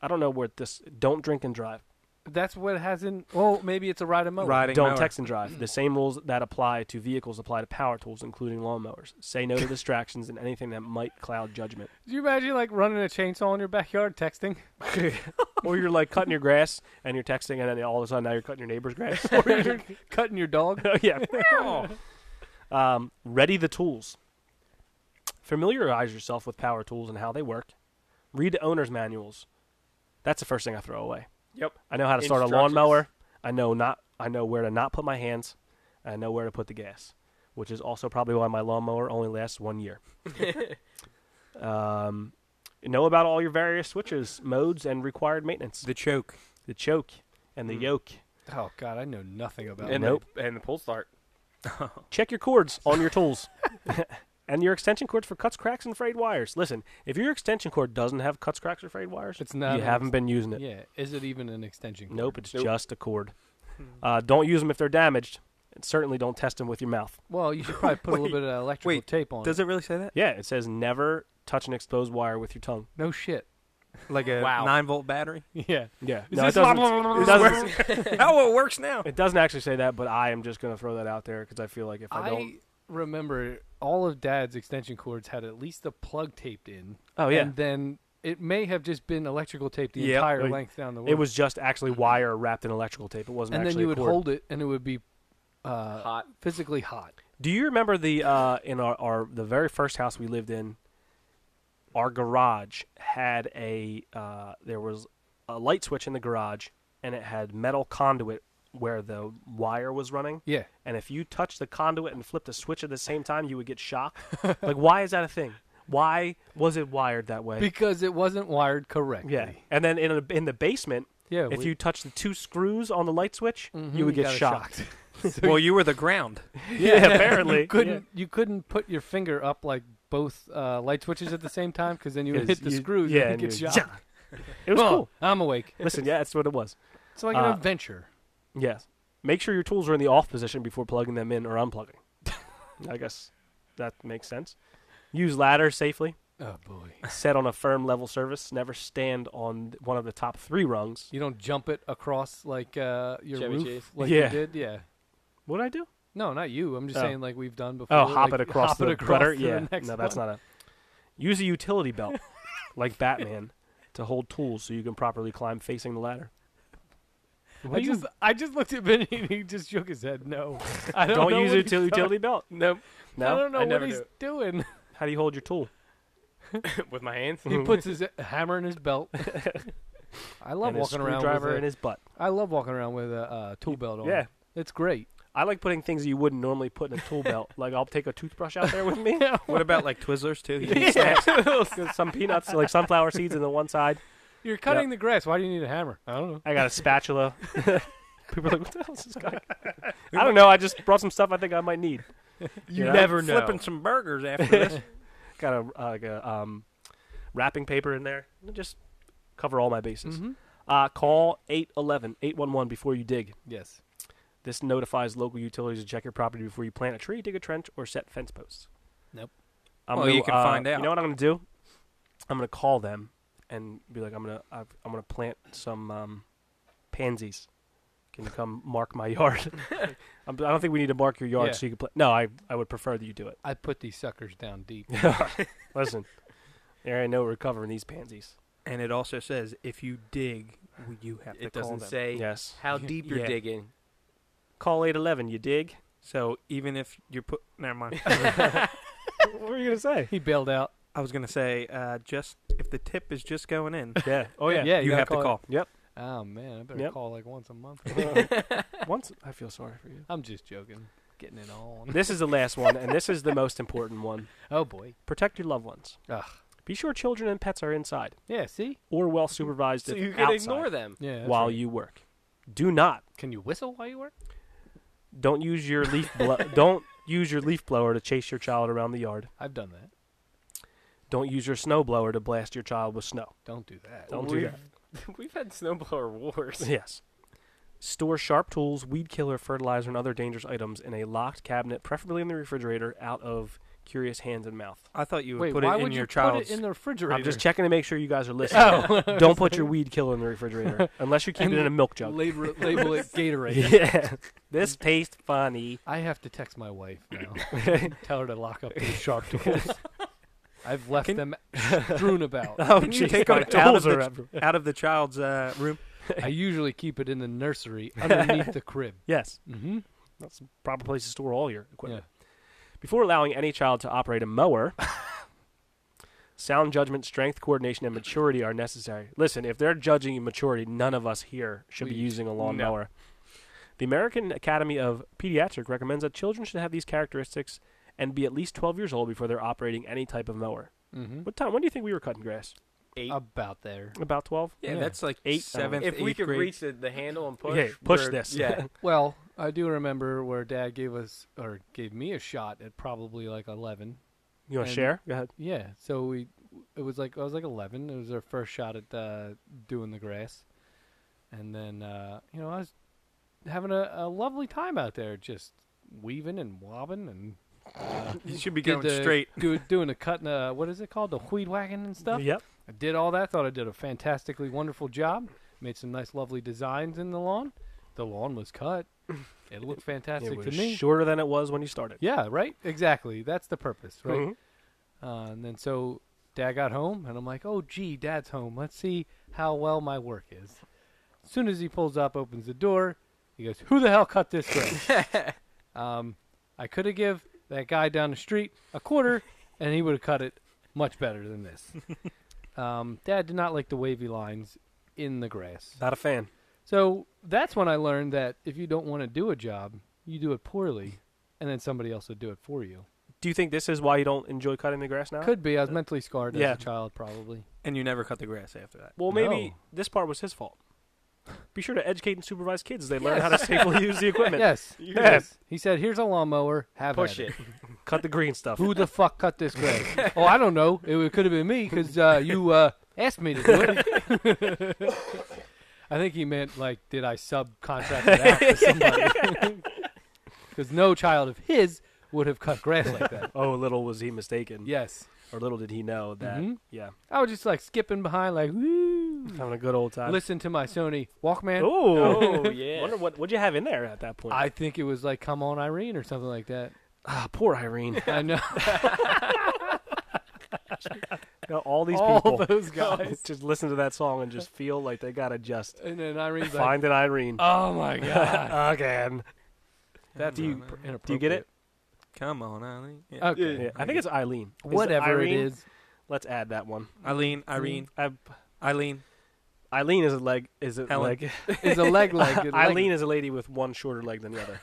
Speaker 1: I don't know where this. Don't drink and drive.
Speaker 2: That's what it has in. Well, maybe it's a ride a mower.
Speaker 4: Riding
Speaker 1: Don't
Speaker 4: mower.
Speaker 1: text and drive. The same rules that apply to vehicles apply to power tools, including lawnmowers. Say no to distractions and anything that might cloud judgment.
Speaker 2: Do you imagine like running a chainsaw in your backyard texting?
Speaker 1: or you're like cutting your grass and you're texting, and then all of a sudden now you're cutting your neighbor's grass.
Speaker 2: or you're cutting your dog?
Speaker 1: Oh, yeah. Um, ready the tools. Familiarize yourself with power tools and how they work. Read owner's manuals. That's the first thing I throw away.
Speaker 3: Yep.
Speaker 1: I know how to start a
Speaker 3: Instructions.
Speaker 1: lawnmower. I know not. I know where to not put my hands. and I know where to put the gas, which is also probably why my lawnmower only lasts one year. um, know about all your various switches, modes, and required maintenance. The,
Speaker 4: The choke.
Speaker 1: choke and the
Speaker 3: Mm.
Speaker 1: yoke.
Speaker 2: Oh God, I know nothing about
Speaker 3: And
Speaker 2: that.
Speaker 1: Nope.
Speaker 3: the, and the pull start.
Speaker 1: Check your cords on your tools. And your extension cords for cuts, cracks, and frayed wires. Listen, if your extension cord doesn't have cuts, cracks, or frayed wires,
Speaker 2: It's not
Speaker 1: you
Speaker 2: an
Speaker 1: haven't been using it.
Speaker 2: Yeah, is it even an extension? cord?
Speaker 1: Nope, it's
Speaker 3: Nope.
Speaker 1: just a cord.
Speaker 2: Hmm.
Speaker 1: Uh, don't use them if they're damaged, and certainly don't test them with your mouth.
Speaker 2: Well, you should probably put a
Speaker 4: Wait,
Speaker 2: little bit of electrical
Speaker 4: wait,
Speaker 2: tape on.
Speaker 4: Does
Speaker 2: it.
Speaker 4: it really say that?
Speaker 1: Yeah, it says never touch an exposed wire with your tongue.
Speaker 2: No shit.
Speaker 4: Like a
Speaker 3: Wow.
Speaker 4: nine volt battery?
Speaker 2: Yeah.
Speaker 1: Yeah.
Speaker 2: Is
Speaker 1: No, it
Speaker 2: this
Speaker 1: doesn't, it, doesn't,
Speaker 4: oh, it works now.
Speaker 1: it doesn't actually say that, but I am just going to throw that out there because I feel like if I,
Speaker 2: I,
Speaker 1: don't.
Speaker 2: remember all of Dad's extension cords had at least a plug taped in,
Speaker 1: Oh, yeah.
Speaker 2: and then it may have just been electrical tape the
Speaker 4: Yep.
Speaker 2: entire
Speaker 1: Like,
Speaker 2: length down the way.
Speaker 1: It was just actually wire wrapped in electrical tape. It wasn't
Speaker 2: and then
Speaker 1: actually
Speaker 2: you
Speaker 1: a
Speaker 2: would
Speaker 1: cord.
Speaker 2: hold it, and it would be uh,
Speaker 3: Hot.
Speaker 2: physically hot.
Speaker 1: Do you remember the uh, in our, our the very first house we lived in? Our garage had a uh, there was a light switch in the garage, and it had metal conduit where the wire was running.
Speaker 2: Yeah.
Speaker 1: And if you touched the conduit and flipped a switch at the same time, you would get shocked. like, why is that a thing? Why was it wired that way?
Speaker 2: Because it wasn't wired correctly.
Speaker 1: yeah. And then in a, in the basement,
Speaker 2: Yeah.
Speaker 1: if
Speaker 2: we-
Speaker 1: you touched the two screws on the light switch,
Speaker 2: Mhm,
Speaker 1: you would get
Speaker 2: got it
Speaker 1: shocked.
Speaker 4: well, you were the ground.
Speaker 1: yeah, apparently.
Speaker 2: couldn't you couldn't put your finger up like both uh, light switches at the same time because then you would
Speaker 1: 'Cause
Speaker 2: hit the
Speaker 1: you-
Speaker 2: screws
Speaker 1: yeah,
Speaker 2: and
Speaker 1: and
Speaker 2: get
Speaker 1: you-
Speaker 2: shot.
Speaker 1: It was
Speaker 2: Oh,
Speaker 1: cool.
Speaker 2: I'm awake.
Speaker 1: Listen, yeah, that's what it was.
Speaker 2: It's like an
Speaker 1: Uh,
Speaker 2: adventure.
Speaker 1: Yes. Make sure your tools are in the off position before plugging them in or unplugging. I guess that makes sense. Use ladders safely.
Speaker 2: Oh boy!
Speaker 1: Set on a firm level surface. Never stand on one of the top three rungs.
Speaker 2: You don't jump it across like uh, your
Speaker 3: Chevy
Speaker 2: roof
Speaker 3: Chase.
Speaker 2: like
Speaker 1: Yeah.
Speaker 2: you did. Yeah.
Speaker 1: What did I do?
Speaker 2: No, not you. I'm just
Speaker 1: Oh.
Speaker 2: saying like we've done before.
Speaker 1: Oh, hop
Speaker 2: like,
Speaker 1: it across
Speaker 2: hop
Speaker 1: the
Speaker 2: it across
Speaker 1: gutter?
Speaker 2: to
Speaker 1: yeah.
Speaker 2: The next
Speaker 1: no, that's not it. Use a utility belt, like Batman, to hold tools so you can properly climb facing the ladder.
Speaker 2: not.
Speaker 1: What
Speaker 2: I
Speaker 1: do you-
Speaker 2: just I just looked at Vinny and he just shook his head. No, I don't,
Speaker 1: don't
Speaker 2: know
Speaker 1: use a
Speaker 2: what he's
Speaker 1: util-
Speaker 2: doing.
Speaker 1: utility belt.
Speaker 3: Nope.
Speaker 1: No.
Speaker 2: I don't know
Speaker 3: I
Speaker 2: what
Speaker 3: never
Speaker 2: he's
Speaker 3: do
Speaker 2: doing.
Speaker 1: How do you hold your tool?
Speaker 3: With my hands.
Speaker 2: he puts his hammer in his belt. I love
Speaker 1: and a
Speaker 2: walking around
Speaker 1: screwdriver
Speaker 2: with a,
Speaker 1: in his butt.
Speaker 2: I love walking around with a uh, tool belt on.
Speaker 1: Yeah.
Speaker 2: it's great.
Speaker 1: I like putting things that you wouldn't normally put in a tool belt. Like I'll take a toothbrush out there with me.
Speaker 4: What about like Twizzlers too? He
Speaker 1: Yeah.
Speaker 4: eats that.
Speaker 1: Got some peanuts, like sunflower seeds on the one side.
Speaker 2: You're cutting the grass. Why do you need a hammer? I don't know.
Speaker 1: I got a spatula. People are like, what the hell is this guy? I don't know. I just brought some stuff I think I might need.
Speaker 4: You
Speaker 1: Yeah.
Speaker 4: never
Speaker 1: know.
Speaker 4: Flipping some burgers after this.
Speaker 1: Got a, uh, like a um, wrapping paper in there. Just cover all my bases.
Speaker 2: Mhm.
Speaker 1: Uh, call 811, 811 before you dig.
Speaker 2: Yes.
Speaker 1: This notifies local utilities to check your property before you plant a tree, dig a trench, or set fence posts.
Speaker 2: Nope.
Speaker 1: I'm
Speaker 4: Well,
Speaker 1: gonna,
Speaker 4: you can
Speaker 1: uh,
Speaker 4: find out.
Speaker 1: You know what I'm gonna do? I'm gonna call them and be like, I'm gonna I've, I'm gonna plant some um, pansies. Can you come mark my yard? I'm, I don't think we need to mark your yard
Speaker 2: Yeah.
Speaker 1: so you can plant. No, I I would prefer that you do it.
Speaker 2: I put these suckers down deep.
Speaker 1: Listen, there ain't no recovering these pansies.
Speaker 4: and it also says if you dig, you have to
Speaker 3: It
Speaker 4: call
Speaker 3: doesn't
Speaker 4: them.
Speaker 3: say
Speaker 1: Yes.
Speaker 3: how deep you're
Speaker 4: Yeah.
Speaker 3: digging.
Speaker 1: Call 811. You dig?
Speaker 4: So even if you put, never mind.
Speaker 1: what were you gonna say?
Speaker 2: He bailed out.
Speaker 4: I was gonna say uh, just if the tip is just going in,
Speaker 1: Yeah. Oh yeah.
Speaker 2: Yeah,
Speaker 4: you,
Speaker 2: gotta
Speaker 4: have to call.
Speaker 2: it- Oh man, I better
Speaker 1: Yep.
Speaker 2: call like once a month.
Speaker 1: Uh, Once I feel sorry for you.
Speaker 2: I'm just joking. Getting it on.
Speaker 1: This is the last one, and this is the most important one.
Speaker 2: Oh boy.
Speaker 1: Protect your loved ones.
Speaker 2: Ugh.
Speaker 1: Be sure children and pets are inside
Speaker 2: Yeah. See.
Speaker 1: or well supervised
Speaker 3: So
Speaker 1: if
Speaker 3: you can
Speaker 1: outside
Speaker 3: ignore them.
Speaker 2: Yeah. that's
Speaker 1: while
Speaker 2: right.
Speaker 1: you work. Do not
Speaker 2: can you whistle while you work?
Speaker 1: don't use your leaf blo- don't use your leaf blower to chase your child around the yard.
Speaker 2: I've done that.
Speaker 1: Don't use your snow blower to blast your child with snow.
Speaker 2: Don't do that.
Speaker 1: Don't do that.
Speaker 3: We've had snowblower wars.
Speaker 1: Yes. Store sharp tools, weed killer, fertilizer, and other dangerous items in a locked cabinet, preferably in the refrigerator, out of curious hands and mouth.
Speaker 4: I thought you would
Speaker 2: Wait,
Speaker 4: put
Speaker 2: why
Speaker 4: it in
Speaker 2: would
Speaker 4: your
Speaker 2: you put
Speaker 4: child's.
Speaker 2: it in the refrigerator?
Speaker 1: I'm just checking to make sure you guys are listening.
Speaker 4: Oh.
Speaker 1: Don't put your weed killer in the refrigerator unless you keep
Speaker 2: And
Speaker 1: it in a milk jug.
Speaker 2: label, label it Gatorade.
Speaker 1: Yeah. this tastes funny.
Speaker 2: I have to text my wife now. Tell her to lock up these sharp tools. I've left
Speaker 4: Can-
Speaker 2: them strewn about.
Speaker 1: Oh,
Speaker 4: Can you
Speaker 1: jeez,
Speaker 4: take
Speaker 1: my
Speaker 4: our towels
Speaker 1: tools are
Speaker 4: that-
Speaker 1: up.
Speaker 4: out of the child's uh, room.
Speaker 2: I usually keep it in the nursery underneath the crib.
Speaker 1: Yes,
Speaker 2: Mm-hmm.
Speaker 1: that's the proper place to store all your equipment. Before allowing any child to operate a mower, sound judgment, strength, coordination, and maturity are necessary. Listen, if they're judging maturity, none of us here should be
Speaker 2: We-
Speaker 1: using a lawnmower.
Speaker 3: no.
Speaker 1: mower. The American Academy of Pediatric recommends that children should have these characteristics and be at least 12 years old before they're operating any type of mower.
Speaker 2: Mm-hmm.
Speaker 1: What time? When do you think we were cutting grass?
Speaker 3: Eight.
Speaker 2: About there.
Speaker 1: About 12?
Speaker 4: Yeah,
Speaker 2: Yeah.
Speaker 4: that's like
Speaker 1: Eight,
Speaker 4: seventh,
Speaker 3: if we
Speaker 4: eighth
Speaker 3: could
Speaker 4: grade.
Speaker 3: reach the, the handle and push,
Speaker 1: Okay, push
Speaker 3: we're-
Speaker 1: this.
Speaker 3: Yeah,
Speaker 2: Well, I do remember where Dad gave us or gave me a shot at probably like eleven.
Speaker 1: You want to
Speaker 2: And-
Speaker 1: share? Go ahead.
Speaker 2: Yeah, so we it was like I was like eleven. It was our first shot at uh, doing the grass, and then uh, you know I was having a, a lovely time out there, just weaving and wobbing and uh,
Speaker 4: you should be
Speaker 2: did
Speaker 4: going
Speaker 2: the-
Speaker 4: straight.
Speaker 2: do, doing a cut and uh what is it called the weed whacking and stuff.
Speaker 1: Yep.
Speaker 2: I did all that. Thought I did a fantastically wonderful job. Made some nice, lovely designs in the lawn. The lawn was cut. It looked fantastic
Speaker 1: It
Speaker 2: to
Speaker 1: was
Speaker 2: me.
Speaker 1: shorter than it was when you started.
Speaker 2: yeah, right. Exactly. That's the purpose, right?
Speaker 1: Mhm.
Speaker 2: Uh, and then so dad got home, and I'm like, oh, gee, dad's home. Let's see how well my work is. As soon as he pulls up, opens the door, he goes, who the hell cut this grass? um, I could have give that guy down the street a quarter, and he would have cut it much better than this. um, dad did not like the wavy lines in the grass.
Speaker 1: Not a fan.
Speaker 2: So that's when I learned that if you don't want to do a job, you do it poorly, and then somebody else will do it for you.
Speaker 1: Do you think this is why you don't enjoy cutting the grass now?
Speaker 2: Could be.
Speaker 3: Uh,
Speaker 2: I was mentally scarred
Speaker 1: Yeah.
Speaker 2: as a child, probably.
Speaker 4: And you never cut the grass after that.
Speaker 1: well, maybe
Speaker 2: No.
Speaker 1: this part was his fault. Be sure to educate and supervise kids as they learn how to safely use the equipment.
Speaker 2: Yes.
Speaker 1: Yes.
Speaker 2: He said, "Here's a lawnmower. Have
Speaker 3: push
Speaker 2: at it."
Speaker 3: it.
Speaker 1: Cut the green stuff.
Speaker 2: Who the fuck cut this grass? oh, I don't know. It, could have been me because uh, you uh, asked me to do it. I think he meant like, did I subcontract it out to somebody? Because no child of his would have cut grass like that.
Speaker 1: Oh, little was he mistaken.
Speaker 2: Yes,
Speaker 1: Or little did he know that.
Speaker 2: Mhm.
Speaker 1: Yeah.
Speaker 2: I was just like skipping behind, like, woo.
Speaker 3: Oh,
Speaker 1: Having a good old time.
Speaker 2: Hmm. Listen to my Sony Walkman.
Speaker 1: Oh.
Speaker 3: Oh, yeah.
Speaker 1: Wonder what would you have in there at that point?
Speaker 2: I think it was like "Come On Irene" or something like that.
Speaker 1: ah, poor Irene.
Speaker 2: I know
Speaker 1: Now, all these
Speaker 2: all
Speaker 1: people
Speaker 2: those guys.
Speaker 1: just listen to that song and just feel like they gotta just
Speaker 2: and then Irene's like,
Speaker 1: find an Irene
Speaker 2: "Oh my god,
Speaker 1: again.
Speaker 4: That's
Speaker 1: Do you-
Speaker 4: on, Eileen.
Speaker 2: inappropriate."
Speaker 1: Do you get it?
Speaker 4: Come on, Eileen. Yeah.
Speaker 2: Okay,
Speaker 1: Yeah, I think it's Eileen. Is it
Speaker 2: whatever it
Speaker 1: Irene?
Speaker 2: is.
Speaker 1: Let's add that one.
Speaker 4: Eileen, Irene,
Speaker 1: I,
Speaker 4: Eileen.
Speaker 1: Eileen is a leg. Is it
Speaker 4: Helen.
Speaker 1: leg?
Speaker 2: It's a leg
Speaker 1: uh,
Speaker 2: leg. a leg-
Speaker 1: Eileen is a lady with one shorter leg than the other.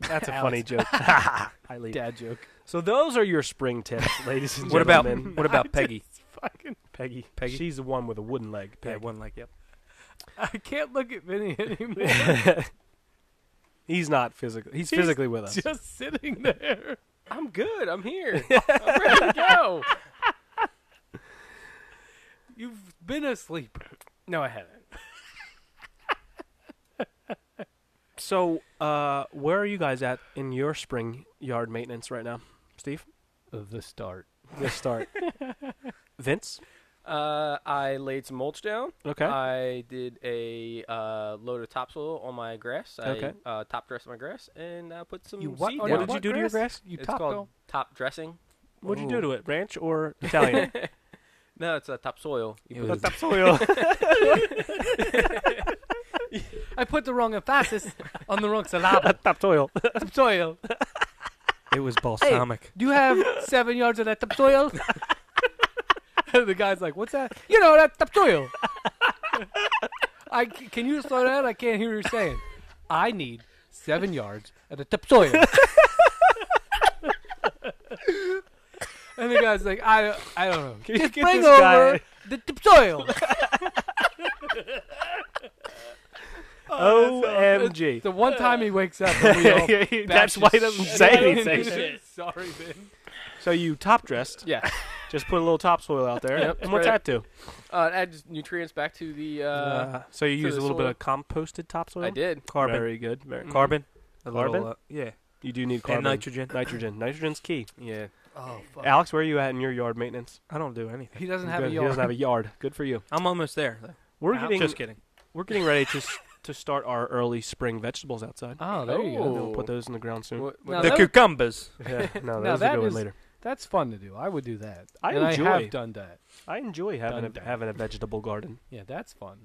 Speaker 1: That's a funny joke. Eileen.
Speaker 2: dad joke.
Speaker 1: So those are your spring tips, ladies and
Speaker 4: What about
Speaker 1: gentlemen.
Speaker 4: what about Peggy?
Speaker 2: Fucking,
Speaker 1: Peggy?
Speaker 4: Peggy?
Speaker 1: She's the one with a wooden leg.
Speaker 4: Yeah,
Speaker 1: Peg.
Speaker 4: one like yep.
Speaker 2: I can't look at Vinny anymore.
Speaker 1: he's not physically. He's,
Speaker 2: He's
Speaker 1: physically with us.
Speaker 2: Just sitting there.
Speaker 3: I'm good. I'm here.
Speaker 2: I'm ready to go. You've been asleep.
Speaker 3: no, I haven't.
Speaker 1: So, uh, where are you guys at in your spring yard maintenance right now, Steve?
Speaker 2: The start.
Speaker 1: Let's start. Vince.
Speaker 3: Uh, I laid some mulch down.
Speaker 1: Okay.
Speaker 3: I did a uh, load of topsoil on my grass. I
Speaker 1: Okay.
Speaker 3: uh, top dressed my grass and I put some
Speaker 2: You what?
Speaker 3: seed
Speaker 2: Oh,
Speaker 1: what
Speaker 3: down.
Speaker 1: did you do to your grass?
Speaker 2: You
Speaker 3: it's
Speaker 2: top
Speaker 3: called
Speaker 2: go.
Speaker 3: top dressing.
Speaker 1: What'd you
Speaker 4: Ooh.
Speaker 1: do to it? Ranch or Italian?
Speaker 3: No, it's a topsoil. You
Speaker 4: Ew.
Speaker 3: put
Speaker 1: That's soil.
Speaker 2: I put the wrong emphasis on the wrong syllable.
Speaker 1: Topsoil.
Speaker 2: Topsoil.
Speaker 4: It was balsamic.
Speaker 2: Do you have seven yards of that topsoil? and the guy's like, "What's that? You know that topsoil." I c- can you slow down? I can't hear you saying. I need seven yards of the topsoil. and the guy's like, "I don't, I don't know.
Speaker 1: Can you
Speaker 2: Just
Speaker 1: get
Speaker 2: bring
Speaker 1: this guy-
Speaker 2: over the topsoil."
Speaker 1: OMG.
Speaker 2: The one time he wakes up, and we all
Speaker 1: That's why he doesn't say anything.
Speaker 2: Shit. Sorry, Ben.
Speaker 1: So you top dressed.
Speaker 3: Yeah.
Speaker 1: Just put a little topsoil out there.
Speaker 3: Yep,
Speaker 1: and what's
Speaker 3: spread
Speaker 1: that do?
Speaker 3: Uh, add just nutrients back to the. Uh,
Speaker 1: so you
Speaker 3: to
Speaker 1: use a
Speaker 3: the
Speaker 1: little
Speaker 3: soil.
Speaker 1: bit of composted topsoil. Mm-hmm.
Speaker 3: I did.
Speaker 4: Carbon.
Speaker 1: Very good. Very.
Speaker 4: Carbon. A
Speaker 1: Mm. Carbon?
Speaker 4: little, uh, yeah.
Speaker 1: You do need carbon.
Speaker 4: And nitrogen.
Speaker 1: Nitrogen. Nitrogen's key.
Speaker 4: Yeah.
Speaker 2: Oh fuck.
Speaker 1: Alex, where are you at in your yard maintenance?
Speaker 4: I don't do anything.
Speaker 2: He doesn't have
Speaker 1: Good.
Speaker 2: a
Speaker 1: He
Speaker 2: yard.
Speaker 1: doesn't have a yard. Good for you.
Speaker 4: I'm almost there. though.
Speaker 1: We're
Speaker 4: I'm
Speaker 1: getting
Speaker 4: just kidding.
Speaker 1: we're getting ready to s- to start our early spring vegetables outside.
Speaker 2: Oh, there you
Speaker 1: And
Speaker 2: go.
Speaker 1: We'll
Speaker 3: Oh.
Speaker 1: put those in the ground soon.
Speaker 3: What,
Speaker 2: Now
Speaker 3: what
Speaker 4: the
Speaker 2: that-
Speaker 4: cucumbers.
Speaker 1: Yeah, no,
Speaker 2: Now
Speaker 1: those
Speaker 2: that
Speaker 1: are going
Speaker 2: is-
Speaker 1: later.
Speaker 2: That's fun to do. I would do that.
Speaker 1: I
Speaker 2: and I
Speaker 1: enjoy-
Speaker 2: have done that.
Speaker 1: I enjoy having
Speaker 2: Dun,
Speaker 1: a,
Speaker 2: dun.
Speaker 1: having a vegetable garden,
Speaker 2: Yeah, that's fun.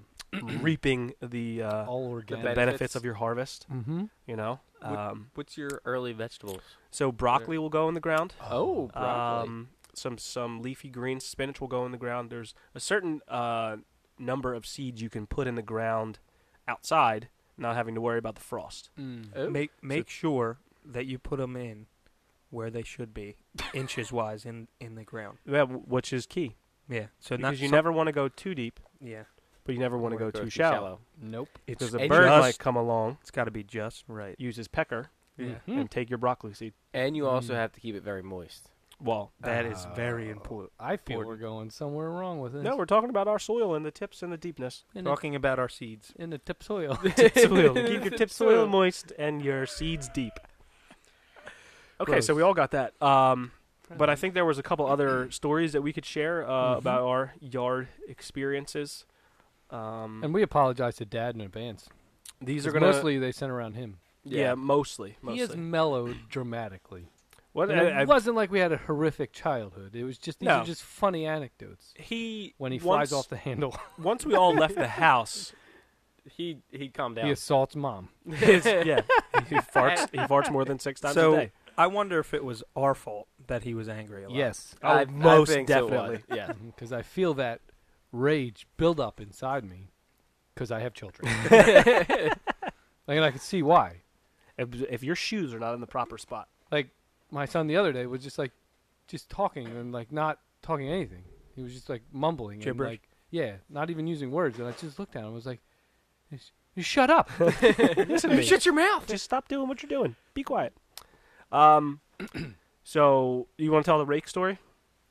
Speaker 1: reaping the uh,
Speaker 2: All
Speaker 1: the
Speaker 2: organic.
Speaker 1: benefits.
Speaker 3: benefits.
Speaker 1: of your harvest.
Speaker 2: Mm-hmm.
Speaker 1: You know,
Speaker 3: Would-
Speaker 1: um,
Speaker 3: what's your early vegetables?
Speaker 1: so broccoli will go in the ground.
Speaker 3: Oh,
Speaker 2: Uh,
Speaker 3: broccoli.
Speaker 1: Um, some some leafy greens, spinach will go in the ground. There's a certain uh, number of seeds you can put in the ground outside, not having to worry about the frost.
Speaker 3: Oh.
Speaker 4: Make make sure that you put them in where they should be, inches wise in in the ground.
Speaker 1: Yeah, w- which is key
Speaker 4: Yeah. So not
Speaker 1: because you
Speaker 4: some-
Speaker 1: never want to go too deep,
Speaker 4: Yeah.
Speaker 1: but you never want to
Speaker 3: Wanna
Speaker 1: go too shallow.
Speaker 2: Nope.
Speaker 4: It's
Speaker 1: Because a
Speaker 3: and
Speaker 1: bird
Speaker 4: just-
Speaker 1: might come along,
Speaker 4: it's got to be just right.
Speaker 1: use his pecker,
Speaker 4: Yeah.
Speaker 2: Mhm.
Speaker 1: and take your broccoli seed.
Speaker 3: And you also
Speaker 2: Mm.
Speaker 3: have to keep it very moist.
Speaker 1: Well,
Speaker 4: That is very
Speaker 2: Oh.
Speaker 4: important.
Speaker 2: I feel
Speaker 4: Forward.
Speaker 2: we're going somewhere wrong with this.
Speaker 1: no, we're talking about our soil and the tips and the deepness.
Speaker 2: in the,
Speaker 4: Talking about our seeds.
Speaker 2: in the topsoil.
Speaker 1: Tip soil. Keep your tip soil moist and your seeds deep. Okay, so
Speaker 2: Gross.
Speaker 1: we all got that. Um, but I think there was a couple other stories that we could share uh,
Speaker 2: Mhm.
Speaker 1: about our yard experiences. Um,
Speaker 2: and we apologize to Dad in advance.
Speaker 1: these are
Speaker 2: 'Cause
Speaker 1: gonna
Speaker 2: mostly they sent around him.
Speaker 1: yeah, mostly
Speaker 2: He has
Speaker 1: mostly.
Speaker 2: mellowed dramatically.
Speaker 1: What
Speaker 2: And it
Speaker 1: I- I-
Speaker 2: wasn't like we had a horrific childhood. It was just these
Speaker 1: No.
Speaker 2: are just funny anecdotes.
Speaker 1: he
Speaker 2: When he
Speaker 1: once,
Speaker 2: flies off the handle,
Speaker 1: once we all left the house.
Speaker 3: He he calmed down.
Speaker 2: he assaults mom.
Speaker 1: his- yeah, he farts. He farts more than six times
Speaker 4: So-
Speaker 1: a day.
Speaker 4: I wonder if it was our fault that he was angry a lot.
Speaker 2: Yes,
Speaker 1: Oh, most definitely.
Speaker 3: yeah.
Speaker 2: because I feel that rage build up inside me because I have children. like, and I could see why.
Speaker 1: If, if your shoes are not in the proper spot,
Speaker 2: Like, my son the other day was just like, just talking and like not talking anything. He was just like mumbling
Speaker 4: Gibberish.
Speaker 2: and like, yeah, not even using words. And I just looked at him and was like, "You sh- you shut up.
Speaker 1: listen to me.
Speaker 2: your mouth.
Speaker 1: Just stop doing what you're doing. Be quiet. Um, So you want to tell the rake story?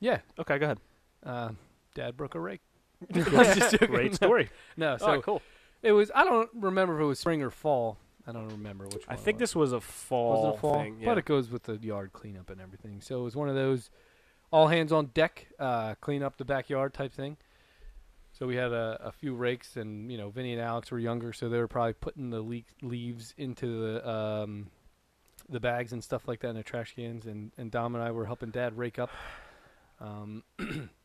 Speaker 2: Yeah.
Speaker 1: Okay, go ahead.
Speaker 2: Um, Dad broke a rake.
Speaker 1: Great story.
Speaker 2: No, so
Speaker 3: oh, cool.
Speaker 2: it was. I don't remember if it was spring or fall. I don't remember which.
Speaker 1: I
Speaker 2: one it
Speaker 1: think
Speaker 2: was.
Speaker 1: this was a fall,
Speaker 2: was it a fall?
Speaker 1: thing.
Speaker 2: But it goes with the yard cleanup and everything. So it was one of those all hands on deck, uh, clean up the backyard type thing. So we had a, a few rakes, and you know, Vinny and Alex were younger, so they were probably putting the le- leaves into the um, the bags and stuff like that in the trash cans. And, and Dom and I were helping Dad rake up. Um,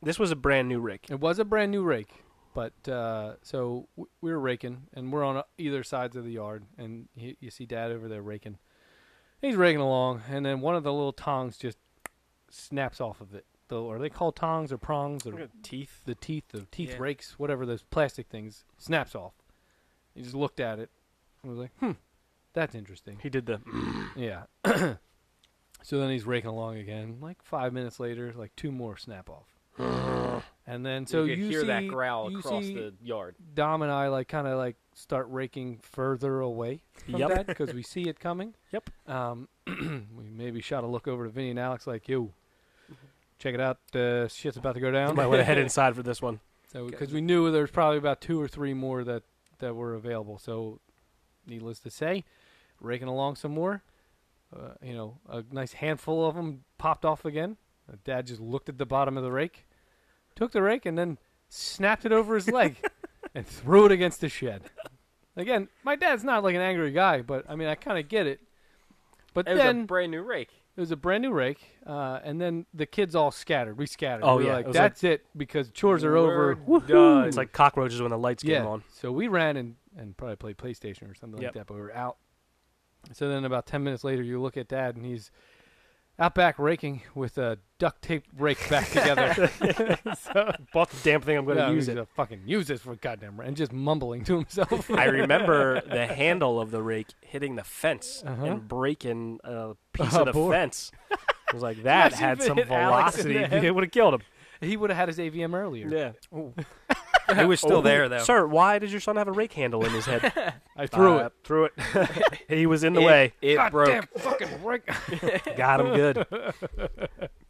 Speaker 1: This was a brand new rake.
Speaker 2: it was a brand new rake, but uh, so w- we were raking, and we're on uh, either sides of the yard, and you, you see Dad over there raking. He's raking along, and then one of the little tongs just snaps off of it. Though, are they called tongs or prongs or
Speaker 1: Teeth.
Speaker 2: the teeth, the teeth
Speaker 4: Yeah.
Speaker 2: rakes, whatever those plastic things, snaps off. He just looked at it and was like, "Hmm, that's interesting."
Speaker 1: He did the.
Speaker 2: Yeah. so then he's raking along again. Like five minutes later, like two more snap off. and then so
Speaker 3: you
Speaker 2: you,
Speaker 3: could hear
Speaker 2: see,
Speaker 3: that growl
Speaker 2: you
Speaker 3: across
Speaker 2: see
Speaker 3: the yard.
Speaker 2: Dom and I like kind of like start raking further away from
Speaker 1: Yep.
Speaker 2: that because we see it coming.
Speaker 1: Yep.
Speaker 2: Um, we maybe shot a look over to Vinny and Alex like, "Yo, check it out, uh, shit's about to go down."
Speaker 1: Might want to head inside for this one.
Speaker 2: So because we knew there was probably about two or three more that that were available. So, needless to say, raking along some more. Uh, you know, a nice handful of them popped off again. Uh, Dad just looked at the bottom of the rake, took the rake, and then snapped it over his leg and threw it against the shed. Again, my dad's not like an angry guy, but I mean, I kind of get it. But
Speaker 3: It was
Speaker 2: then
Speaker 3: a brand new rake.
Speaker 2: it was a brand new rake, uh, and then the kids all scattered. We scattered.
Speaker 1: Oh,
Speaker 2: we were
Speaker 1: yeah. It
Speaker 2: like,
Speaker 1: was like-
Speaker 2: that's it because chores are over.
Speaker 3: We're done.
Speaker 1: It's like cockroaches when the lights
Speaker 2: yeah.
Speaker 1: came on.
Speaker 2: So we ran and, and probably played PlayStation or something
Speaker 1: Yep.
Speaker 2: like that, but we were out. So then about 10 minutes later, you look at dad and he's out back raking with a duct tape rake back together.
Speaker 1: Bought the damn thing. I'm going to
Speaker 2: Yeah,
Speaker 1: use
Speaker 2: he's
Speaker 1: it.
Speaker 2: gonna fucking use this for goddamn right. And just mumbling to himself.
Speaker 1: I remember the handle of the rake hitting the fence
Speaker 2: Uh-huh. Oh,
Speaker 1: and breaking a piece
Speaker 2: A
Speaker 1: of the
Speaker 2: board.
Speaker 1: fence. I was like, that
Speaker 2: Imagine
Speaker 1: had
Speaker 2: if it
Speaker 1: some
Speaker 2: hit Alex in
Speaker 1: velocity.
Speaker 2: the head.
Speaker 1: It would have killed him.
Speaker 2: he would have had his AVM earlier.
Speaker 1: Yeah.
Speaker 4: it was still
Speaker 1: Oh,
Speaker 4: there though.
Speaker 1: Sir, why did your son have a rake handle in his head?
Speaker 2: I threw
Speaker 1: Uh,
Speaker 2: it.
Speaker 1: Threw it. he was in the
Speaker 3: It-
Speaker 1: way.
Speaker 3: It broke.
Speaker 2: Goddamn fucking rake.
Speaker 1: Got him good.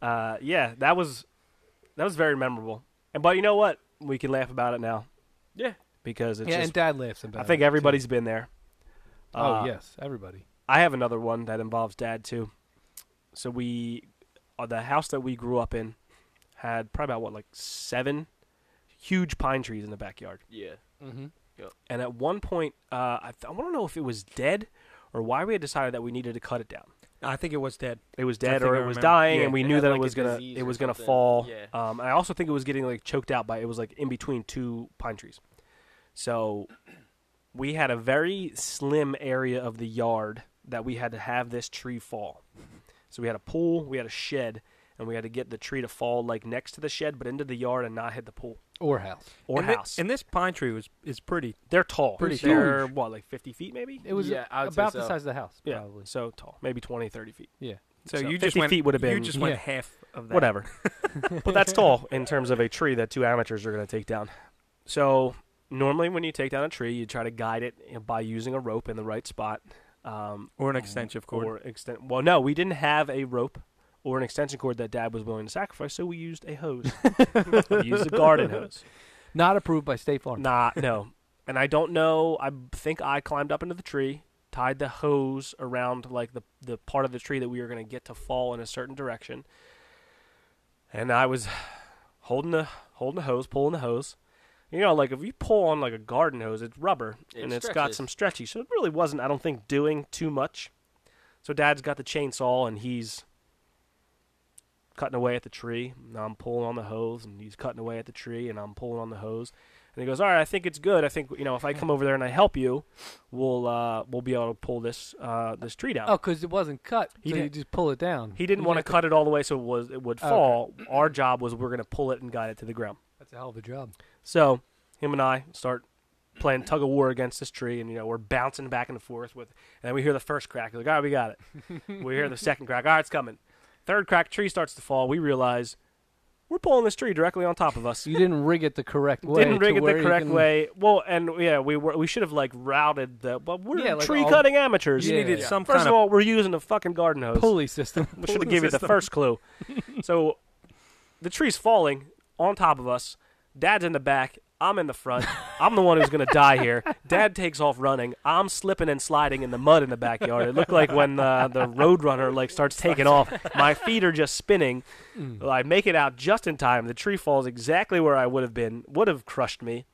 Speaker 1: Uh, yeah, that was that was very memorable. And but you know what? We can laugh about it now.
Speaker 3: Yeah.
Speaker 1: Because it's
Speaker 2: yeah,
Speaker 1: just
Speaker 2: and dad laughs about
Speaker 1: I
Speaker 2: it.
Speaker 1: think
Speaker 2: too.
Speaker 1: everybody's been there.
Speaker 2: Oh,
Speaker 1: Uh,
Speaker 2: yes, everybody.
Speaker 1: I have another one that involves dad too. So we, uh, the house that we grew up in, had probably about what like seven huge pine trees in the backyard.
Speaker 3: Yeah.
Speaker 2: Mm-hmm.
Speaker 1: And at one point, uh, I, th- I want to know if it was dead or why we had decided that we needed to cut it down.
Speaker 4: I think it was dead.
Speaker 1: It was
Speaker 4: I
Speaker 1: dead
Speaker 4: think
Speaker 1: or
Speaker 4: I
Speaker 1: it was
Speaker 4: remember.
Speaker 1: dying,
Speaker 4: Yeah.
Speaker 1: and we
Speaker 3: It
Speaker 1: knew
Speaker 3: had,
Speaker 1: that
Speaker 3: like,
Speaker 1: it
Speaker 3: a
Speaker 1: was gonna
Speaker 3: disease
Speaker 1: it
Speaker 3: or
Speaker 1: was gonna
Speaker 3: something.
Speaker 1: fall.
Speaker 3: Yeah.
Speaker 1: Um, and I also think it was getting like choked out by it was like in between two pine trees. So we had a very slim area of the yard that we had to have this tree fall. So we had a pool, we had a shed, and we had to get the tree to fall like next to the shed, but into the yard and not hit the pool
Speaker 2: Or house.
Speaker 1: or
Speaker 4: and thi-
Speaker 1: house.
Speaker 4: and this pine tree was is pretty.
Speaker 1: they're tall.
Speaker 4: Pretty
Speaker 1: they're what like 50 feet maybe.
Speaker 2: It was
Speaker 3: Yeah, I would say
Speaker 2: about the
Speaker 3: so.
Speaker 2: size of the house,
Speaker 1: Yeah,
Speaker 2: probably.
Speaker 1: so tall, maybe 20, 30 feet. So
Speaker 4: So, you
Speaker 1: 50
Speaker 4: just went,
Speaker 1: feet would've
Speaker 4: You
Speaker 1: been-
Speaker 4: just went
Speaker 2: Yeah.
Speaker 4: half of that.
Speaker 1: whatever. but that's tall in terms of a tree that two amateurs are going to take down. So normally, when you take down a tree, you try to guide it you know, by using a rope in the right spot. Um,
Speaker 4: Or an extension cord.
Speaker 1: or extent. Well, no, we didn't have a rope or an extension cord that Dad was willing to sacrifice, so we used a hose. we used a garden hose.
Speaker 2: Not approved by State Farm.
Speaker 1: Nah, no. And I don't know. I think I climbed up into the tree, tied the hose around like the the part of the tree that we were going to get to fall in a certain direction. And I was holding the holding the hose, pulling the hose. You know, like if you pull on like a garden hose, it's rubber
Speaker 3: It
Speaker 1: and it's got
Speaker 3: stretches.
Speaker 1: some stretchy. So it really wasn't, I don't think, doing too much. So Dad's got the chainsaw and he's cutting away at the tree. And I'm pulling on the hose and he's cutting away at the tree and I'm pulling on the hose. And he goes, "All right, I think it's good. I think you know if I come over there and I help you, we'll uh, we'll be able to pull this uh, this tree down."
Speaker 2: Oh, because it wasn't cut.
Speaker 1: He
Speaker 2: so
Speaker 1: didn't-
Speaker 2: you just pull it down.
Speaker 1: He didn't
Speaker 2: You
Speaker 1: want to
Speaker 2: have
Speaker 1: cut it all the way so it was it would
Speaker 2: Okay.
Speaker 1: fall. Our job was we're going to pull it and guide it to the ground.
Speaker 2: That's a hell of a job.
Speaker 1: So him and I start playing tug of war against this tree, and you know we're bouncing back and forth with. And then we hear the first crack. We're like, all right, we got it. we hear the second crack. All right, it's coming. Third crack, tree starts to fall. We realize we're pulling this tree directly on top of us.
Speaker 2: You didn't rig it the correct way.
Speaker 1: Didn't rig
Speaker 2: to
Speaker 1: it
Speaker 2: where
Speaker 1: the
Speaker 2: you
Speaker 1: correct
Speaker 2: can-
Speaker 1: way. Well, and yeah, we were we should have like routed the. But we're
Speaker 2: Yeah, like
Speaker 1: tree
Speaker 2: all-
Speaker 1: cutting amateurs.
Speaker 2: You needed
Speaker 4: some
Speaker 1: First
Speaker 4: kind
Speaker 1: of
Speaker 4: of-
Speaker 1: all, we're using a fucking garden hose.
Speaker 2: Pulley system.
Speaker 1: we should have given you the first clue. so, the tree's falling on top of us. Dad's in the back. I'm in the front. I'm the one who's going to die here. Dad takes off running. I'm slipping and sliding in the mud in the backyard. It looked like when uh, the Roadrunner like starts taking off. My feet are just spinning.
Speaker 2: Mm.
Speaker 1: Well, I make it out just in time. The tree falls exactly where I would have been. Would have crushed me.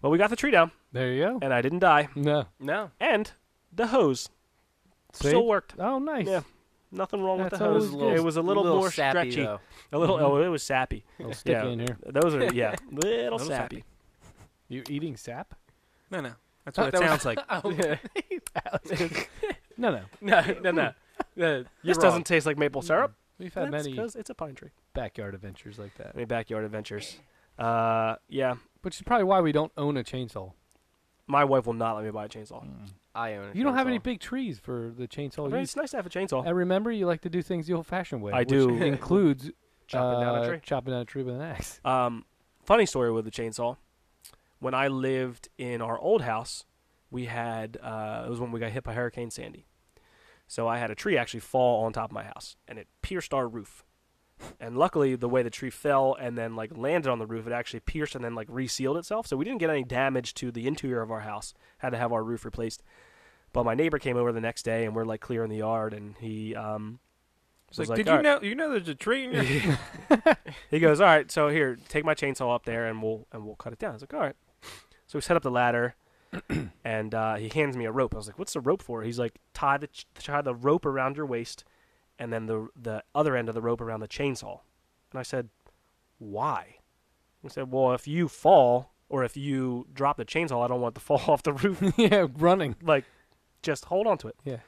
Speaker 1: But we got the tree down,
Speaker 2: There you go.
Speaker 1: and I didn't die.
Speaker 2: No.
Speaker 3: No.
Speaker 1: And the hose
Speaker 2: See?
Speaker 1: still worked.
Speaker 2: Oh, nice.
Speaker 1: Yeah. Nothing wrong
Speaker 2: That's
Speaker 1: with the
Speaker 2: always
Speaker 1: hose.
Speaker 2: good.
Speaker 1: it was a little, more
Speaker 3: sappy,
Speaker 1: stretchy.
Speaker 3: though.
Speaker 1: A little. Oh, it was sappy.
Speaker 2: I'll stick
Speaker 1: Yeah.
Speaker 2: it in here.
Speaker 1: Those are yeah, little, sappy.
Speaker 2: You eating sap?
Speaker 4: No, no. That's what
Speaker 3: that
Speaker 4: it
Speaker 3: was-
Speaker 4: sounds like.
Speaker 2: No, no.
Speaker 3: no, no, no. no.
Speaker 1: This doesn't taste like maple syrup.
Speaker 2: We've had
Speaker 1: That's
Speaker 2: many
Speaker 1: it's a pine tree.
Speaker 2: backyard adventures like that,
Speaker 1: Many backyard adventures. Uh, yeah,
Speaker 2: which is probably why we don't own a chainsaw.
Speaker 1: my wife will not let me buy a chainsaw.
Speaker 3: I own. a
Speaker 2: You don't have any
Speaker 3: chainsaw.
Speaker 2: big trees for the chainsaw
Speaker 1: But
Speaker 2: use.
Speaker 1: Mm. it's nice to have a chainsaw.
Speaker 2: I remember you like to do things the old-fashioned way.
Speaker 1: I
Speaker 2: which
Speaker 1: do.
Speaker 2: includes
Speaker 1: Chopping down
Speaker 2: uh,
Speaker 1: a tree.
Speaker 2: chopping down a tree with an axe.
Speaker 1: Um, funny story with the chainsaw. When I lived in our old house, we had uh, it was when we got hit by Hurricane Sandy. So I had a tree actually fall on top of my house, and it pierced our roof. And luckily, the way the tree fell and then like landed on the roof, it actually pierced and then like resealed itself. So we didn't get any damage to the interior of our house. Had to have our roof replaced. But my neighbor came over the next day, and we're like clearing the yard, and he um,
Speaker 4: It's
Speaker 1: was
Speaker 4: like,
Speaker 1: like,
Speaker 4: did
Speaker 1: "All
Speaker 4: you
Speaker 1: right."
Speaker 4: know? You know, there's a tree in your.
Speaker 1: He goes, "All right, so here, take my chainsaw up there, and we'll and we'll cut it down." I was like, "All right." So we set up the ladder, and uh, he hands me a rope. I was like, "What's the rope for?" He's like, "Tie the ch- tie the rope around your waist, and then the the other end of the rope around the chainsaw." And I said, "Why?" He said, "Well, if you fall or if you drop the chainsaw, I don't want it to fall off the roof.
Speaker 2: yeah, running.
Speaker 1: like, just hold on to it."
Speaker 2: Yeah.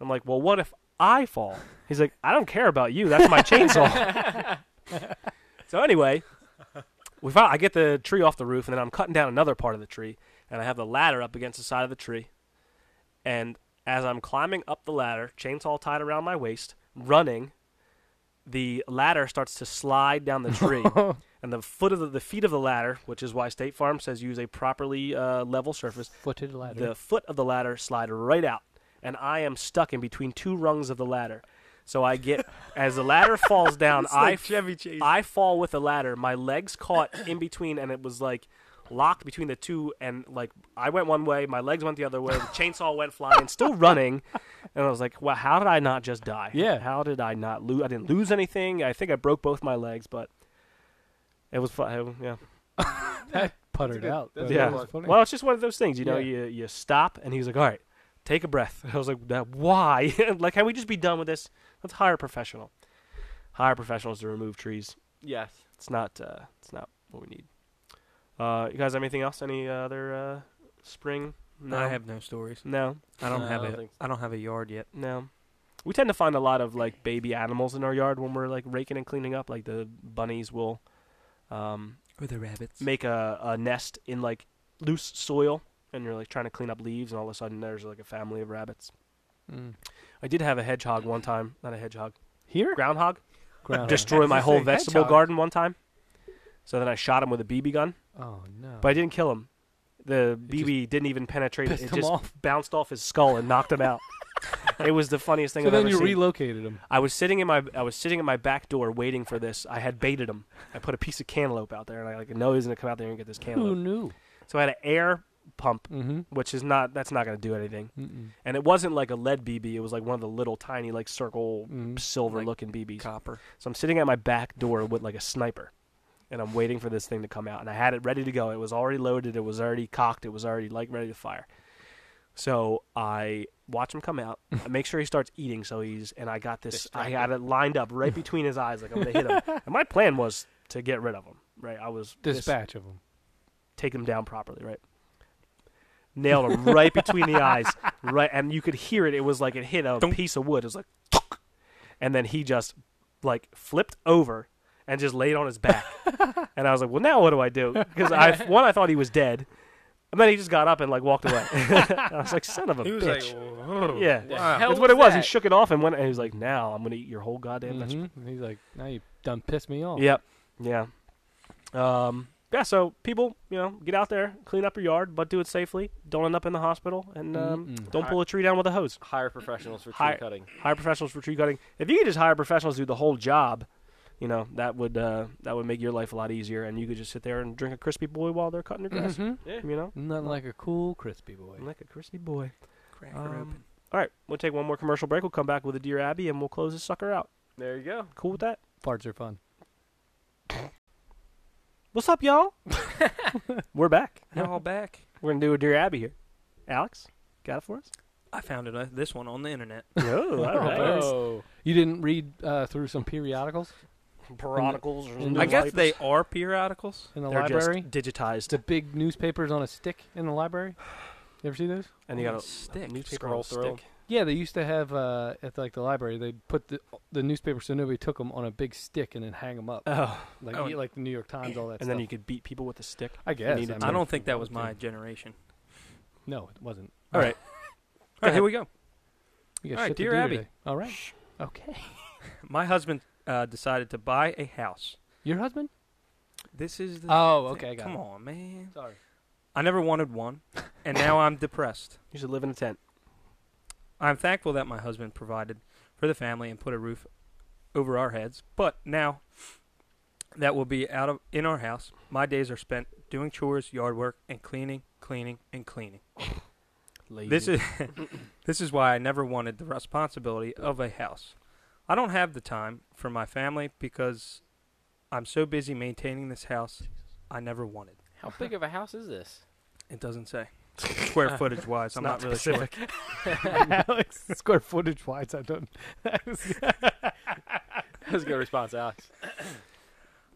Speaker 1: I'm like, "Well, what if I fall?" He's like, "I don't care about you. That's my chainsaw." So anyway, we found, I get the tree off the roof, and then I'm cutting down another part of the tree, and I have the ladder up against the side of the tree. And as I'm climbing up the ladder, chainsaw tied around my waist, running, the ladder starts to slide down the tree, and the foot of the, the feet of the ladder, which is why State Farm says use a properly uh, level surface,
Speaker 2: Footed ladder.
Speaker 1: the foot of the ladder slide right out, and I am stuck in between two rungs of the ladder. So I get as the ladder falls down, I
Speaker 4: like
Speaker 1: f-
Speaker 4: Chevy Chase.
Speaker 1: I fall with the ladder. My legs caught in between, and it was like locked between the two. And like I went one way, my legs went the other way. The chainsaw went flying, still running. And I was like, "Well, how did I not just die?
Speaker 2: Yeah.
Speaker 1: how did I not lose? I didn't lose anything. I think I broke both my legs, but." It was fun. Yeah,
Speaker 2: that puttered out.
Speaker 3: that's
Speaker 2: but
Speaker 1: yeah.
Speaker 2: that was funny.
Speaker 1: Well, it's just one of those things, you know. You
Speaker 2: Yeah.
Speaker 1: you stop, and he's like, "All right, take a breath." I was like, "That- "Why? like, can we just be done with this? Let's hire a professional. Hire professionals to remove trees.
Speaker 3: Yes.
Speaker 1: It's not. Uh, it's not what we need." Uh, you guys have anything else? Any other uh, spring? No.
Speaker 4: I have no stories.
Speaker 1: no,
Speaker 4: I don't
Speaker 3: No,
Speaker 4: have
Speaker 3: I don't
Speaker 4: a.
Speaker 3: think so.
Speaker 4: I don't have a yard yet.
Speaker 1: no. We tend to find a lot of like baby animals in our yard when we're like raking and cleaning up. Like the bunnies will um,
Speaker 4: Or the rabbits.
Speaker 1: make a, a nest in like loose soil and you're like trying to clean up leaves and all of a sudden there's like a family of rabbits.
Speaker 2: Mm.
Speaker 1: I did have a hedgehog one time, not a hedgehog,
Speaker 2: here,
Speaker 1: groundhog,
Speaker 2: ground.
Speaker 1: destroy my whole
Speaker 2: Say
Speaker 1: vegetable
Speaker 2: hedgehog.
Speaker 1: garden one time. So then I shot him with a BB gun,
Speaker 2: Oh no!
Speaker 1: but I didn't kill him. The
Speaker 2: just
Speaker 1: BB didn't even penetrate it.
Speaker 2: pissed
Speaker 1: It
Speaker 2: him
Speaker 1: just
Speaker 2: off.
Speaker 1: bounced off his skull and knocked him out. it was the funniest thing
Speaker 2: so
Speaker 1: I've
Speaker 2: then
Speaker 1: ever
Speaker 2: you
Speaker 1: seen.
Speaker 2: relocated him.
Speaker 1: I was sitting in my I was sitting at my back door waiting for this. I had baited him. I put a piece of cantaloupe out there and I like no he's gonna come out there and get this
Speaker 2: Who
Speaker 1: cantaloupe.
Speaker 2: knew?
Speaker 1: So I had an air pump
Speaker 2: Mm-hmm.
Speaker 1: which is not that's not going to do anything.
Speaker 2: Mm-mm.
Speaker 1: And it wasn't like a lead BB; it was like one of the little tiny, like circle,
Speaker 2: Mm.
Speaker 1: silver-looking BBs.
Speaker 4: copper.
Speaker 1: So I'm sitting at my back door with like a sniper, and I'm waiting for this thing to come out. And I had it ready to go. It was already loaded. It was already cocked. It was already like ready to fire. So I watch him come out. I make sure he starts eating. So he's and I got this. I had it lined up right between his eyes, like I'm gonna hit him. And my plan was to get rid of him. Right, I was this-
Speaker 2: Dispatch of him.
Speaker 1: take him down properly, right? Nailed him right between the eyes, right, and you could hear it. It was like it hit a
Speaker 4: Dunk.
Speaker 1: piece of wood. It was like, "Tuk." and then he just like flipped over and just laid on his back. and I was like, well, now what do I do? Because I one, I thought he was dead. And then he just got up and like walked away. I was like, son of a
Speaker 4: He was
Speaker 1: bitch.
Speaker 4: like,
Speaker 1: yeah.
Speaker 4: Wow.
Speaker 1: That's what it was. He shook it off and went and he was like, now I'm gonna eat your whole goddamn vegetable.
Speaker 2: Mhm. And He's like, now you done pissed me off.
Speaker 1: Yep. Yeah. Um, yeah. So people, you know, get out there, clean up your yard, but do it safely. Don't end up in the hospital, and um,
Speaker 2: Mm-mm.
Speaker 1: don't pull a tree down with a hose.
Speaker 3: Hire professionals for tree
Speaker 1: Hire-
Speaker 3: cutting.
Speaker 1: Hire professionals for tree cutting. If you could just hire professionals to do the whole job, you know that would uh, that would make your life a lot easier, and you could just sit there and drink a crispy boy while they're cutting your grass.
Speaker 2: Mhm.
Speaker 1: You know,
Speaker 2: Nothing like a cool crispy boy.
Speaker 1: Mm-hmm. like a crispy boy.
Speaker 4: Crack her
Speaker 1: Um, all right, we'll take one more commercial break. We'll come back with a Dear Abby, and we'll close this sucker out.
Speaker 3: There you go.
Speaker 1: Cool with that?
Speaker 2: Farts are fun.
Speaker 1: What's up, y'all? We're back.
Speaker 4: open. Y'all back.
Speaker 1: We're gonna do a Dear Abby here. Alex, got it for us?
Speaker 4: I found it, uh, this one on the internet.
Speaker 1: No, I
Speaker 2: Oh,
Speaker 1: don't know.
Speaker 2: thanks. You didn't read uh, through some periodicals
Speaker 1: Periodicals or
Speaker 2: I
Speaker 4: I
Speaker 2: News
Speaker 4: guess they are periodicals.
Speaker 2: in the
Speaker 1: they're
Speaker 2: library?
Speaker 1: just digitized.
Speaker 2: the big newspapers on a stick in the library. You ever see those?
Speaker 1: and you
Speaker 4: On a
Speaker 1: got a
Speaker 4: stick.
Speaker 1: Oh, newspaper
Speaker 3: Scroll
Speaker 1: on a
Speaker 3: through.
Speaker 1: stick.
Speaker 2: Yeah, they used to have uh, at like the library. They put the the newspaper so nobody took them on a big stick and then hang them up,
Speaker 1: Oh,
Speaker 2: like
Speaker 4: Oh,
Speaker 2: you- like the New York Times, all that.
Speaker 1: and
Speaker 2: stuff.
Speaker 1: then you could beat people with a stick.
Speaker 2: I guess.
Speaker 1: needed
Speaker 2: I
Speaker 1: to.
Speaker 4: I
Speaker 2: mean,
Speaker 4: don't think that was my generation.
Speaker 2: No, it wasn't.
Speaker 1: All right,
Speaker 4: All right, here we go.
Speaker 2: You got
Speaker 4: All right,
Speaker 2: shit to
Speaker 4: Dear
Speaker 2: do
Speaker 4: Abby.
Speaker 2: today. All right. Okay.
Speaker 4: My husband uh, decided to buy a house.
Speaker 2: Your husband?
Speaker 4: This is the
Speaker 2: Oh,
Speaker 4: thing.
Speaker 2: okay. I got
Speaker 4: Come
Speaker 2: it.
Speaker 4: on, man.
Speaker 2: Sorry.
Speaker 4: I never wanted one, and now I'm depressed.
Speaker 1: you should live in a tent.
Speaker 4: I'm thankful that my husband provided for the family and put a roof over our heads, but now that will be out of in our house. My days are spent doing chores, yard work, and cleaning, cleaning, and cleaning.
Speaker 1: Lazy.
Speaker 4: This is this is why I never wanted the responsibility of a house. I don't have the time for my family because I'm so busy maintaining this house I never wanted.
Speaker 3: How big of a house is this?
Speaker 4: It doesn't say square footage wise. I'm not, really sure.
Speaker 2: Alex, square footage wise, I don't.
Speaker 3: That was a good response, Alex.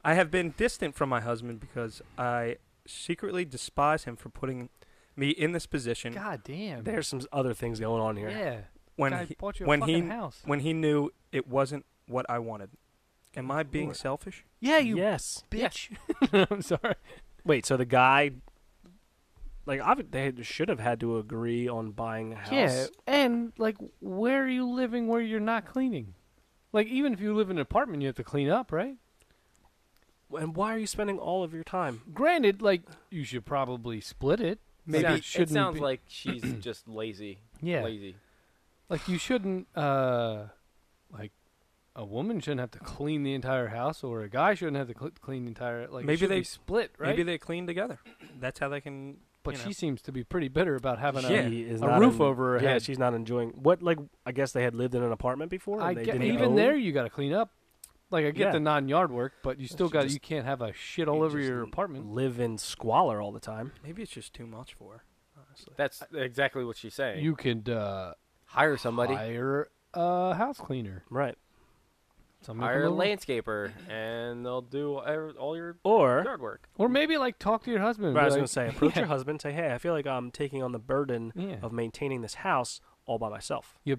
Speaker 4: I have been distant from my husband because I secretly despise him for putting me in this position
Speaker 2: God damn.
Speaker 1: There's some other things going on here.
Speaker 2: Yeah.
Speaker 4: when
Speaker 2: Guy
Speaker 4: he,
Speaker 2: bought you a
Speaker 4: when
Speaker 2: fucking
Speaker 4: he
Speaker 2: house.
Speaker 4: when he knew it wasn't what I wanted. Am I being
Speaker 1: Lord.
Speaker 4: selfish?
Speaker 2: Yeah, you
Speaker 1: Yes.
Speaker 2: bitch. I'm sorry.
Speaker 1: Wait. So the guy, like, I would- they should have had to agree on buying a house.
Speaker 2: Yeah, and like, where are you living where you're not cleaning? Like, even if you live in an apartment, you have to clean up, right?
Speaker 1: And why are you spending all of your time?
Speaker 2: Granted, like, you should probably split it. Maybe
Speaker 3: Sounds-
Speaker 2: it shouldn't.
Speaker 3: it sounds
Speaker 2: be-
Speaker 3: like she's just lazy.
Speaker 2: yeah,
Speaker 3: Lazy.
Speaker 2: like you shouldn't. uh Like, a woman shouldn't have to clean the entire house, or a guy shouldn't have to cl- clean the entire. Like, it
Speaker 4: Maybe
Speaker 2: should
Speaker 4: they-
Speaker 2: be split, right?
Speaker 4: Maybe they clean together. That's how they can.
Speaker 2: but
Speaker 4: you know.
Speaker 2: she seems to be pretty bitter about having
Speaker 1: she
Speaker 4: Yeah.
Speaker 2: a.
Speaker 1: is
Speaker 2: a
Speaker 1: not
Speaker 2: roof
Speaker 1: en-
Speaker 2: over her
Speaker 1: Yeah,
Speaker 2: head.
Speaker 1: she's not enjoying. What like? I guess they had lived in an apartment before. And
Speaker 2: I
Speaker 1: they
Speaker 2: get,
Speaker 1: didn't
Speaker 2: even
Speaker 1: own-
Speaker 2: there, you got to clean up. Like, I get
Speaker 1: Yeah.
Speaker 2: the non-yard work, but you still
Speaker 1: should
Speaker 2: got.
Speaker 1: just-
Speaker 2: You can't have a shit all
Speaker 1: you
Speaker 2: over
Speaker 1: just
Speaker 2: your
Speaker 1: l-
Speaker 2: apartment.
Speaker 1: live in squalor all the time.
Speaker 4: Maybe it's just too much for her. Honestly,
Speaker 3: That's exactly what she's saying.
Speaker 2: You could. uh
Speaker 3: hire somebody,
Speaker 2: Hire a house cleaner.
Speaker 1: Right.
Speaker 2: Somebody
Speaker 3: hire
Speaker 2: come
Speaker 3: a
Speaker 2: over.
Speaker 3: landscaper, and they'll do all all your
Speaker 1: Or
Speaker 3: yard work.
Speaker 2: Or maybe like talk to your husband. and
Speaker 1: Right, I was
Speaker 2: be
Speaker 1: gonna
Speaker 2: like,
Speaker 1: say, approach your husband, say, "Hey, I feel like I'm taking on the burden
Speaker 2: Yeah.
Speaker 1: of maintaining this house all by myself.
Speaker 2: You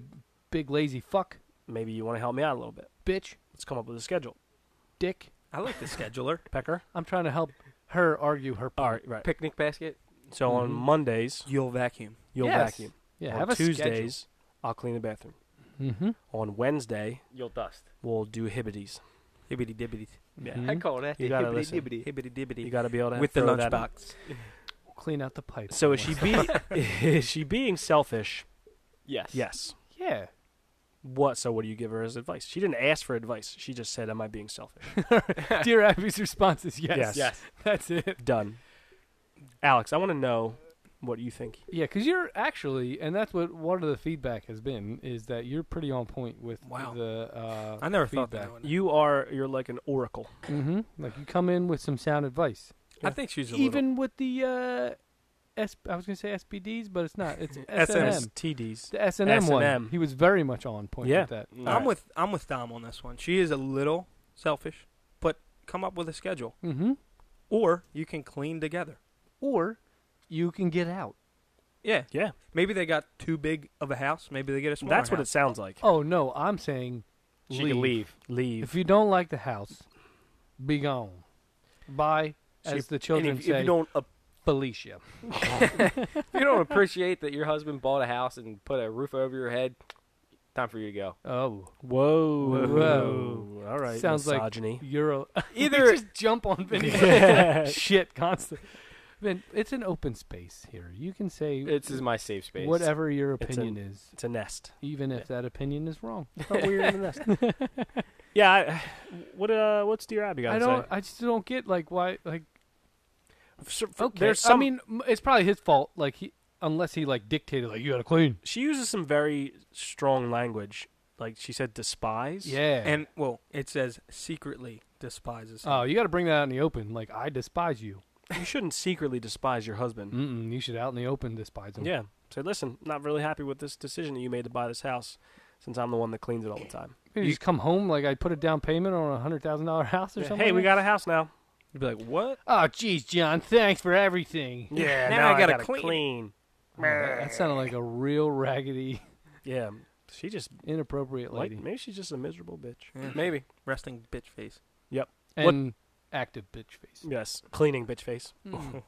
Speaker 2: big lazy fuck,
Speaker 1: Maybe you want to help me out a little bit.
Speaker 2: bitch,
Speaker 1: Let's come up with a schedule."
Speaker 2: dick.
Speaker 4: I like the scheduler.
Speaker 1: Pecker.
Speaker 2: I'm trying to help her argue her point.
Speaker 1: All right, right.
Speaker 3: Picnic basket.
Speaker 1: So on
Speaker 2: Mhm.
Speaker 1: Mondays
Speaker 4: You'll vacuum.
Speaker 1: you'll
Speaker 2: Yes.
Speaker 1: vacuum.
Speaker 2: Yeah,
Speaker 1: on
Speaker 2: have a
Speaker 1: Tuesdays I'll clean the bathroom.
Speaker 2: Mm-hmm.
Speaker 1: On Wednesday
Speaker 3: You'll dust.
Speaker 1: we'll do hibbities.
Speaker 4: Hibbity dibbity.
Speaker 1: Yeah.
Speaker 2: Mhm. I
Speaker 3: call that
Speaker 1: You the gotta hibbity listen.
Speaker 4: Hibbity
Speaker 1: You
Speaker 4: dibbity.
Speaker 1: got to be able to
Speaker 4: With the
Speaker 1: throw that in.
Speaker 4: lunchbox.
Speaker 2: Clean out the pipe.
Speaker 1: So is she be is she being selfish?
Speaker 3: Yes.
Speaker 1: Yes.
Speaker 2: Yeah.
Speaker 1: What? So what do you give her as advice? She didn't ask for advice. She just said, "Am I being selfish?"
Speaker 2: Dear Abby's response is
Speaker 1: Yes.
Speaker 2: yes.
Speaker 3: Yes.
Speaker 2: That's it.
Speaker 1: Done. Alex, I want to know what you think.
Speaker 2: Yeah, because you're actually, and that's what one of the feedback has been is that you're pretty on point with
Speaker 4: Wow.
Speaker 2: the. Uh,
Speaker 4: I never thought
Speaker 2: feedback.
Speaker 4: that. one.
Speaker 1: You are you're like an oracle.
Speaker 2: Mm-hmm. Like you come in with some sound advice.
Speaker 4: I think she's a little.
Speaker 2: even with the uh, S- I was gonna say SPDs, but it's not. It's SNM.
Speaker 1: SMTDs.
Speaker 2: The S and M one.
Speaker 1: S&M.
Speaker 2: He was very much on point
Speaker 1: Yeah.
Speaker 2: with that.
Speaker 3: Mm.
Speaker 4: I'm with I'm with Dom on this one. She is a little selfish, but come up with a schedule,
Speaker 2: Mm-hmm.
Speaker 4: or you can clean together.
Speaker 2: Or you can get out.
Speaker 4: Yeah,
Speaker 1: Yeah,
Speaker 4: maybe they got too big of a house. Maybe they get a smaller.
Speaker 1: that's what it
Speaker 4: house.
Speaker 1: sounds like.
Speaker 2: Oh no, I'm saying
Speaker 3: She
Speaker 2: leave.
Speaker 3: can leave.
Speaker 1: Leave.
Speaker 2: If you don't like the house, be gone. Bye, as the children
Speaker 1: if,
Speaker 2: say.
Speaker 1: you don't
Speaker 2: Felicia.
Speaker 3: If you don't appreciate that your husband bought a house and put a roof over your head, time for you to go.
Speaker 2: Oh,
Speaker 1: Whoa,
Speaker 2: Whoa.
Speaker 1: whoa. All right.
Speaker 2: Sounds like-
Speaker 1: misogyny.
Speaker 2: Euro.
Speaker 3: Either-
Speaker 2: just jump on Vin. shit constantly. Vin, it's an open space here. You can say
Speaker 3: This is my safe space.
Speaker 2: whatever your
Speaker 1: It's
Speaker 2: opinion is,
Speaker 1: It's a nest.
Speaker 2: even if that opinion is wrong.
Speaker 1: But we're in the nest. yeah. I, what uh? What's Dear Abby got
Speaker 2: I
Speaker 1: to
Speaker 2: don't.
Speaker 1: say?
Speaker 2: I just don't get like why like
Speaker 1: So, f-
Speaker 2: okay.
Speaker 1: There's some,
Speaker 2: I mean, m- it's probably his fault. Like he, unless he like dictated like you gotta clean.
Speaker 1: she uses some very strong language. Like she said, despise.
Speaker 2: Yeah.
Speaker 4: And well, it says secretly despises. him.
Speaker 2: oh, you gotta bring that out in the open. Like I despise you.
Speaker 1: You shouldn't secretly despise your husband.
Speaker 2: Mm-mm, you should out in the open despise him.
Speaker 1: Yeah. Say, listen, not really happy with this decision that you made to buy this house, since I'm the one that cleans it all the time.
Speaker 2: Maybe
Speaker 4: You-
Speaker 2: just come home like I put a down payment on a hundred thousand dollar house or
Speaker 1: Yeah,
Speaker 2: something.
Speaker 1: hey, we
Speaker 2: like that.
Speaker 1: got a house now.
Speaker 4: You'd be like, what?
Speaker 2: Oh, geez, John, thanks for everything.
Speaker 1: Yeah.
Speaker 4: Now I gotta clean.
Speaker 2: Oh, that, that sounded like a real raggedy,
Speaker 1: Yeah. She just
Speaker 2: inappropriate
Speaker 1: like
Speaker 2: lady
Speaker 1: maybe she's just a miserable bitch.
Speaker 4: Yeah.
Speaker 3: Maybe.
Speaker 4: Resting bitch face.
Speaker 1: what-
Speaker 2: and active bitch face.
Speaker 1: Yes. Cleaning bitch face.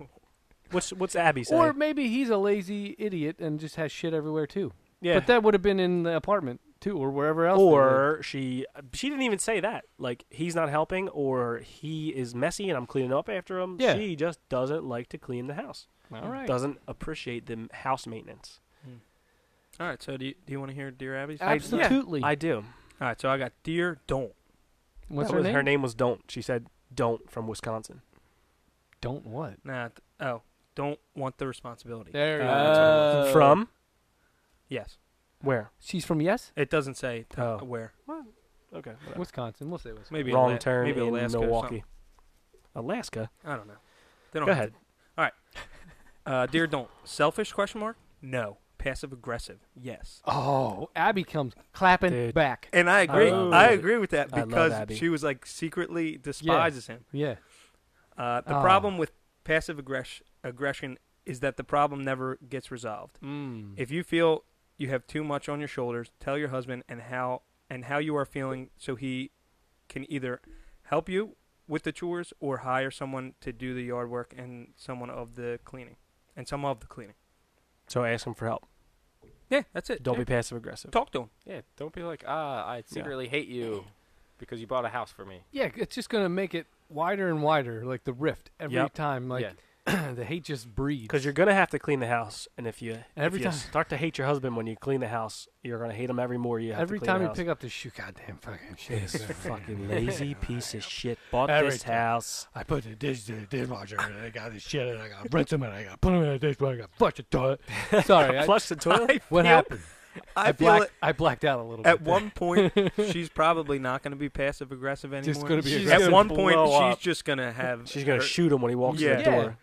Speaker 1: What's what's Abby saying?
Speaker 2: Or maybe he's a lazy idiot and just has shit everywhere too.
Speaker 1: yeah.
Speaker 2: But that would have been in the apartment too, or wherever else. they lived.
Speaker 1: or she she didn't even say that. Like he's not helping or he is messy and I'm cleaning up after him.
Speaker 2: Yeah.
Speaker 1: She just doesn't like to clean the house.
Speaker 2: all right.
Speaker 1: Doesn't appreciate the house maintenance.
Speaker 4: All right. So do you, do you want to hear Dear Abby's?
Speaker 2: Absolutely.
Speaker 1: I do.
Speaker 4: All right. So I got Dear Don't.
Speaker 2: What's
Speaker 1: That
Speaker 2: her
Speaker 1: was-
Speaker 2: name?
Speaker 1: her name was Don't. She said Don't from Wisconsin.
Speaker 2: Don't what?
Speaker 1: Uh,
Speaker 4: Nah. th- oh, don't want the responsibility.
Speaker 2: There you go.
Speaker 3: Uh,
Speaker 1: from
Speaker 4: Yes.
Speaker 1: where?
Speaker 2: She's from Yes,
Speaker 4: It doesn't say t- uh,
Speaker 1: Oh.
Speaker 4: where.
Speaker 1: Okay. whatever.
Speaker 2: Wisconsin. We'll say Wisconsin.
Speaker 4: Maybe
Speaker 1: Wrong
Speaker 4: Ala-
Speaker 1: turn
Speaker 4: Maybe
Speaker 1: in
Speaker 4: Alaska or
Speaker 1: Milwaukee. Alaska.
Speaker 4: something. I don't know. They don't
Speaker 1: Go
Speaker 4: have
Speaker 1: ahead.
Speaker 4: to- Uh, Dear Don't. Selfish? Question mark. No. Passive aggressive. Yes.
Speaker 2: Oh, Abby comes clapping
Speaker 1: Dude.
Speaker 2: back.
Speaker 4: And I agree.
Speaker 1: love
Speaker 4: I
Speaker 1: it.
Speaker 4: agree with that
Speaker 1: I love
Speaker 4: because
Speaker 1: Abby.
Speaker 4: she was like secretly despises him.
Speaker 2: Yeah.
Speaker 4: Uh, the
Speaker 2: Oh.
Speaker 4: problem with passive aggress- aggression is that the problem never gets resolved.
Speaker 2: Mm.
Speaker 4: If you feel you have too much on your shoulders, tell your husband and how and how you are feeling so he can either help you with the chores or hire someone to do the yard work and someone of the cleaning and some of the cleaning.
Speaker 1: So ask him for help.
Speaker 4: Yeah, that's it.
Speaker 1: Don't be
Speaker 4: Yeah.
Speaker 1: passive aggressive.
Speaker 4: talk to him.
Speaker 3: Yeah, don't be like, ah, I secretly hate you because you bought a house for me.
Speaker 2: Yeah, it's just gonna make it wider and wider, like the rift every
Speaker 1: Yep.
Speaker 2: time. Like
Speaker 3: yeah.
Speaker 2: the hate just breeds.
Speaker 1: Because you're gonna have to clean the house, and if you
Speaker 2: Every
Speaker 1: if you
Speaker 2: time.
Speaker 1: start to hate your husband when you clean the house, you're gonna hate him every more you have
Speaker 2: every
Speaker 1: to clean
Speaker 2: time
Speaker 1: the
Speaker 2: you
Speaker 1: house.
Speaker 2: pick up the shoe, goddamn fucking shit.
Speaker 1: this fucking lazy piece of shit bought
Speaker 2: Every
Speaker 1: this
Speaker 2: time.
Speaker 1: house.
Speaker 2: I put the dish in the dishwasher, and I got this shit, and I got to rinse them, and I got to put them in the dishwasher, I got to flush the toilet. Sorry, I,
Speaker 1: Flush the toilet.
Speaker 2: what
Speaker 4: feel-
Speaker 2: happened?
Speaker 4: I,
Speaker 2: I
Speaker 4: feel
Speaker 2: blacked,
Speaker 4: it-
Speaker 2: I blacked out a little
Speaker 4: at
Speaker 2: bit.
Speaker 4: one point she's probably not going to be passive aggressive anymore.
Speaker 2: Just gonna be She's aggressive.
Speaker 4: at
Speaker 1: gonna
Speaker 4: one point
Speaker 1: blow
Speaker 4: she's
Speaker 1: up.
Speaker 4: just going to have
Speaker 1: She's gonna
Speaker 4: her-
Speaker 1: shoot him when he walks in
Speaker 4: Yeah.
Speaker 1: the
Speaker 2: Yeah.
Speaker 1: door.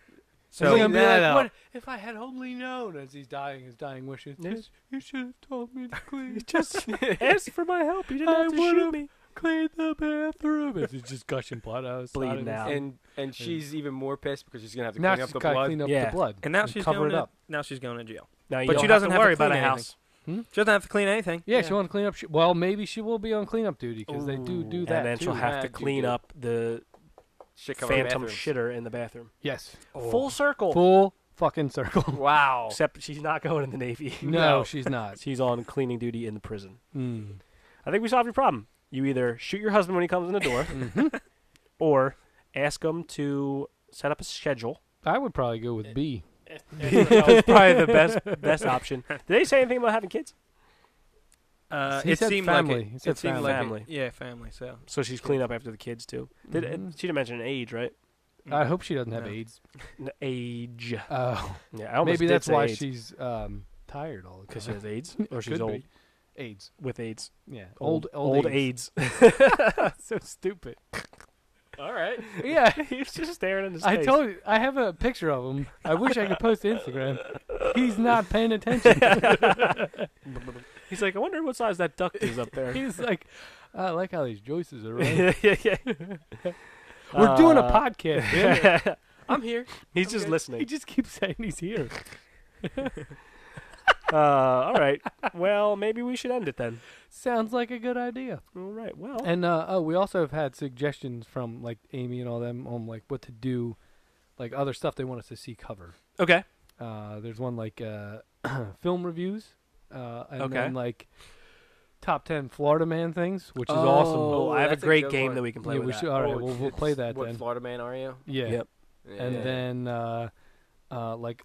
Speaker 2: So
Speaker 4: So
Speaker 2: that like, what if I had only known as he's dying his dying wishes?
Speaker 1: Yeah.
Speaker 2: "Yes, You should have told me to clean,
Speaker 1: Just ask for my help. You didn't
Speaker 2: I
Speaker 1: have to
Speaker 2: would've-
Speaker 1: shoot me.
Speaker 2: clean the bathroom. It's just gushing blood out. of his
Speaker 1: Bleeding
Speaker 2: side of his-
Speaker 1: out.
Speaker 3: And and she's even more pissed because she's gonna have to
Speaker 2: Um, Now
Speaker 3: clean up
Speaker 2: she's
Speaker 3: the
Speaker 2: got to
Speaker 3: blood.
Speaker 2: clean up
Speaker 1: Yeah.
Speaker 2: the blood.
Speaker 4: and now she's
Speaker 2: cover
Speaker 4: going
Speaker 2: it
Speaker 4: to,
Speaker 2: up.
Speaker 4: now she's going to jail.
Speaker 1: Now you
Speaker 4: But
Speaker 1: don't
Speaker 4: she doesn't
Speaker 1: have
Speaker 4: have
Speaker 1: to
Speaker 4: to
Speaker 1: worry about
Speaker 4: clean
Speaker 1: a
Speaker 4: anything.
Speaker 1: house.
Speaker 4: She doesn't have to clean anything.
Speaker 2: Yeah, she want to clean up. shit. Well, maybe she will be on cleanup duty because they do do that.
Speaker 1: and then
Speaker 2: too.
Speaker 1: she'll have
Speaker 3: Yeah,
Speaker 1: to
Speaker 3: you
Speaker 1: clean
Speaker 3: do.
Speaker 1: up the
Speaker 3: Shit covered
Speaker 1: phantom
Speaker 3: bathrooms.
Speaker 1: shitter in the bathroom.
Speaker 2: yes,
Speaker 1: Full circle.
Speaker 2: full fucking circle.
Speaker 3: Wow.
Speaker 1: Except she's not going in the Navy.
Speaker 2: No, she's not.
Speaker 1: She's on cleaning duty in the prison.
Speaker 2: Mm.
Speaker 1: I think we solved your problem. You either shoot your husband when he comes in the door, or ask him to set up a schedule.
Speaker 2: I would probably go with B.
Speaker 1: That's probably the best best option. Did they say anything about having kids?
Speaker 4: Uh,
Speaker 2: He
Speaker 4: it
Speaker 2: said
Speaker 4: seemed
Speaker 2: family.
Speaker 4: like
Speaker 2: He
Speaker 4: it,
Speaker 2: said
Speaker 4: it seemed
Speaker 2: family.
Speaker 4: like it-
Speaker 1: Family.
Speaker 4: yeah, family. So
Speaker 1: So she's cleaning up after the kids too. Did
Speaker 2: Mhm.
Speaker 1: she didn't mention an age, right?
Speaker 2: I hope she doesn't have
Speaker 4: Mm. No.
Speaker 2: AIDS.
Speaker 1: N- Age.
Speaker 2: Oh,
Speaker 1: Yeah, I almost
Speaker 2: maybe
Speaker 1: did
Speaker 2: that's
Speaker 1: say
Speaker 2: why
Speaker 1: AIDS,
Speaker 2: she's um, tired all the
Speaker 1: because she
Speaker 2: time.
Speaker 1: has AIDS or she's
Speaker 2: Could
Speaker 1: old
Speaker 2: be. AIDS.
Speaker 1: with AIDS.
Speaker 2: Yeah, old
Speaker 1: old,
Speaker 2: AIDS.
Speaker 1: AIDS.
Speaker 2: so stupid.
Speaker 1: All right.
Speaker 2: Yeah,
Speaker 1: He was just staring in his
Speaker 2: I
Speaker 1: face.
Speaker 2: told you. I have a picture of him. I wish I could post to Instagram. He's not paying attention.
Speaker 1: He's like, I wonder what size that duck is up there.
Speaker 2: He's like, I like how these Joyces are. Running.
Speaker 1: yeah, yeah, yeah.
Speaker 2: We're doing a
Speaker 1: Uh,
Speaker 2: podcast. damn it.
Speaker 3: I'm here.
Speaker 1: He's just
Speaker 2: Okay. He
Speaker 1: listening.
Speaker 2: just keeps saying he's here.
Speaker 1: Uh, all right. Well, maybe we should end it then.
Speaker 2: Sounds like a good idea. oh,
Speaker 1: All right. Well,
Speaker 2: And uh, oh, we also have had suggestions from like Amy and all them on like what to do like other stuff they want us to see covered.
Speaker 1: Okay.
Speaker 2: Uh, there's one like uh, film reviews, uh, and
Speaker 1: Okay.
Speaker 2: then like top ten Florida Man things, which is awesome.
Speaker 1: Oh, I have a
Speaker 3: that's a
Speaker 1: great
Speaker 3: good
Speaker 1: game
Speaker 3: one.
Speaker 1: that we can play
Speaker 2: yeah,
Speaker 1: with.
Speaker 2: we
Speaker 1: that.
Speaker 2: should. All right,
Speaker 3: Oh,
Speaker 2: we'll, we'll
Speaker 3: it's-
Speaker 2: play that
Speaker 3: what
Speaker 2: then.
Speaker 3: Florida man are you?
Speaker 2: yeah.
Speaker 1: Yep.
Speaker 2: And
Speaker 3: Yeah.
Speaker 2: then uh, uh, like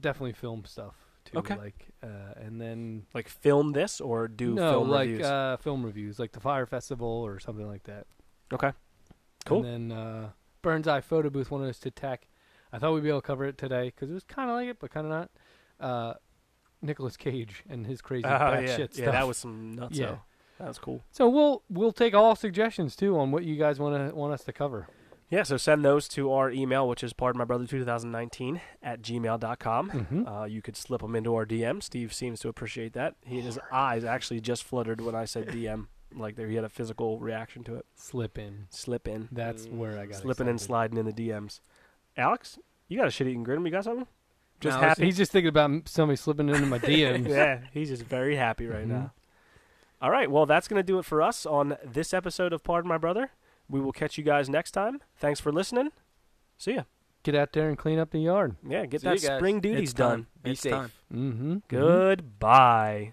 Speaker 2: definitely film stuff too.
Speaker 1: Okay.
Speaker 2: Like uh, and then
Speaker 1: Like film this or do
Speaker 2: no,
Speaker 1: film
Speaker 2: like
Speaker 1: reviews.
Speaker 2: uh, film reviews, like the Fire Festival or something like that.
Speaker 1: okay. Cool.
Speaker 2: And then uh, Burns Eye Photo Booth wanted us to tack. I thought we'd be able to cover it today because it was kind of like it, but kind of not. Uh, Nicholas Cage and his crazy
Speaker 1: Oh,
Speaker 2: batshit
Speaker 1: yeah.
Speaker 2: shit
Speaker 1: yeah,
Speaker 2: stuff.
Speaker 1: that was some nuts.
Speaker 2: Yeah.
Speaker 1: though. That was cool.
Speaker 2: So we'll we'll take all suggestions too on what you guys want to want us to cover.
Speaker 1: Yeah, so send those to our email, which is pardon my brother 2019 at gmail.com.
Speaker 2: Mm-hmm.
Speaker 1: Uh, you could slip them into our DM. Steve seems to appreciate that. He, his eyes actually just fluttered when I said DM. Like there, he had a physical reaction to it.
Speaker 2: Slip in.
Speaker 1: Slip in,
Speaker 2: That's where I got
Speaker 1: mm, slipping and
Speaker 2: excited.
Speaker 1: sliding in the DMs. Alex, you got a shit eating grin. You got something? Just
Speaker 4: No, it's-
Speaker 1: happy.
Speaker 2: He's just thinking about m- somebody slipping into my DMs.
Speaker 1: yeah, he's just very happy right
Speaker 2: Mhm.
Speaker 1: now. All right, well, that's going to do it for us on this episode of Pardon My Brother. We will catch you guys next time. Thanks for listening. See ya.
Speaker 2: Get out there and clean up the yard.
Speaker 1: Yeah, get
Speaker 3: See
Speaker 1: that
Speaker 3: you guys.
Speaker 1: spring duties
Speaker 4: It's
Speaker 1: done.
Speaker 4: time.
Speaker 3: Be
Speaker 4: It's
Speaker 3: safe.
Speaker 4: time.
Speaker 2: Mm-hmm.
Speaker 1: Goodbye.